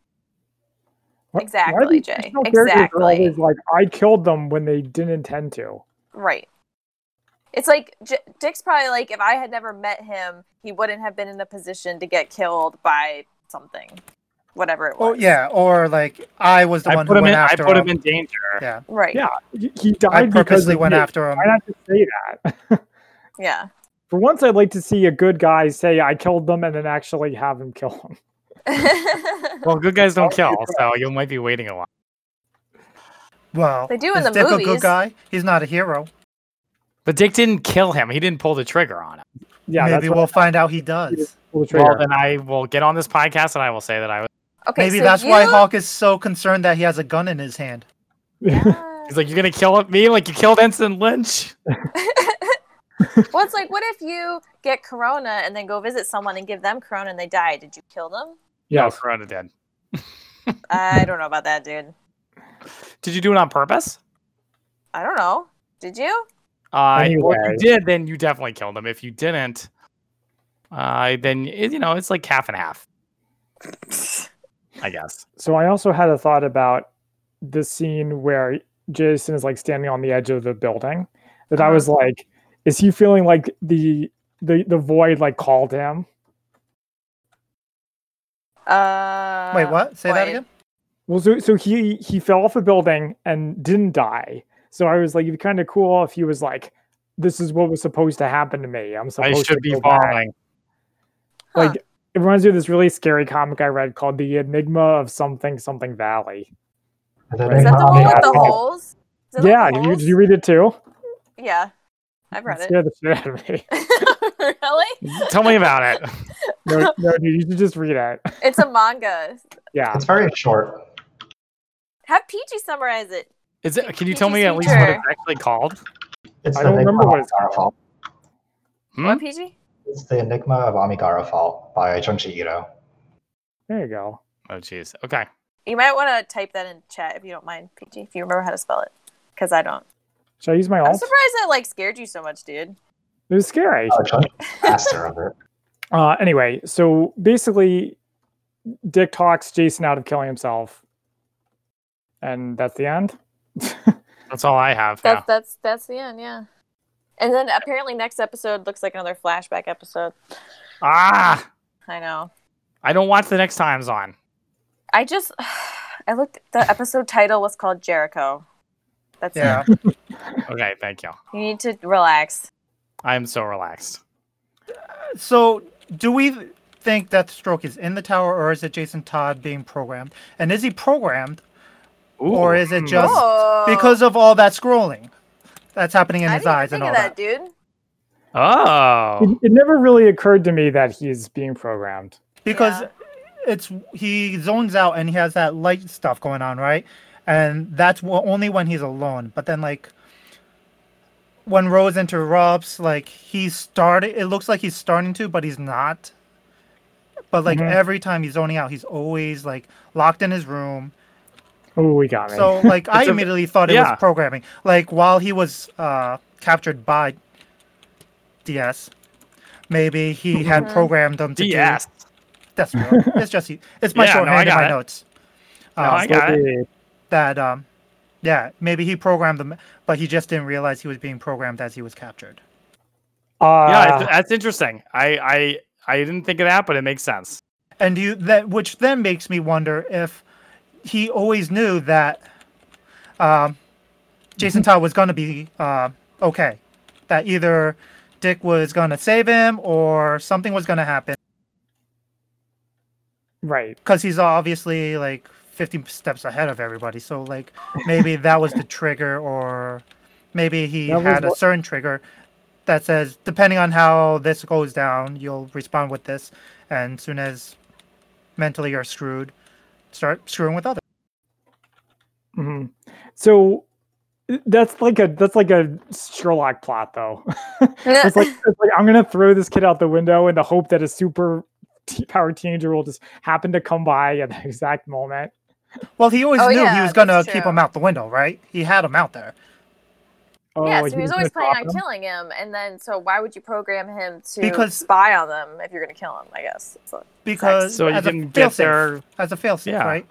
Speaker 1: Why- why do
Speaker 2: Exactly,
Speaker 1: these
Speaker 2: Jay.
Speaker 1: fictional characters are Always
Speaker 2: Exactly.
Speaker 1: like I killed them when they didn't intend to.
Speaker 2: right. It's like J- Dick's probably like if I had never met him, he wouldn't have been in the position to get killed by something, whatever it was.
Speaker 4: Oh yeah, or like I was the
Speaker 3: I
Speaker 4: one
Speaker 3: put
Speaker 4: who
Speaker 3: him
Speaker 4: went
Speaker 3: in. I
Speaker 4: after
Speaker 3: put
Speaker 4: him.
Speaker 3: him in danger.
Speaker 4: Yeah.
Speaker 2: Right.
Speaker 1: Yeah. He- He died
Speaker 4: I
Speaker 1: because
Speaker 4: purposely
Speaker 1: of
Speaker 4: went
Speaker 1: me.
Speaker 4: after him.
Speaker 1: Why not just say that?
Speaker 2: Yeah.
Speaker 1: For once, I'd like to see a good guy say I killed them and then actually have him kill them.
Speaker 3: Well, good guys don't
Speaker 1: Oh,
Speaker 3: kill,
Speaker 1: you're
Speaker 3: so you might be waiting a while.
Speaker 4: Well,
Speaker 2: They do in
Speaker 4: is
Speaker 2: the
Speaker 4: Dick a
Speaker 2: movies.
Speaker 4: good guy? He's not a hero.
Speaker 3: But Dick didn't kill him. He didn't pull the trigger on him.
Speaker 1: Yeah,
Speaker 4: Maybe
Speaker 1: that's
Speaker 4: we'll find out he does.
Speaker 1: what
Speaker 3: Well, then I will get on this podcast and I will say that I was.
Speaker 2: okay.
Speaker 4: Maybe
Speaker 2: so
Speaker 4: that's
Speaker 2: you...
Speaker 4: why Hawk is so concerned that he has a gun in his hand.
Speaker 2: Yeah.
Speaker 3: He's like, "You're gonna kill me like you killed Ensign Lynch."
Speaker 2: well, it's like what if you get corona and then go visit someone and give them corona and they die? Did you kill them?
Speaker 3: No,
Speaker 1: yes.
Speaker 3: Corona did.
Speaker 2: I don't know about that, dude.
Speaker 3: Did you do it on purpose?
Speaker 2: I don't know. Did you?
Speaker 3: Uh, Well, if
Speaker 1: Anyway.
Speaker 3: you did, then you definitely killed him. If you didn't, uh, then it, you know it's like half and half, I guess.
Speaker 1: So I also had a thought about the scene where Jason is like standing on the edge of the building. That I
Speaker 2: Uh-huh.
Speaker 1: was like, is he feeling like the the the void like called him?
Speaker 2: Uh,
Speaker 4: Wait, what? Say that
Speaker 2: wait.
Speaker 4: again.
Speaker 1: Well, so so he he fell off a building and didn't die. So I was like, it'd be kind of cool if he was like, this is what was supposed to happen to me. I'm
Speaker 3: I
Speaker 1: supposed
Speaker 3: should
Speaker 1: to
Speaker 3: be
Speaker 1: go back."
Speaker 3: falling.
Speaker 2: Huh.
Speaker 1: Like it reminds me of this really scary comic I read called The Enigma of Something Something Valley.
Speaker 2: Is that the one with
Speaker 1: Yeah.
Speaker 2: the holes? Is that the
Speaker 1: Yeah,
Speaker 2: holes?
Speaker 1: you, did you read it too?
Speaker 2: Yeah, I've read
Speaker 1: It
Speaker 2: it.
Speaker 1: scared the shit out of me.
Speaker 2: really?
Speaker 3: Tell me about it.
Speaker 1: No, no, dude, you should just read it.
Speaker 2: It's a manga.
Speaker 1: Yeah.
Speaker 5: It's very short.
Speaker 2: Have Peachy summarize it.
Speaker 3: Is it? Can you tell me at least what
Speaker 2: Teacher.
Speaker 3: it's actually called?
Speaker 5: It's
Speaker 1: I
Speaker 5: the
Speaker 1: don't
Speaker 5: Enigma
Speaker 1: remember
Speaker 5: of
Speaker 1: what it's
Speaker 5: Amigara Fault.
Speaker 3: Hmm?
Speaker 2: What Peachy?
Speaker 5: It's the Enigma of Amigara Fault by Junji Ito.
Speaker 1: There you go.
Speaker 3: Oh, jeez. Okay.
Speaker 2: You might want to type that in chat if you don't mind, Peachy, if you remember how to spell it, because I don't.
Speaker 1: Should I use my
Speaker 2: I'm
Speaker 1: alt?
Speaker 2: surprised that like scared you so much, dude.
Speaker 1: It was scary.
Speaker 5: Oh, Junji's master of it.
Speaker 1: Uh, anyway, so basically, Dick talks Jason out of killing himself, and that's the end.
Speaker 3: That's all I have.
Speaker 2: That's
Speaker 3: now.
Speaker 2: that's that's the end. Yeah. And then apparently next episode looks like another flashback episode.
Speaker 3: Ah,
Speaker 2: I know.
Speaker 3: I don't watch the next times on.
Speaker 2: I just I looked. The episode title was called Jericho. That's it.
Speaker 4: Yeah.
Speaker 3: Okay, thank you.
Speaker 2: You need to relax.
Speaker 3: I'm so relaxed.
Speaker 4: so, do we think Deathstroke is in the tower, or is it Jason Todd being programmed? And is he programmed, or
Speaker 3: Ooh.
Speaker 4: is it just
Speaker 2: Oh.
Speaker 4: because of all that scrolling that's happening in
Speaker 2: I
Speaker 4: his
Speaker 2: didn't
Speaker 4: eyes and
Speaker 2: think
Speaker 4: all
Speaker 2: of
Speaker 4: that?
Speaker 2: that, dude.
Speaker 3: Oh,
Speaker 1: It, it never really occurred to me that he's being programmed.
Speaker 4: because
Speaker 2: Yeah.
Speaker 4: it's he zones out and he has that light stuff going on, right? And that's w- only when he's alone. But then like when Rose interrupts, like he's started. It looks like he's starting to, but he's not. But like
Speaker 1: Mhm.
Speaker 3: Mm-hmm.
Speaker 4: every time he's zoning out, he's always like locked in his room.
Speaker 1: Oh, we got me.
Speaker 4: So like I
Speaker 3: It's a-
Speaker 4: immediately thought it
Speaker 3: yeah.
Speaker 4: was programming. Like while he was uh captured by DS. Maybe he had
Speaker 3: Mm-hmm.
Speaker 2: Mhm.
Speaker 4: programmed them to
Speaker 3: DS.
Speaker 4: do. That's the word. It's just it's my
Speaker 3: Yeah, no, I
Speaker 4: shorthand in
Speaker 3: got
Speaker 4: my
Speaker 3: it.
Speaker 4: notes. Um,
Speaker 3: No, I got it.
Speaker 4: that um, yeah, maybe he programmed them, but he just didn't realize he was being programmed as he was captured.
Speaker 1: Uh,
Speaker 3: yeah,
Speaker 4: Ah.
Speaker 3: that's- that's interesting. I, I I didn't think of that, but it makes sense.
Speaker 4: and you that which then makes me wonder if he always knew that um,
Speaker 3: Mm-hmm.
Speaker 4: Jason Todd was going to be uh, okay, that either Dick was going to save him or something was going to happen
Speaker 1: right.
Speaker 4: because he's obviously like 50 steps ahead of everybody. So like maybe that was the trigger, or maybe he
Speaker 1: That was
Speaker 4: had a
Speaker 1: what-
Speaker 4: certain trigger that says depending on how this goes down, you'll respond with this, and soon as mentally you're screwed, start screwing with others.
Speaker 1: Mhm. So that's like a that's like a Sherlock plot though. it's, like, it's like I'm gonna throw this kid out the window in the hope that a super t- powered teenager will just happen to come by at the exact moment.
Speaker 4: Well, he always
Speaker 2: Oh,
Speaker 4: knew he
Speaker 2: yeah,
Speaker 4: was gonna
Speaker 2: that's
Speaker 4: keep
Speaker 2: true.
Speaker 4: him out the window, right? He had him out there.
Speaker 1: Oh,
Speaker 2: yeah,
Speaker 1: like
Speaker 2: so he was
Speaker 1: gonna
Speaker 2: always planning
Speaker 1: drop
Speaker 2: on
Speaker 1: him?
Speaker 2: killing him, and then so why would you program him to
Speaker 4: Because-
Speaker 2: spy on them if you're going to kill him? I guess. It's like,
Speaker 4: Because
Speaker 3: So you
Speaker 4: as a
Speaker 3: didn't get
Speaker 4: failsafe-
Speaker 3: there.
Speaker 4: as a failsafe,
Speaker 3: Yeah.
Speaker 4: right?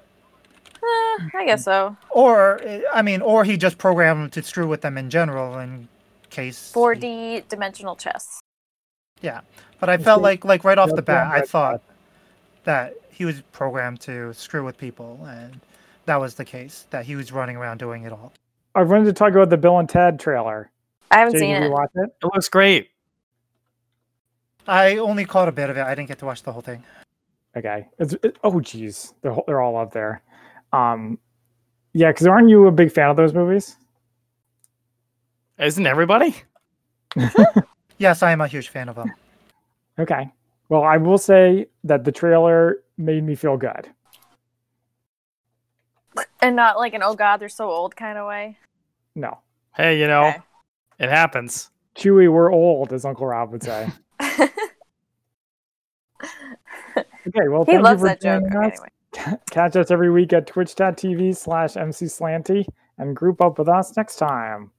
Speaker 2: eh, I guess so.
Speaker 4: Or I mean, or he just programmed him to screw with them in general in case he-
Speaker 2: 4D dimensional chess.
Speaker 4: But I felt
Speaker 1: see.
Speaker 4: like like right off
Speaker 1: Yeah,
Speaker 4: the bat,
Speaker 1: yeah,
Speaker 4: I
Speaker 1: right
Speaker 4: thought that he was programmed to screw with people, and that was the case. That he was running around doing it all.
Speaker 1: I wanted to talk about the Bill and Ted trailer.
Speaker 2: I haven't
Speaker 1: Jay,
Speaker 2: seen
Speaker 1: did you
Speaker 2: it.
Speaker 1: watch it?
Speaker 3: It looks great.
Speaker 4: I only caught a bit of it. I didn't get to watch the whole thing.
Speaker 1: Okay. It's, it- oh, geez, they're ho- they're all up there. Um, yeah, because aren't you a big fan of those movies?
Speaker 3: Isn't everybody?
Speaker 4: Yes, I am a huge fan of him.
Speaker 1: Okay. Well, I will say that the trailer made me feel good.
Speaker 2: And not like an oh god, they're so old kind of way.
Speaker 1: No,
Speaker 3: Hey, you know,
Speaker 2: Okay.
Speaker 3: it happens.
Speaker 1: Chewie, we're old, as Uncle Rob would say. Okay. Well,
Speaker 2: he
Speaker 1: thank
Speaker 2: loves
Speaker 1: you for
Speaker 2: that joke.
Speaker 1: joining
Speaker 2: Okay,
Speaker 1: us.
Speaker 2: anyway.
Speaker 1: Catch us every week at twitch.tv slash mcslanty and group up with us next time.